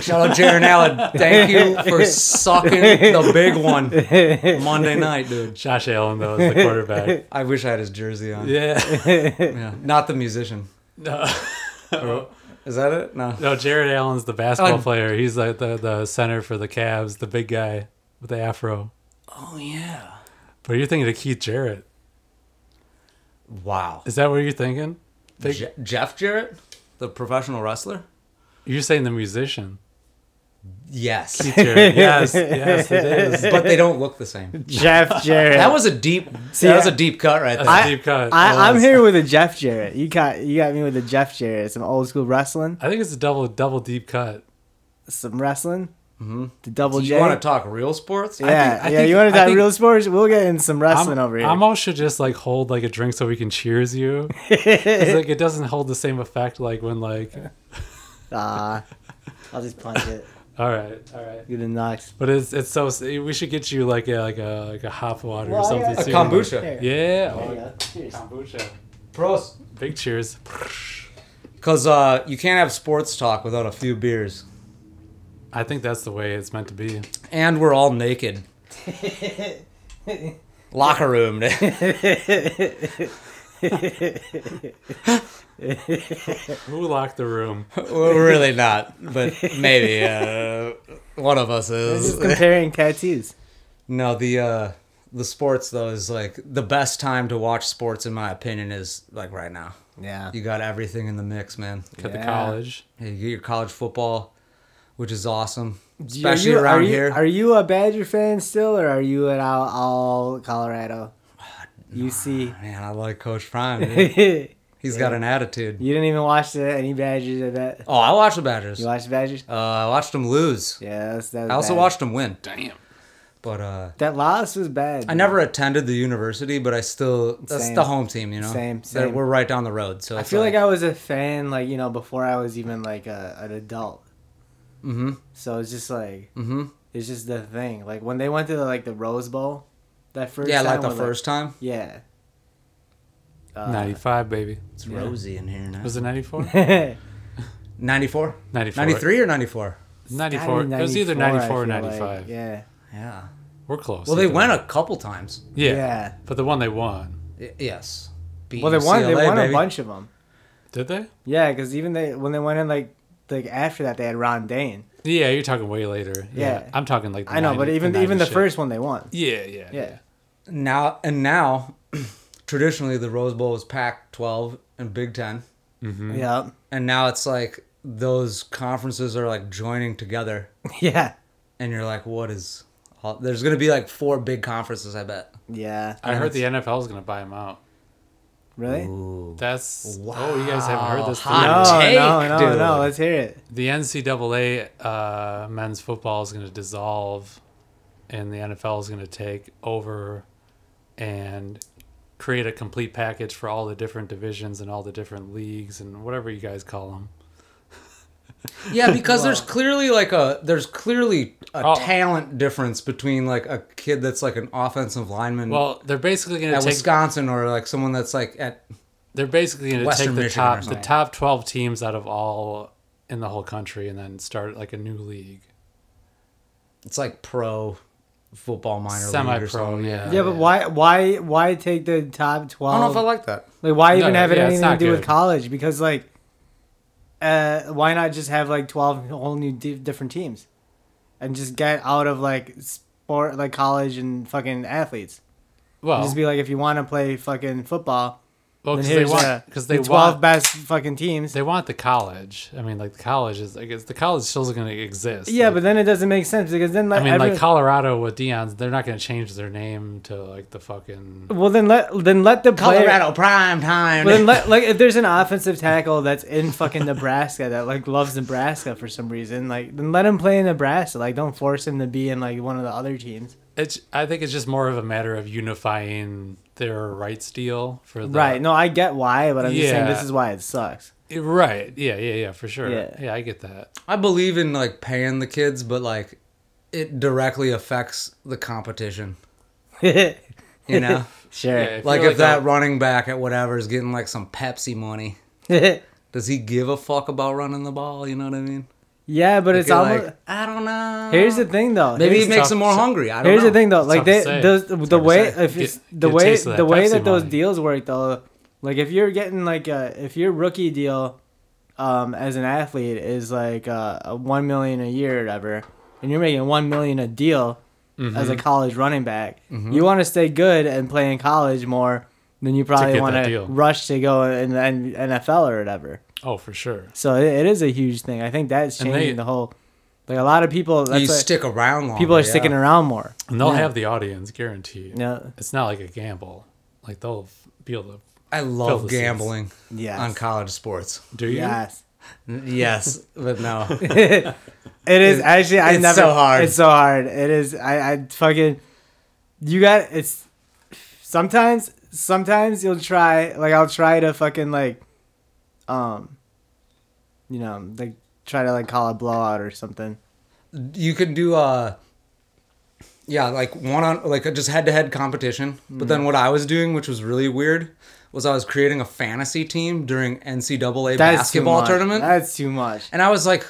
S3: Shout out Jared Allen. Thank you for sucking the big one Monday night, dude.
S1: Josh Allen though is the quarterback.
S2: [LAUGHS]
S3: I wish I had his jersey on.
S1: yeah. [LAUGHS]
S3: Yeah. Not the musician.
S1: No. Oh.
S3: Is that it? No.
S1: No, Jared Allen's the basketball
S3: Oh.
S1: player. He's like the, the center for the Cavs, the big guy with the afro.
S3: Oh yeah.
S1: But you're thinking of Keith Jarrett.
S3: Wow.
S1: Is that what you're thinking? Big-
S3: Je- Jeff Jarrett, the professional wrestler.
S1: You're saying the musician.
S3: Yes.
S1: Jarrett.
S2: [LAUGHS]
S1: yes, yes, it is.
S3: but they don't look the same. [LAUGHS]
S2: Jeff Jarrett.
S3: That was a deep.
S2: See,
S3: that was
S2: I-
S3: a deep cut right there.
S1: That's a deep cut. Oh,
S2: I,
S3: Oh,
S1: I,
S2: I'm here with a Jeff Jarrett. You got you got me with a Jeff Jarrett. Some old school wrestling.
S1: think it's a double double deep cut.
S2: Some wrestling. Mm-hmm. The double
S3: Do
S2: J.
S3: you want to talk real sports?
S2: yeah, yeah. you want to
S3: I
S2: talk
S3: think-
S2: real sports? We'll get in some wrestling
S1: I'm,
S2: over here. [LAUGHS]
S1: Amo should just like hold like a drink so we can cheers you. 'Cause, like it doesn't hold the same effect like when like
S2: Ah, I'll just punch it.
S1: all right, all right.
S2: Get the knocks.
S1: But it's it's so we should get you like a like a like a hop water
S2: Well,
S1: or
S2: I
S1: something.
S2: got-
S3: A
S1: too.
S3: kombucha.
S2: Here.
S1: Yeah.
S2: There you
S1: Oh,
S2: go. Cheers.
S1: kombucha.
S3: Pros.
S1: Big cheers.
S3: Because uh, you can't have sports talk without a few beers.
S1: I think that's the way it's meant to be.
S3: And we're all naked. Locker room. [LAUGHS]
S2: [LAUGHS]
S1: Who locked the room?
S3: We're really not, but maybe uh, one of us
S2: Just
S3: [LAUGHS] is.
S2: comparing tattoos.
S3: No, the uh, the sports though is like the best time to watch sports, in my opinion, is like right now.
S2: Yeah.
S3: You got everything in the mix, man.
S1: At the
S2: Yeah.
S1: college.
S3: You get your college football, which is awesome,
S2: Are
S3: especially
S2: you,
S3: around
S2: are you,
S3: here.
S2: Are you a Badger fan still, or are you at all, all
S3: [SIGHS]
S2: Colorado? UC.
S3: man, I like
S2: [LAUGHS]
S3: Coach Prime.
S2: you
S3: Dude.
S2: didn't
S3: He's got an attitude.
S2: even watch the, any Badgers, I bet.
S3: Oh, I watched the Badgers.
S2: You
S3: Uh,
S2: watched the Badgers?
S3: I watched them lose.
S2: Yeah, that's, that was
S3: I also
S2: bad.
S3: watched them win.
S1: Damn.
S3: But uh,
S2: That loss was bad.
S3: I never attended the university, but I still that's
S2: Same.
S3: the home team, you know.
S2: Same,
S3: They're-
S2: same.
S3: We're right down the road, so
S2: I feel like I was a fan, like, you know, before I was even, like, a, an adult.
S3: hmm
S2: So it's just like,
S3: hmm
S2: it's just the thing. Like, when they went to, like, the Rose Bowl, that first
S3: Yeah, like
S2: time
S3: the
S2: was,
S3: first time.
S2: yeah. [LAUGHS] Uh,
S1: 95, baby.
S3: It's
S2: yeah.
S3: rosy in here now.
S1: Was it
S2: [LAUGHS]
S1: 94?
S3: 94?
S1: 94.
S3: 93 or 94?
S1: 94. It was either 94
S2: I
S1: or
S2: feel like.
S1: 95.
S2: Yeah.
S3: Yeah.
S1: We're close.
S3: Well, they
S1: Either
S3: went
S1: way.
S3: a couple times.
S1: Yeah.
S2: yeah.
S1: But the one they won.
S3: Y- yes. Beat
S2: Well, they won. They
S3: UCLA,
S2: won
S3: baby.
S2: a bunch of them.
S1: Did they?
S2: Yeah, because even they when they went in like like after that they had Ron Dane.
S1: Yeah, you're talking way later. Yeah.
S2: Yeah.
S1: I'm talking like the
S2: I know,
S1: 90
S2: but even
S1: the
S2: even
S1: 90
S2: the
S1: shit.
S2: first one they won.
S1: Yeah, yeah.
S2: Yeah.
S3: Now and now, [CLEARS THROAT] traditionally the Rose Bowl was Pac-12 and Big Ten,
S2: Yeah.
S3: and now it's like those conferences are like joining together,
S2: [LAUGHS] Yeah.
S3: and you're like, what is? all- There's gonna be like four big conferences, I bet.
S2: Yeah.
S1: I heard the NFL is going to buy them out.
S2: Really?
S3: Ooh.
S1: That's. Oh, you guys haven't heard this.
S3: Wow.
S1: thing.
S2: No,
S3: Hot take,
S2: no, no,
S3: dude.
S2: no. Let's hear it.
S1: The NCAA uh, men's football is going to dissolve, and the NFL is going to take over and create a complete package for all the different divisions and all the different leagues and whatever you guys call them.
S3: Yeah, because [LAUGHS] there's clearly like a there's clearly a
S1: Oh.
S3: talent difference between like a kid that's like an offensive lineman
S1: Well, they're basically going
S3: at
S1: to take
S3: Wisconsin or like someone that's like at
S1: they're basically going to
S3: Western
S1: take the
S3: Michigan or
S1: top the
S3: something.
S1: top 12 teams out of all in the whole country and then start like a new league.
S3: it's like pro football minor league or
S1: Semi-pro,
S3: something.
S1: yeah.
S2: Yeah, but why, why, why take the top twelve?
S3: I don't know if I like that.
S2: Like, why
S1: No,
S2: even have it
S1: yeah, it's
S2: anything to
S1: not
S2: do with
S1: good.
S2: college? Because like, uh, why not just have like twelve whole new di- different teams, and just get out of like sport, like college and fucking athletes.
S1: Well,
S2: Just be like, if you want to play fucking football,
S1: well,
S2: then
S1: 'cause they
S2: here's
S1: want
S2: the-
S1: because
S2: the
S1: they
S2: twelve
S1: want
S2: best fucking teams.
S1: they want the college. I mean, like the college is I guess the college still going to exist.
S2: Yeah,
S1: Like,
S2: but then it doesn't make sense because then like,
S1: I mean,
S2: every-
S1: like Colorado with Dion's, they're not going to change their name to like the fucking.
S2: well then let then let the player-
S3: Colorado prime time.
S2: Well, then, like, like, if there's an offensive tackle that's in fucking Nebraska that like loves Nebraska for some reason, like then let him play in Nebraska. Like, don't force him to be in like one of the other teams.
S1: It's. I think it's just more of a matter of unifying their rights deal for the
S2: right? No, I get why, but I'm just saying this
S1: Yeah.
S2: is why it sucks. [LAUGHS]
S1: Right. Yeah. Yeah. Yeah. For sure.
S2: Yeah.
S1: Yeah. I get that.
S3: I believe in like paying the kids, but like it directly affects the competition.
S2: sure.
S3: You
S1: [LAUGHS]
S3: know,
S1: Yeah,
S3: like
S1: feel
S3: if that
S1: a-
S3: running back at whatever is getting like some Pepsi money, does he give a fuck about running the ball? You know what I mean?
S2: [LAUGHS] yeah, but it's
S3: You're
S2: almost.
S3: like, I don't know.
S2: here's the thing, though.
S3: maybe
S2: Here's-
S3: it makes
S1: tough
S3: them more
S1: to-
S3: hungry. I don't
S2: Here's
S3: know.
S2: the thing though,
S1: It's
S2: like
S1: hard to
S2: they,
S1: say.
S2: those the
S1: hard to
S2: way
S1: say.
S2: if it's,
S1: Get-
S2: the
S1: get a
S2: way
S1: taste of that
S2: the way
S1: Pepsi
S2: that those
S1: money.
S2: deals work though, like if you're getting like a, if your rookie deal, um, as an athlete is like uh, a one million a year or whatever, and you're making one million a deal
S1: Mm-hmm.
S2: as a college running back, you want to stay good and play in college more than you probably
S1: get
S2: want
S1: that
S2: to
S1: deal.
S2: rush to go in the N- NFL or whatever.
S1: Oh, for sure.
S2: So it, it is a huge thing. I think that's
S1: And
S2: changing
S1: they-
S2: the whole. Like a lot of people,
S3: you
S2: that's why
S3: stick around longer.
S2: people are
S3: yeah.
S2: sticking around more.
S1: And they'll
S2: Yeah.
S1: have the audience guaranteed.
S2: You know?
S1: It's not like a gamble. Like they'll f- be able to.
S3: I
S1: Fill
S3: love
S1: the seats.
S3: gambling
S2: Yes.
S3: on college sports.
S1: Do you?
S3: [LAUGHS]
S2: Yes.
S3: Yes, but no.
S2: [LAUGHS] it is
S3: It's-
S2: actually I
S3: it's
S2: never
S3: so hard.
S2: It's so hard. It is I, I fucking you got it's sometimes sometimes you'll try like I'll try to fucking like um you know, like try to like call a blowout or something.
S3: you could do uh yeah like one on like a just head to head competition but
S2: Mm.
S3: then what i was doing which was really weird was i was creating a fantasy team during
S2: That's
S3: ncaa
S2: too
S3: basketball
S2: much.
S3: tournament
S2: That's too much.
S3: and i was like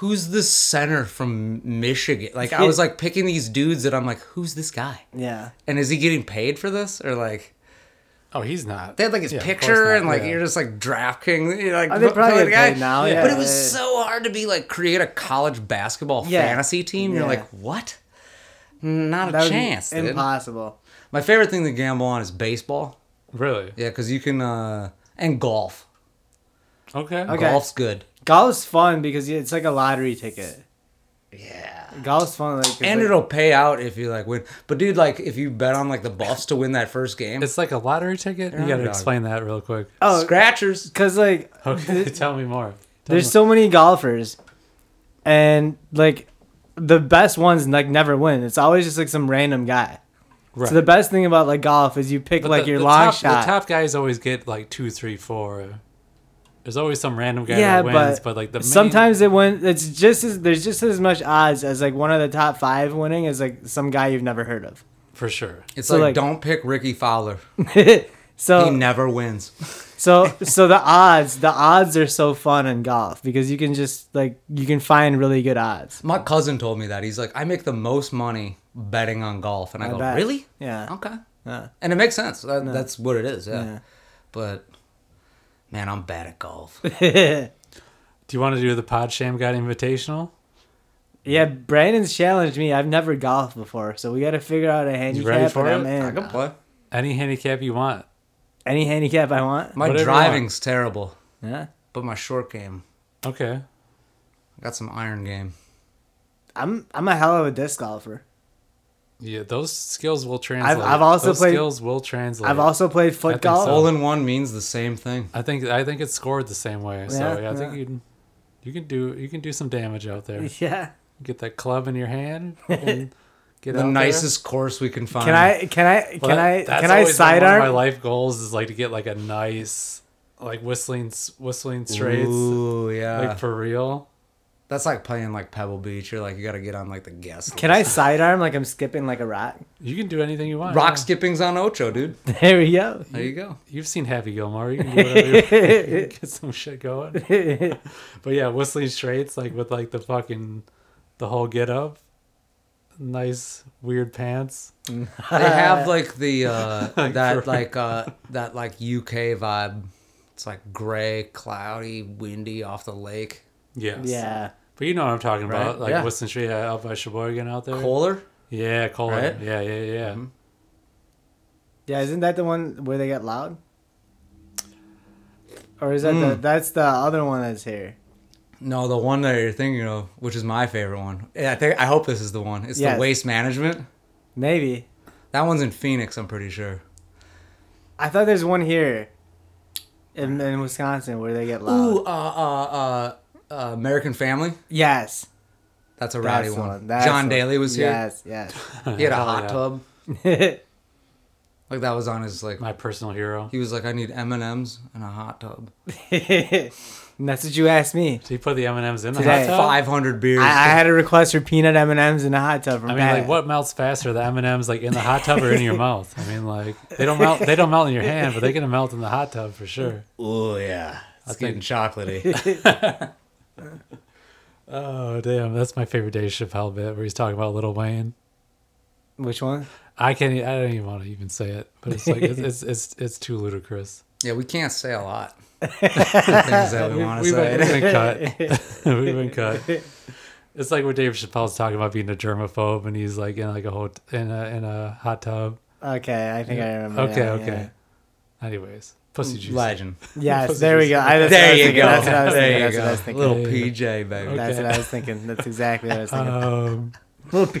S3: who's the center from michigan
S2: [LAUGHS]
S3: like i was like picking these dudes that i'm like who's this guy
S2: Yeah.
S3: and is he getting paid for this or like
S1: Oh, he's not.
S3: they had like his
S1: Yeah, of course
S3: picture
S1: not,
S3: and like
S1: yeah.
S3: you're just like DraftKings, you're, like
S2: Oh, they
S3: vote for
S2: probably
S3: the
S2: get
S3: guy.
S2: paid now,
S3: But
S2: yeah.
S3: it was so hard to be like create a college basketball
S2: Yeah.
S3: fantasy team. You're
S2: Yeah.
S3: like what? Not a
S2: That would be
S3: chance. dude.
S2: impossible.
S3: My favorite thing to gamble on is baseball.
S1: really.
S3: Yeah, because you can uh and golf.
S1: Okay.
S2: Okay.
S3: Golf's good.
S2: Golf's fun because it's like a lottery ticket.
S3: Yeah.
S2: Golf's fun like 'cause,
S3: And
S2: like,
S3: it'll pay out if you like win. But dude, like if you bet on like the Buffs to win that first game,
S1: It's like a lottery ticket. You
S3: an
S1: got to
S3: underdog.
S1: explain that real quick.
S2: oh,
S3: scratchers.
S2: cuz like
S1: Okay. Tell me more. Tell
S2: There's
S1: me-
S2: so many golfers, and like the best ones like never win. It's always just like some random guy.
S1: Right.
S2: So the best thing about like golf is you pick
S1: But
S2: like
S1: the-
S2: your
S1: the
S2: long
S1: top,
S2: shot.
S1: The top guys always get like two, three, four. There's always some random guy
S2: Yeah,
S1: that wins,
S2: but
S1: but, like the main,
S2: Sometimes it win. It's just as there's just as much odds as like one of the top five winning as like some guy you've never heard of. [LAUGHS]
S1: for sure.
S3: It's
S2: so,
S3: like,
S2: like-
S3: don't pick Ricky Fowler.
S2: so
S3: He never wins.
S2: so so the odds the odds are so fun in golf because you can just like you can find really good odds.
S3: My cousin told me that. He's like, I make the most money betting on golf. And I,
S2: I
S3: go,
S2: bet.
S3: Really?
S2: Yeah.
S3: Okay.
S2: Yeah.
S3: And it makes sense. That, That's what it is. Yeah.
S2: Yeah.
S3: But man, I'm bad at
S2: [LAUGHS]
S3: golf.
S1: Do you want to do the Pod Sham God Invitational?
S2: Yeah, Brandon's challenged me. I've never golfed before, so we got to figure out a handicap.
S1: ready for
S2: and I'm
S1: it?
S2: in.
S3: I can play.
S1: Any handicap you want.
S2: Any handicap I want.
S3: My
S1: Whatever you
S3: driving's terrible,
S2: Yeah,
S3: but my short game.
S1: Okay.
S3: I got some iron game.
S2: I'm I'm a hell of a disc golfer.
S1: Yeah, those skills will translate.
S2: I've also
S1: those
S2: played-
S1: skills will translate.
S2: I've also played
S1: I
S2: foot
S1: think
S2: golf.
S1: so.
S3: Hole in one means the same thing.
S1: I think I think it's scored the same way. So
S2: Yeah,
S1: yeah, I think
S2: yeah.
S1: you can you can do you can do some damage out there.
S2: [LAUGHS] Yeah.
S1: Get that club in your
S2: [LAUGHS]
S1: hand. And get
S3: The
S1: out there.
S3: nicest course we can find.
S2: Can I can I
S1: But
S2: can I
S1: that's
S2: can I
S1: always been One of my
S2: sidearm?
S1: life goals is like to get like a nice like whistling s- whistling straights
S3: Ooh, yeah.
S1: like for real.
S3: That's like playing like Pebble Beach. You're like you got to get on like the
S2: [LAUGHS]
S3: guest.
S2: Can I sidearm like I'm skipping like a rat?
S1: You can do anything you want.
S3: list. Rock
S1: yeah.
S3: skipping's on Ocho, dude.
S2: [LAUGHS] There we go. [LAUGHS]
S3: There you go.
S1: You've seen Happy Gilmore. You can do whatever you want. [LAUGHS] You can get some shit going. But yeah, Whistling Straits, like with like the fucking the whole get up, nice weird pants.
S3: They have like the uh, that
S1: Correct.
S3: like uh, that like UK vibe. It's like gray, cloudy, windy off the lake.
S1: Yes.
S2: yeah.
S1: But you know what I'm talking
S3: Right,
S1: about, like
S3: yeah.
S1: Whistling Street uh, out by Sheboygan out there.
S3: Kohler.
S1: Yeah, Cole.
S3: Right?
S1: Yeah, yeah, yeah.
S2: Yeah, isn't that the one where they get loud? Or is that
S1: Hmm.
S2: the that's the other one that's here?
S3: No, the one that you're thinking of, which is my favorite one. Yeah, I think I hope this is the one. It's
S2: Yes.
S3: the waste management.
S2: Maybe.
S3: That one's in Phoenix, I'm pretty sure.
S2: I thought there's one here in, in Wisconsin where they get loud.
S3: Ooh, uh, uh, uh, uh, American Family.
S2: Yes.
S3: That's a rowdy
S2: that's the
S3: one.
S2: that's
S3: John
S2: the one.
S3: Daly was here.
S2: Yes, yes.
S3: He had a
S1: Hell
S3: hot
S1: yeah.
S3: tub. Like that was on his like.
S1: My personal hero.
S3: He was like, I need M and M's and a hot tub.
S2: [LAUGHS] and that's what you asked me.
S1: So you put the M and M's in the
S2: Today.
S1: hot tub.
S3: Five hundred beers.
S2: I, I had a request for peanut M and M's in a hot tub. From
S1: I mean,
S2: Pat.
S1: like, what melts faster, the M and M's like in the hot tub or in [LAUGHS] your mouth? I mean, like, they don't melt. They don't melt in your hand, but they can melt in the hot tub for sure.
S3: oh yeah, it's getting [LAUGHS] chocolatey.
S1: [LAUGHS] Oh damn, that's my favorite Dave Chappelle bit where he's talking about Little Wayne.
S2: Which one?
S1: I can't. e- I don't even want to even say it, but it's like it's it's it's, it's too ludicrous. [LAUGHS]
S3: yeah, we can't say a [LAUGHS] lot. Things that we want to
S1: We've been,
S3: say.
S1: we've been cut. We've been cut. It's like where Dave Chappelle's talking about being a germaphobe, and he's like in like a whole in a in a hot tub.
S2: [LAUGHS] Okay, I think I remember.
S1: Okay,
S2: now,
S1: okay. Anyways, pussy juice.
S3: Legend.
S2: Yeah. Yes,
S1: Pussy
S2: there we
S1: juice.
S2: go. I, that's what I
S3: There
S2: was
S3: you
S2: thinking,
S3: go.
S2: That's what I was
S3: There
S2: thinking.
S3: you
S2: That's what I was
S3: go.
S2: thinking.
S3: Little PJ baby.
S2: That's what I was thinking. That's exactly what I
S1: [LAUGHS]
S2: was thinking.
S1: Um,
S2: Little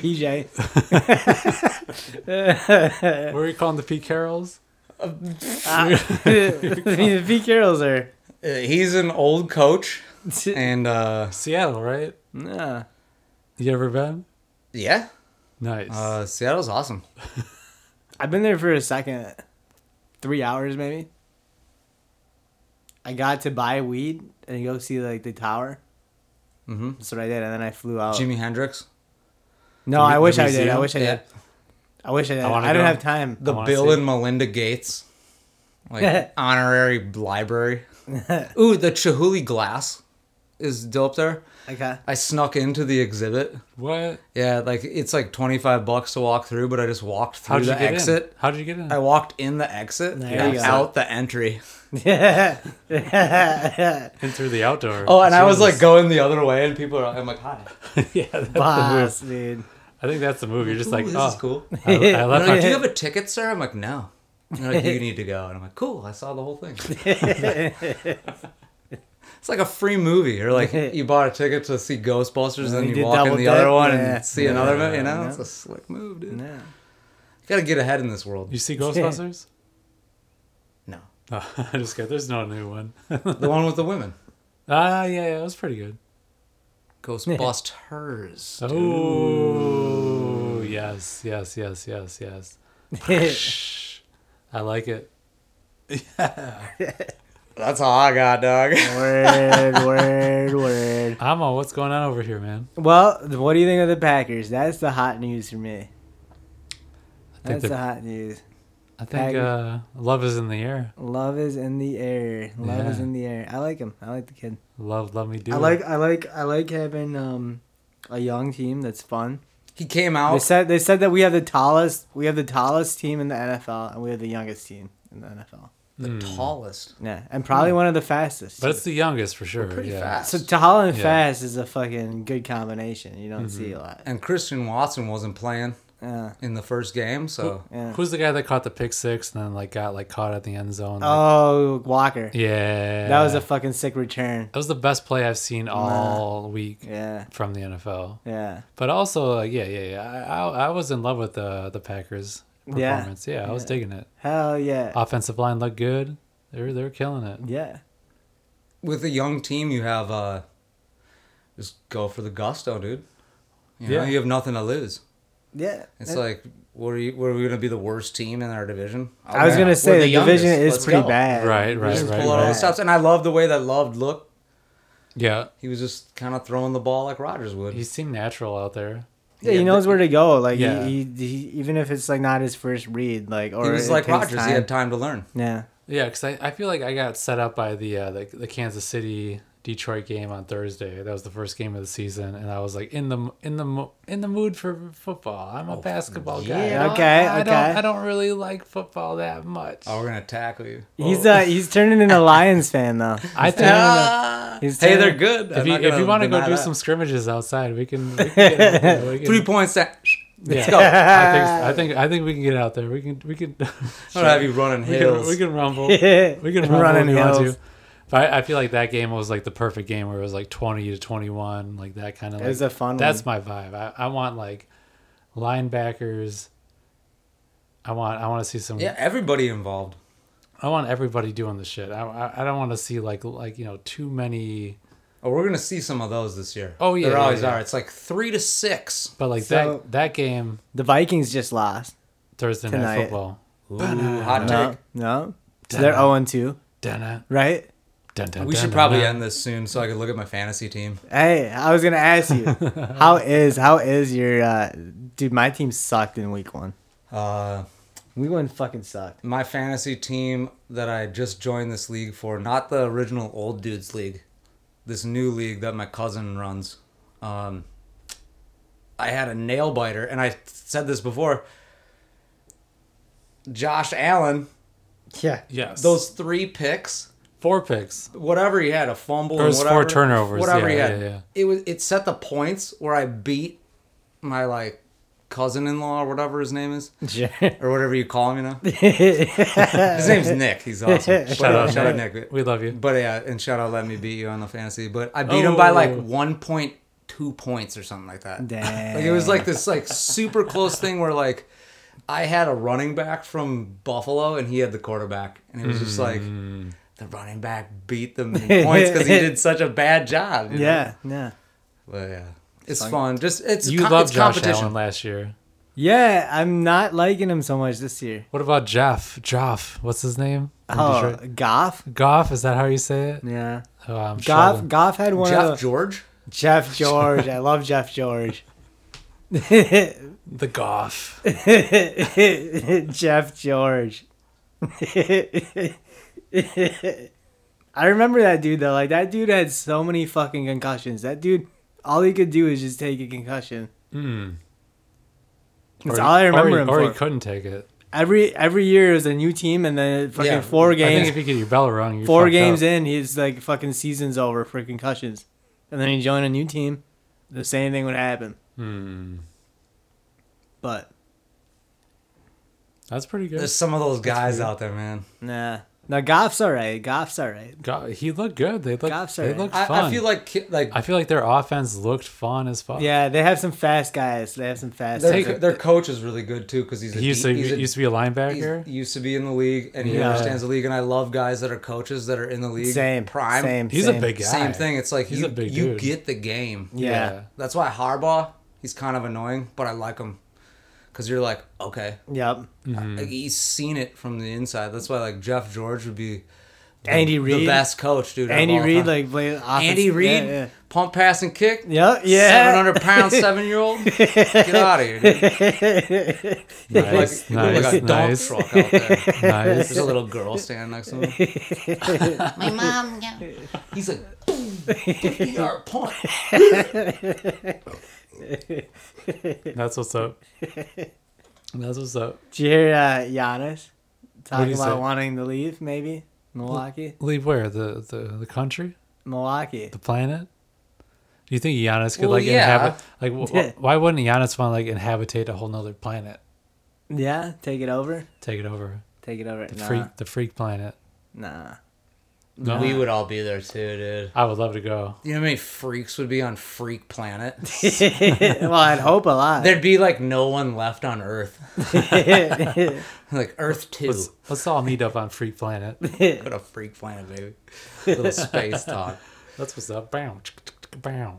S2: PJ.
S3: [LAUGHS]
S2: [LAUGHS]
S1: what were you calling the Pete Carrolls? [LAUGHS]
S2: Ah, I mean, the Pete Carrolls are.
S3: Uh, he's an old coach, and uh,
S1: Seattle, right?
S2: [LAUGHS] Nah.
S1: You ever been?
S3: yeah,
S1: Nice.
S3: uh, Seattle's awesome.
S2: I've been there for a second, three hours maybe. I got to buy weed and go see like the tower.
S3: Mm-hmm.
S2: That's what I did, and then I flew out.
S3: Jimi Hendrix.
S2: no,
S1: The mu-
S2: I
S1: the
S2: wish I did. I
S1: museum?
S2: wish I did. I wish I did.
S1: I
S2: I,
S1: wanna
S2: don't
S1: go.
S2: have time. [LAUGHS]
S3: the
S1: I wanna
S3: Bill
S1: see
S3: and Melinda Gates, [LAUGHS] like honorary [LAUGHS] library. Ooh, the Chihuly Glass is dope there.
S1: [LAUGHS]
S2: Okay.
S3: I snuck into the exhibit.
S1: what?
S3: Yeah, like it's like twenty five bucks to walk through, but I just walked through
S1: How'd you
S3: the
S1: get
S3: exit. Oh.
S1: in? How'd you get in?
S3: I walked in the exit,
S2: There
S3: and
S2: you go.
S3: out the entry.
S1: in through the outdoor.
S3: [LAUGHS] Oh, and I was like
S1: Jesus.
S3: going the other way, and people are. I'm like, hi.
S1: [LAUGHS] yeah, that's the move.
S2: [LAUGHS] Boss, dude. [LAUGHS]
S1: I think that's the move. You're just like,
S3: Ooh, this
S1: oh,
S3: is cool.
S1: I, I left
S3: And [LAUGHS] they're
S1: my
S3: like, do you have a ticket, sir? I'm like, no. And they're like, you need to go. And I'm like, cool. I saw the whole [LAUGHS] thing. it's like a free movie. Or [LAUGHS] like, you bought a ticket to see Ghostbusters, and then
S2: you
S3: you,
S2: did
S3: walk in
S2: double
S3: the
S2: dip,
S3: other one
S2: yeah.
S3: and see another one. You know,
S2: Yeah.
S3: it's a slick move, dude.
S2: Yeah.
S3: You gotta get ahead in this world.
S1: You
S3: [LAUGHS]
S1: see Ghostbusters? [LAUGHS]
S3: No,
S1: Oh, [LAUGHS] I just got. There's no new one. [LAUGHS]
S3: the one with the women.
S1: Ah, yeah, yeah, it was pretty good.
S3: Ghostbusters. dude.
S1: Oh, yes, yes, yes, yes,
S3: [LAUGHS]
S1: yes. Shh. I like it.
S3: That's all I got,
S2: [LAUGHS]
S3: dog. [LAUGHS]
S2: word, word, word.
S1: Amo, what's going on over here, man?
S2: Well, what do you think of the Packers? That's the hot news for me.
S1: I think
S2: That's the
S1: the,
S2: hot news.
S1: I think uh, love is in the air.
S2: Love is in the air. Love is
S1: Yeah.
S2: in the air. I like him. I like the kid.
S1: Love, love me do.
S2: I
S1: it.
S2: like I like I like having um a young team that's fun.
S3: He came
S2: They
S3: out.
S2: said they said that we have the tallest we have the tallest team in the NFL and we have the youngest team in the NFL.
S3: The tallest.
S2: Yeah, and probably one of the fastest.
S1: but it's the youngest for sure.
S3: Pretty
S1: yeah.
S3: fast.
S2: so tall and
S1: Yeah. Mm-hmm.
S2: fast is a fucking good combination. You don't see a lot.
S3: and Christian Watson wasn't playing
S2: Yeah.
S3: in the first game, so
S2: yeah.
S1: Who's the guy that caught the pick six and then like got like caught at the end zone? like-
S2: Oh, Walker.
S1: yeah,
S2: That was a fucking sick return.
S1: that was the best play I've seen all week
S2: Yeah.
S1: from the NFL.
S2: Yeah.
S1: But also, like, yeah, yeah, yeah. I, I, I was in love with the the Packers
S2: Yeah.
S1: performance. Yeah, I was digging it.
S2: Hell yeah.
S1: Offensive line looked good. They're they're killing it.
S2: yeah.
S3: with a young team, you have uh, just go for the gusto, dude. You know,
S1: Yeah.
S3: you have nothing to lose.
S2: Yeah.
S3: It's like, were you were we gonna be the worst team in our division?
S2: I was
S3: Yeah.
S2: gonna
S3: We're
S2: say the, division
S3: youngest.
S2: is
S3: Let's
S2: pretty
S3: go.
S2: bad.
S1: Right,
S2: We
S1: right,
S2: just
S1: right,
S3: Pull
S2: pulled
S3: out all
S1: right.
S3: the stops, and I love the way that Love looked.
S1: Yeah.
S3: He was just kind of throwing the ball like Rogers would.
S1: He seemed natural out there.
S2: Yeah, he
S3: Yeah,
S2: knows
S3: but-
S2: where to go. Like
S1: Yeah.
S2: he, he, he, even if it's like not his first read, like or
S3: he was
S2: it
S3: like
S2: takes
S3: Rogers.
S2: time.
S3: He had time to learn.
S2: yeah,
S1: Yeah, because I, I feel like I got set up by the, uh, the the Kansas City Detroit game on Thursday. That was the first game of the season, and I was like in the in the mo- in the mood for football. I'm a basketball guy.
S3: yeah.
S1: I-
S2: Okay,
S1: I, don't
S2: okay.
S1: I don't really like football that much.
S3: Oh, we're gonna tackle you. Oh.
S2: he's [LAUGHS] uh he's turning into
S3: [LAUGHS]
S2: Lions fan though.
S1: I think
S3: Ah!
S2: He's
S3: hey, they're
S2: turning-
S3: good.
S1: if you if you want to go do some scrimmages outside, we can. We can,
S3: [LAUGHS]
S1: get, you know, we can-
S3: three points, [LAUGHS] that
S1: yeah. [LAUGHS]
S3: let's go.
S1: I think I think I think we can get out there. We can we can. [LAUGHS]
S3: I'll have you running
S1: We can,
S3: hills.
S1: we can
S3: [LAUGHS]
S1: rumble. We
S2: [LAUGHS]
S1: can rumble
S2: running
S1: Running if you want
S2: hills.
S1: to. But I, I feel like that game was like the perfect game where it was like twenty to twenty one, like that kind of.
S2: It
S1: Like,
S2: was a fun
S1: That's my vibe. I, I want like linebackers. I want I want to see some.
S3: yeah, everybody involved.
S1: I want everybody doing the shit. I I, I don't want to see like like you know too many.
S3: Oh, we're gonna see some of those this year.
S1: Oh, yeah,
S3: there
S1: yeah,
S3: always
S1: yeah.
S3: are. It's like three to six.
S1: But like
S2: So-
S1: that that game
S2: The Vikings just lost.
S1: Thursday
S2: Tonight.
S1: night football.
S3: Ooh, hot
S2: No,
S3: take.
S1: [LAUGHS]
S2: no, so they're zero and two,
S1: Dun,
S2: right?
S1: dun, dun,
S3: We
S1: dun,
S3: should
S1: dun,
S3: probably
S1: dun.
S3: end this soon so I could look at my fantasy team.
S2: Hey, I was gonna ask
S1: [LAUGHS]
S2: you, how is how is your uh, dude? My team sucked in week one.
S3: Uh,
S2: Week one fucking sucked.
S3: my fantasy team that I just joined this league for, not the original old dudes league, this new league that my cousin runs. Um, I had a nail biter, and I said this before. Josh Allen,
S2: Yeah, [LAUGHS]
S1: Yes.
S3: those three picks,
S1: four picks.
S3: whatever he had, a fumble,
S1: There was
S3: and
S1: four
S3: whatever-
S1: turnovers,
S3: whatever
S1: yeah,
S3: he had.
S1: yeah, yeah.
S3: It was it set the points where I beat my like cousin-in-law or whatever his name is
S2: sure.
S3: or whatever you call him, you know. His name's Nick.
S2: [LAUGHS]
S3: He's awesome. Shout, out, shout out, Nick.
S1: We love you.
S3: But yeah, and shout out, let me beat you on the fantasy. But I beat him by
S1: Oh.
S3: like one point two points or something like that.
S2: Damn.
S3: Like it was like this like super close thing where like I had a running back from Buffalo and he had the quarterback, and it was just like
S1: Mm.
S3: the running back beat them in points because he
S2: [LAUGHS]
S3: did such a bad job. you know?
S2: yeah, yeah.
S3: But yeah, it's fun. Just it's
S1: You
S3: co-
S1: loved
S3: it's
S1: Josh
S3: competition.
S1: Allen last year.
S2: Yeah, I'm not liking him so much this year.
S1: What about Jeff? Joff. What's his name? From
S2: Oh,
S1: Detroit?
S2: Goff.
S1: Goff. Is that how you say it?
S2: Yeah,
S1: Oh, I'm
S2: Goff.
S1: struggling.
S2: Goff had one
S3: Jeff
S2: of the,
S3: George.
S2: Jeff George. I love Jeff [LAUGHS] George.
S1: The Goff.
S2: Jeff George. [LAUGHS] I remember that dude though. Like that dude had so many fucking concussions. That dude, all he could do is just take a concussion.
S1: Mm.
S2: That's
S1: Or-
S2: all I remember
S1: or,
S2: him
S1: or
S2: for.
S1: he couldn't take it.
S2: every every year it was a new team, and then fucking
S3: Yeah,
S2: four
S1: I think
S2: games,
S1: if you get your bell rung, you're
S2: four
S1: fucked
S2: games
S1: up.
S2: in, he's like fucking season's over for concussions, and then he joined a new team. The same thing would happen,
S1: Hmm.
S2: but
S1: That's pretty good.
S3: There's some of those guys out there, man.
S2: nah. Now Goff's all right. Goff's all right.
S1: Go- he looked good. They looked.
S2: Goff's
S1: they
S2: alright.
S1: looked fun.
S3: I, I feel like ki- like
S1: like their offense looked fun as fuck.
S2: Yeah, they have some fast guys. They have some fast.
S3: Their,
S2: guys.
S1: Take-
S3: their coach is really good too because he's a
S1: He used
S3: de-
S1: to
S3: he's a-
S1: used to be a
S3: he's-
S1: linebacker.
S3: used to be in the league and he
S2: Yeah.
S3: understands the league and I love guys that are coaches that are in the league.
S2: Same.
S3: prime.
S2: Same.
S1: He's
S2: same.
S1: a big guy.
S3: Same thing. It's like
S1: He's
S3: you
S1: a big
S3: you
S1: dude.
S3: get the game.
S2: Yeah.
S3: That's why Harbaugh he's kind of annoying, but I like him because you're like okay,
S2: Yep.
S1: Mm-hmm.
S3: like, he's seen it from the inside. That's why like Jeff George would be the,
S2: Andy
S3: the
S2: Reid.
S3: best coach, dude. of
S2: Andy
S3: all
S2: Reid,
S3: time.
S2: like play offense.
S3: Andy Reid,
S2: Yeah.
S3: pump, pass, and kick.
S2: Yeah. yeah.
S3: Seven hundred pound seven
S2: [LAUGHS]
S3: year old. Get out of here, dude.
S1: Nice,
S3: like, like
S1: nice,
S3: a dump
S1: nice,
S3: truck out there. There's
S1: nice.
S3: a little girl standing next to him.
S4: My mom, yeah.
S3: He's like, boom, our punt.
S1: [LAUGHS] That's what's up. That's what's up.
S2: Did you hear uh,
S1: What'd
S2: Giannis talking
S1: he
S2: about
S1: say?
S2: wanting to leave? Maybe Milwaukee.
S1: Leave where the the, the country,
S2: Milwaukee.
S1: the planet. Do you think Giannis could
S3: Well,
S1: like
S3: yeah.
S1: inhabit? Like, wh-
S3: [LAUGHS]
S1: wh- why wouldn't Giannis want to like inhabitate a whole nother planet?
S2: Yeah. Take it over.
S1: Take it over
S2: Take it over.
S1: the
S2: nah.
S1: freak, the freak planet.
S2: Nah.
S1: No,
S3: We would all be there too, dude.
S1: I would love to go.
S3: You know how many freaks would be on Freak Planet?
S2: [LAUGHS] well, I'd hope a lot.
S3: There'd be like no one left on Earth. [LAUGHS] like Earth 2. [LAUGHS]
S1: Let's, let's all meet up on Freak Planet.
S3: Go to Freak Planet, baby. Little space talk.
S1: That's what's up. Bow, chick, chick, chick, bow.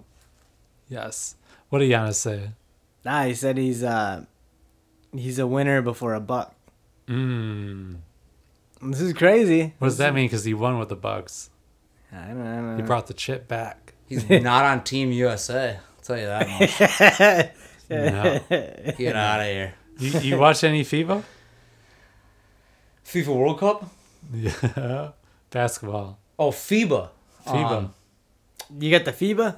S1: Yes. What did Giannis say?
S2: [LAUGHS] nah, he said he's uh, he's a winner before a buck.
S1: Mm.
S2: This is crazy.
S1: What does that mean? Because he won with the Bucks.
S2: I don't know.
S1: He brought the chip back.
S3: [LAUGHS] He's not on Team USA. I'll tell you that much.
S1: No.
S3: Get out of here.
S1: You, you watch any FIBA?
S3: FIFA World Cup?
S1: [LAUGHS] Yeah. Basketball.
S3: Oh, FIBA.
S1: FIBA.
S3: Um,
S2: You got the FIBA?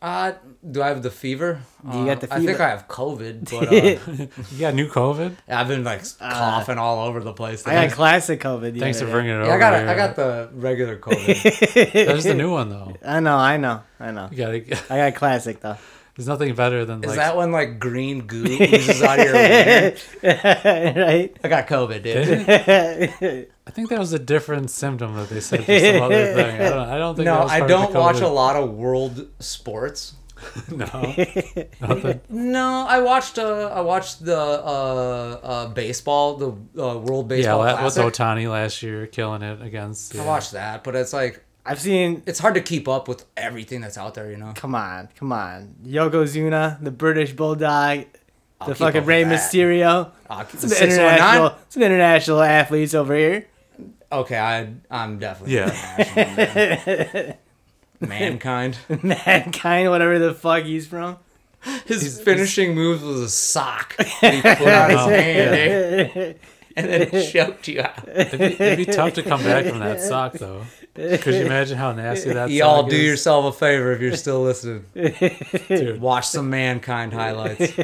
S3: uh, do I have the fever?
S2: Do you
S3: Uh,
S2: got the
S3: I think
S2: fever?
S3: I have COVID, but uh,
S1: you got new COVID?
S3: [LAUGHS] I've been like coughing all over the place.
S2: I got classic COVID. the
S1: Thanks for
S2: other
S1: bringing it over.
S3: yeah, I got I
S1: here.
S3: got [LAUGHS] the regular [LAUGHS] COVID.
S1: There's the new one though.
S2: day. I know, I know, I know.
S1: You gotta,
S2: I got classic though.
S1: [LAUGHS]
S2: [LAUGHS]
S1: there's nothing better than
S3: Is
S1: like
S3: that one like green [LAUGHS] goo oozes out of your vein?
S2: right?
S3: I got COVID, dude. [LAUGHS]
S1: I think that was a different symptom that they said for some other thing. I don't, I don't think.
S3: [LAUGHS] No,
S1: that was
S3: I
S1: part of
S3: don't
S1: the
S3: watch a
S1: COVID.
S3: lot of world sports. [LAUGHS]
S1: No, nothing.
S3: No, I watched uh, I watched the uh, uh, baseball, the uh, World
S1: Yeah,
S3: Baseball
S1: that was
S3: Classic.
S1: Otani last year killing it against.
S3: I
S1: yeah.
S3: watched that, but it's like
S2: I've seen.
S3: it's hard to keep up with everything that's out there, you know.
S2: Come on, come on. Yokozuna, the British Bulldog, the
S3: keep up
S2: fucking
S3: with
S2: Rey
S3: that. oh
S2: Mysterio.
S3: Uh, it's
S2: Some international, some international athletes over here. [LAUGHS]
S3: Okay, I I'm definitely
S1: Yeah.
S3: international,
S1: [LAUGHS]
S3: man. Mankind.
S2: Mankind, whatever the fuck he's from.
S3: His finishing move was a sock that he put on his hand eh? and then choked you out.
S1: It'd, be, it'd be tough to come back from
S3: [LAUGHS]
S1: that sock though. Could you imagine how nasty that?
S3: Y'all
S1: sock
S3: do
S1: is?
S3: yourself a favor if you're still listening.
S1: Dude.
S3: Watch some mankind highlights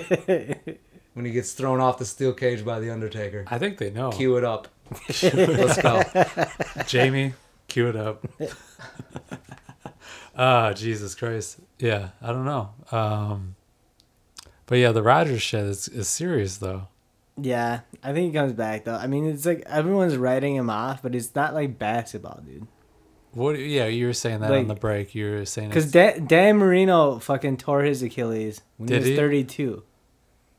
S3: when he gets thrown off the steel cage by the Undertaker.
S1: I think they know.
S3: Cue it up. Let's go.
S1: Jamie, cue it up. [LAUGHS] Ah, Jesus Christ. Yeah, I don't know. Um, but yeah, the Rogers shit is, is serious though.
S2: Yeah, I think he comes back though. I mean, it's like everyone's writing him off, but it's not like basketball, dude.
S1: What? Yeah, you were saying that on
S2: Like-
S1: the break. You were saying
S2: Because
S1: it's
S2: Dan, Dan Marino fucking tore his Achilles when
S1: Did
S2: he was
S1: he?
S2: 32,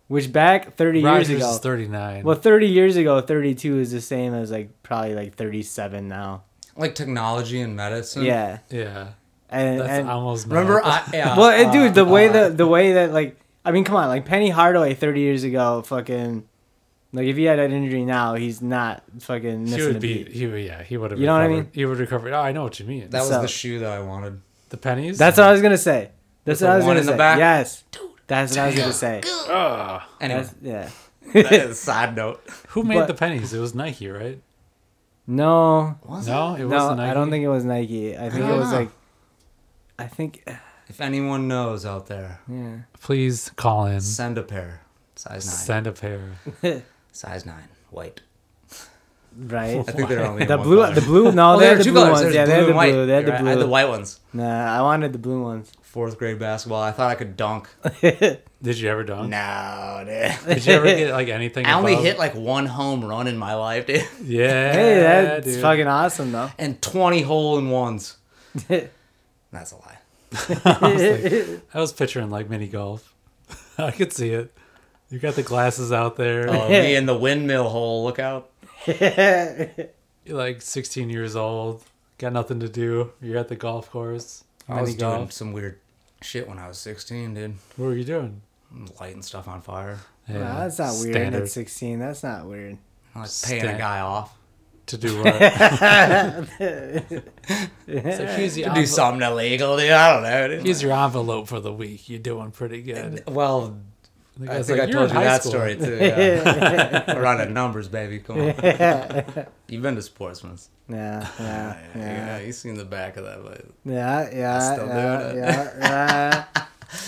S2: which back 30
S1: Rogers
S2: years ago.
S1: is thirty nine.
S2: well, 30 years ago, 32 is the same as like probably like 37 now.
S3: Like technology and medicine.
S2: Yeah,
S1: Yeah,
S2: and
S1: that's
S2: and
S1: almost. mad.
S3: Remember, I,
S2: [LAUGHS]
S3: yeah,
S2: well, and
S3: uh,
S2: dude, the way
S3: uh,
S2: that the way that like I mean, come on, like Penny Hardaway 30 years ago, fucking like if he had that injury now, he's not fucking missing
S1: he would
S2: a
S1: be.
S2: beat.
S1: He would. Yeah, he would have.
S2: You know what I
S1: recovered.
S2: mean?
S1: He would recover. Oh, I know what you mean.
S3: that was
S2: so-
S3: the shoe that I wanted.
S1: the pennies.
S2: That's what I was gonna say. That's
S3: With
S2: what
S3: the
S2: I was
S3: one
S2: gonna
S3: in
S2: say.
S3: the back?
S2: Yes, that's what I was gonna say.
S1: Ugh.
S3: Anyway,
S2: That's, yeah.
S3: that is a side note.
S1: who made
S2: But-
S1: the pennies? It was Nike, right?
S2: No,
S1: No, it
S2: no,
S1: wasn't Nike.
S2: I don't think it was Nike. I think it
S3: don't
S2: was
S3: know.
S2: like, I think,
S3: If anyone knows out there,
S2: yeah.
S1: Please call in.
S3: send a pair. Size nine.
S1: Send a pair.
S3: Size nine. White.
S2: Right.
S3: I think they're only in
S2: The
S3: one
S2: blue,
S3: color.
S2: the blue. No,
S3: Oh,
S2: they
S3: there
S2: had
S3: are
S2: the
S3: two
S2: blue
S3: colors.
S2: ones.
S3: There's
S2: Yeah, they
S3: blue
S2: had the
S3: and white.
S2: blue. They had
S3: You're
S2: the
S3: right. I had the
S2: blue.
S3: white ones.
S2: Nah, I wanted the blue ones.
S3: Fourth grade basketball. I thought I could dunk.
S1: Did you ever dunk?
S2: [LAUGHS]
S3: no,
S1: [LAUGHS]
S3: dude.
S1: Did you ever get like anything?
S3: I only
S1: above?
S3: hit like one home run in my life, dude, [LAUGHS]
S1: Yeah.
S2: Hey, that's
S1: dude.
S2: fucking awesome though.
S3: and twenty hole
S2: [LAUGHS]
S3: in ones. That's a lie.
S1: I was picturing like mini golf. [LAUGHS] I could see it. You got the glasses out there.
S3: Oh, me in the windmill hole. Look out.
S1: You're like 16 years old. Got nothing to do. You're at the golf course.
S3: I was
S1: Mini
S3: doing
S1: golf.
S3: some weird shit when I was 16, dude.
S1: What were you doing?
S3: Lighting stuff on fire.
S1: Yeah,
S2: Nah, that's not weird
S1: Standard
S2: at 16. That's not
S3: [LAUGHS]
S2: weird. [LAUGHS]
S3: I was paying a
S1: Sta-
S3: guy off
S1: to do what? it's like, here's,
S3: to
S1: your
S3: do
S1: envelope,
S3: something illegal, dude. I don't know. Dude.
S1: here's your envelope for the week. You're doing pretty good.
S3: Well,
S1: The
S3: I
S1: guy's
S3: think
S1: like,
S3: I
S1: "You're in
S3: told
S1: high
S3: you that
S1: school."
S3: story too. Yeah. We're running numbers, baby. Come on. You've been to Sportsman's.
S2: Yeah, yeah,
S3: Yeah,
S2: yeah,
S3: you've seen the back of that. But
S2: yeah, yeah,
S3: still
S2: yeah,
S3: doing it.
S2: yeah, yeah,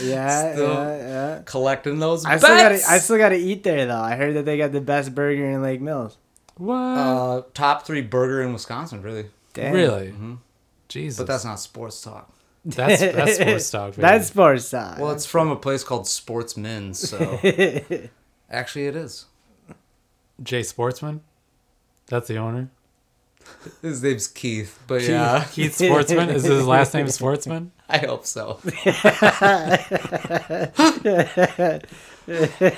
S2: yeah,
S3: Still-
S2: yeah, yeah.
S3: collecting those
S2: I
S3: bets.
S2: still gotta, I still gotta eat there though. I heard that they got the best burger in Lake Mills.
S1: What?
S3: uh, top three burger in Wisconsin, really.
S2: Damn.
S1: really? Jesus.
S3: Mm-hmm. But that's not sports talk.
S1: that's
S2: [LAUGHS]
S3: [LAUGHS]
S1: that's sports talk. baby.
S2: That's sports talk.
S3: Well, it's from a place called Sportsman's,
S2: [LAUGHS]
S3: so actually it is.
S1: Jay Sportsman. That's the owner.
S3: His name's Keith, but yeah,
S1: [LAUGHS] Keith Sportsman. Is his last name Sportsman?
S3: I hope so.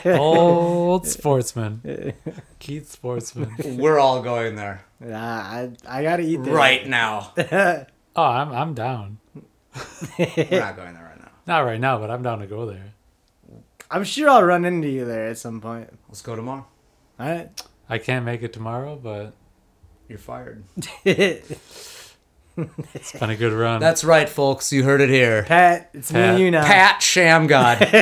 S1: Old
S2: [LAUGHS]
S1: Sportsman. Keith Sportsman.
S3: We're all going there
S2: Nah, I, I gotta eat there.
S3: right now. We're
S1: Oh, I'm I'm down.
S3: not going there right now.
S1: Not right now, but I'm down to go there.
S2: I'm sure I'll run into you there at some point.
S3: Let's go tomorrow.
S2: All right.
S1: I can't make it tomorrow, but
S3: You're fired.
S1: It's been a good run.
S3: That's right, folks. You heard it here.
S2: [LAUGHS] Pat, it's me
S1: Pat.
S2: and you now.
S3: Pat Sham God.
S1: [LAUGHS]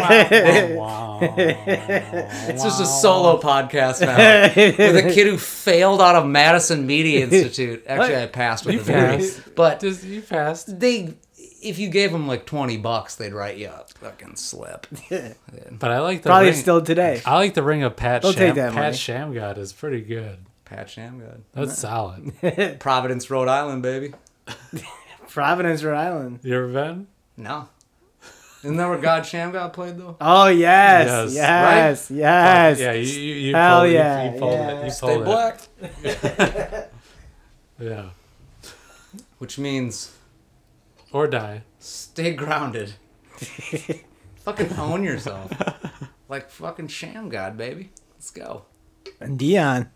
S1: Wow, wow,
S3: It's just a solo podcast
S1: [LAUGHS]
S3: now with a kid who failed out of Madison Media Institute.
S1: [LAUGHS]
S3: Actually, I passed with
S1: You
S3: the degree,
S1: passed.
S3: but
S1: Just, you passed.
S3: they. If you gave them like twenty bucks, they'd write you a fucking slip.
S1: But I like the
S2: Probably
S1: ring. [LAUGHS]
S2: still today. [LAUGHS]
S1: I like the ring of Pat
S2: They'll
S1: Sham.
S2: take that
S1: Pat
S2: money.
S1: Shamgod is pretty good.
S3: Pat Sham God.
S1: That's solid.
S3: Providence, Rhode Island, baby.
S2: Providence, Rhode Island.
S1: You ever been?
S3: No. Isn't that where God Shamgod
S1: [LAUGHS]
S3: played though?
S2: Oh yes,
S1: Yes,
S2: [LAUGHS] yes, yes.
S1: yeah, you you, you
S2: Hell
S1: pulled, it, you,
S2: yeah,
S1: pulled
S2: yeah.
S1: it. You
S3: Stay
S1: pulled it.
S3: black.
S1: Yeah.
S3: Which means
S1: Or die.
S3: stay grounded. fucking own
S1: [LAUGHS]
S3: yourself. Like fucking Sham God, baby. Let's go.
S2: And [LAUGHS] Dion,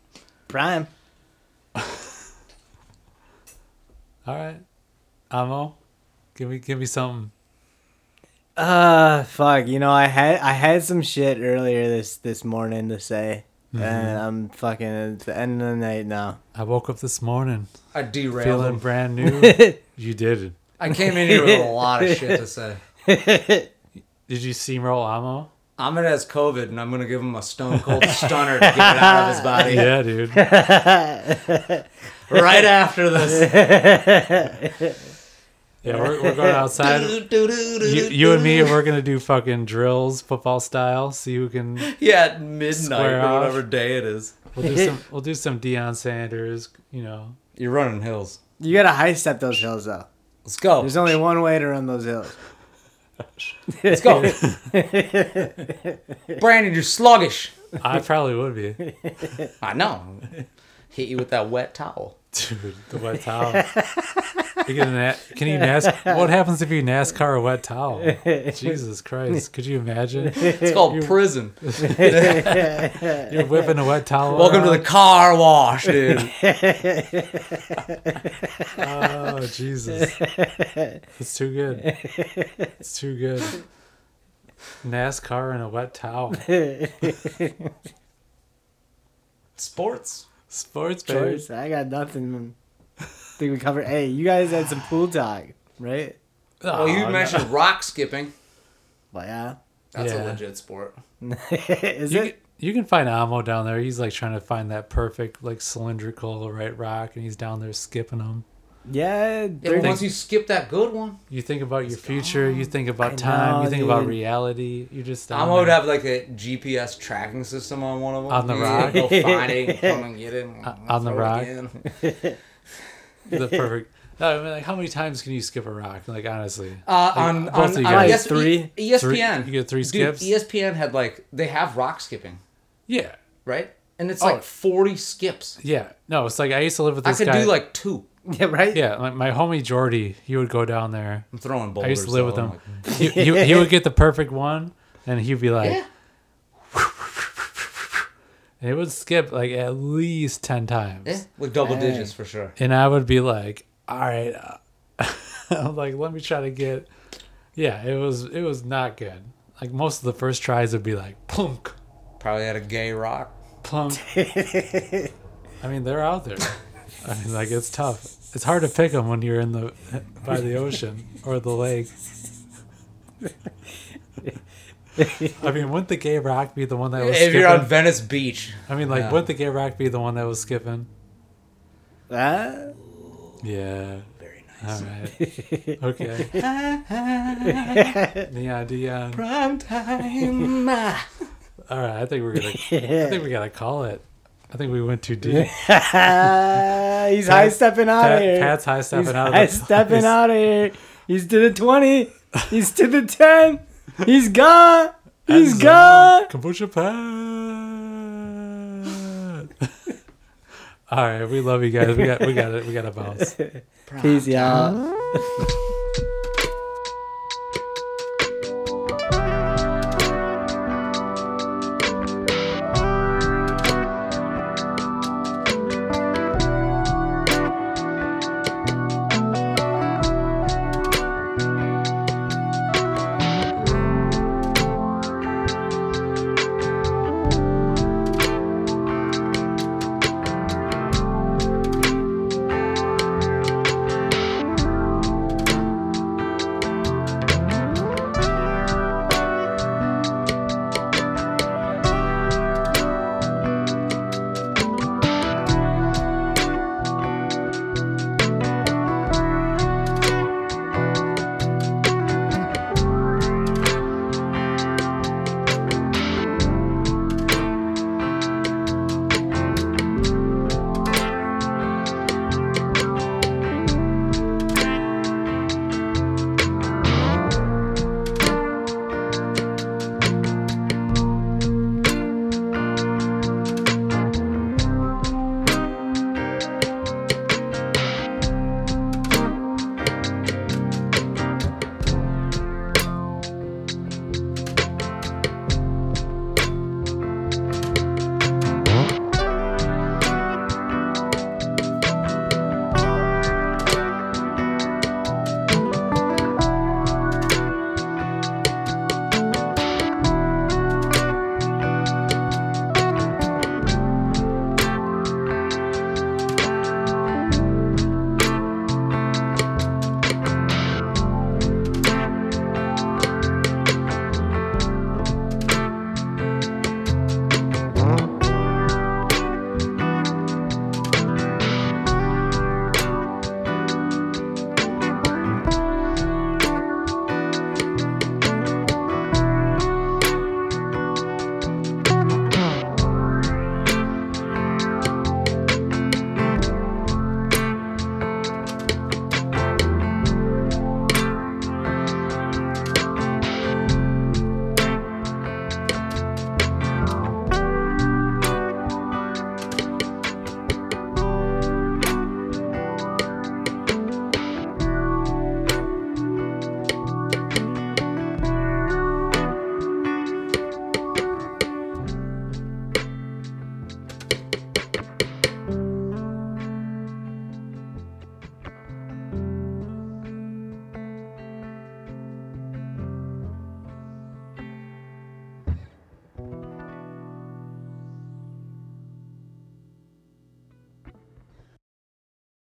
S2: prime.
S1: All right. Amo, give me give me something.
S2: Uh, fuck. You know, I had I had some shit earlier this this morning to say, and I'm fucking at the end of the night now.
S1: I woke up this morning
S3: I derailed
S1: feeling
S3: him.
S1: brand new. [LAUGHS] you did.
S3: I came in here
S1: [LAUGHS]
S3: with a lot of shit to say.
S1: Did you steamroll Amo?
S3: Ahmed has COVID, and I'm gonna give him a stone
S1: [LAUGHS]
S3: cold stunner to get it out of his body
S1: Yeah, dude.
S3: right after
S1: [LAUGHS]
S3: this.
S1: Yeah, we're, we're going [LAUGHS] outside. You, you and me, we're gonna do fucking drills, football style. See who can.
S3: yeah, at midnight
S1: Square
S3: or
S1: off.
S3: whatever day it is.
S1: We'll do some. We'll do some Deion Sanders. You know.
S3: You're running hills.
S2: You gotta high step those hills though.
S3: Let's go.
S2: There's only one way to run those hills. [LAUGHS]
S3: Let's go. Brandon, you're sluggish.
S1: [LAUGHS] I probably would be,
S3: I know. Hit you with that wet towel.
S1: dude. The wet [LAUGHS] towel. You get a na- can you NASCAR? What happens if you NASCAR a wet towel? [LAUGHS] Jesus Christ! Could you imagine?
S3: It's called prison.
S1: You're whipping a wet [LAUGHS] towel.
S3: Welcome to the car
S1: [LAUGHS]
S3: wash, dude.
S1: around. Oh
S3: [LAUGHS]
S1: Jesus! It's too good. It's too good. NASCAR and a wet towel.
S3: Sports.
S1: Sports, baby.
S2: Choice. I got nothing. think we covered. Hey, you guys had some pool talk, right?
S1: Oh,
S3: Well, you
S1: no.
S3: mentioned rock skipping.
S2: But yeah, [LAUGHS]
S3: That's
S1: Yeah.
S3: a legit sport.
S2: is
S1: You
S2: it?
S1: can, you can find Amo down there. He's like trying to find that perfect, like cylindrical right rock, and he's down there skipping them.
S2: Yeah,
S3: Yeah, but
S2: thirty-
S3: once you skip that good one,
S1: You think about your future. You think about time.
S2: know,
S1: you think about
S2: dude.
S1: reality. You just down
S3: I'm would
S1: there.
S3: have like a GPS tracking system on one of them.
S1: On the
S3: You
S1: rock.
S3: Go find
S1: [LAUGHS]
S3: it, and come and get it. and
S1: on the
S3: throw it
S1: rock. [LAUGHS]
S3: again. [LAUGHS]
S1: the perfect. No, I mean, like how many times can you skip a rock? Like honestly,
S3: Uh,
S1: Like,
S3: on
S1: both
S3: on,
S1: of you
S3: on E
S1: guys.
S3: ES-
S2: Three?
S3: ESPN.
S1: Three- you get three
S3: Dude, E
S1: skips?
S3: ESPN had like they have rock skipping,
S1: yeah,
S3: right? And it's
S1: Oh.
S3: like 40 skips.
S1: yeah. No, it's like I used to live with
S3: I
S1: this
S3: could
S1: guy.
S3: do like two.
S2: yeah,
S1: [LAUGHS]
S2: right.
S1: yeah, like my homie Jordy. He would go down there.
S3: I'm throwing boulders.
S1: I used to live
S3: though.
S1: with him.
S3: I'm like,
S1: he, he, he
S3: [LAUGHS]
S1: would get the perfect one, and he'd be like,
S3: yeah.
S1: and it would skip like at least ten times.
S3: Yeah, with double
S2: Hey.
S3: digits for sure.
S1: and I would be like, "All right," uh," [LAUGHS] I'm like, "Let me try to get." Yeah, it was it was not good. Like most of the first tries would be like plunk,
S3: Probably had a gay rock.
S1: plunk.
S3: [LAUGHS]
S1: I mean, they're out there. I mean, like it's tough. It's hard to pick them when you're in the by the ocean or the
S3: [LAUGHS]
S1: lake. I mean, wouldn't the gay rock be the one that was
S3: If
S1: skipping?
S3: you're on Venice Beach,
S1: I mean, like,
S3: Yeah.
S1: wouldn't the gay rock be the one that was skipping?
S2: [LAUGHS] Huh?
S1: Yeah. Very nice. All [LAUGHS] right.
S2: [LAUGHS]
S1: Okay. yeah, Dion.
S3: prime time.
S1: All right. I think we're gonna. I think we gotta call it. I think we went too deep.
S2: [LAUGHS] he's high stepping out
S1: Pat,
S2: of here.
S1: Pat's high stepping
S2: he's
S1: out. of
S2: high
S1: the
S2: stepping
S1: place.
S2: out of here. He's to the twenty. He's to the ten. He's gone. He's
S1: Enzo,
S2: gone.
S1: Kombucha
S2: [LAUGHS]
S1: Pat. All right. We love you guys. We got. We got it. We got to bounce.
S2: Peace, y'all.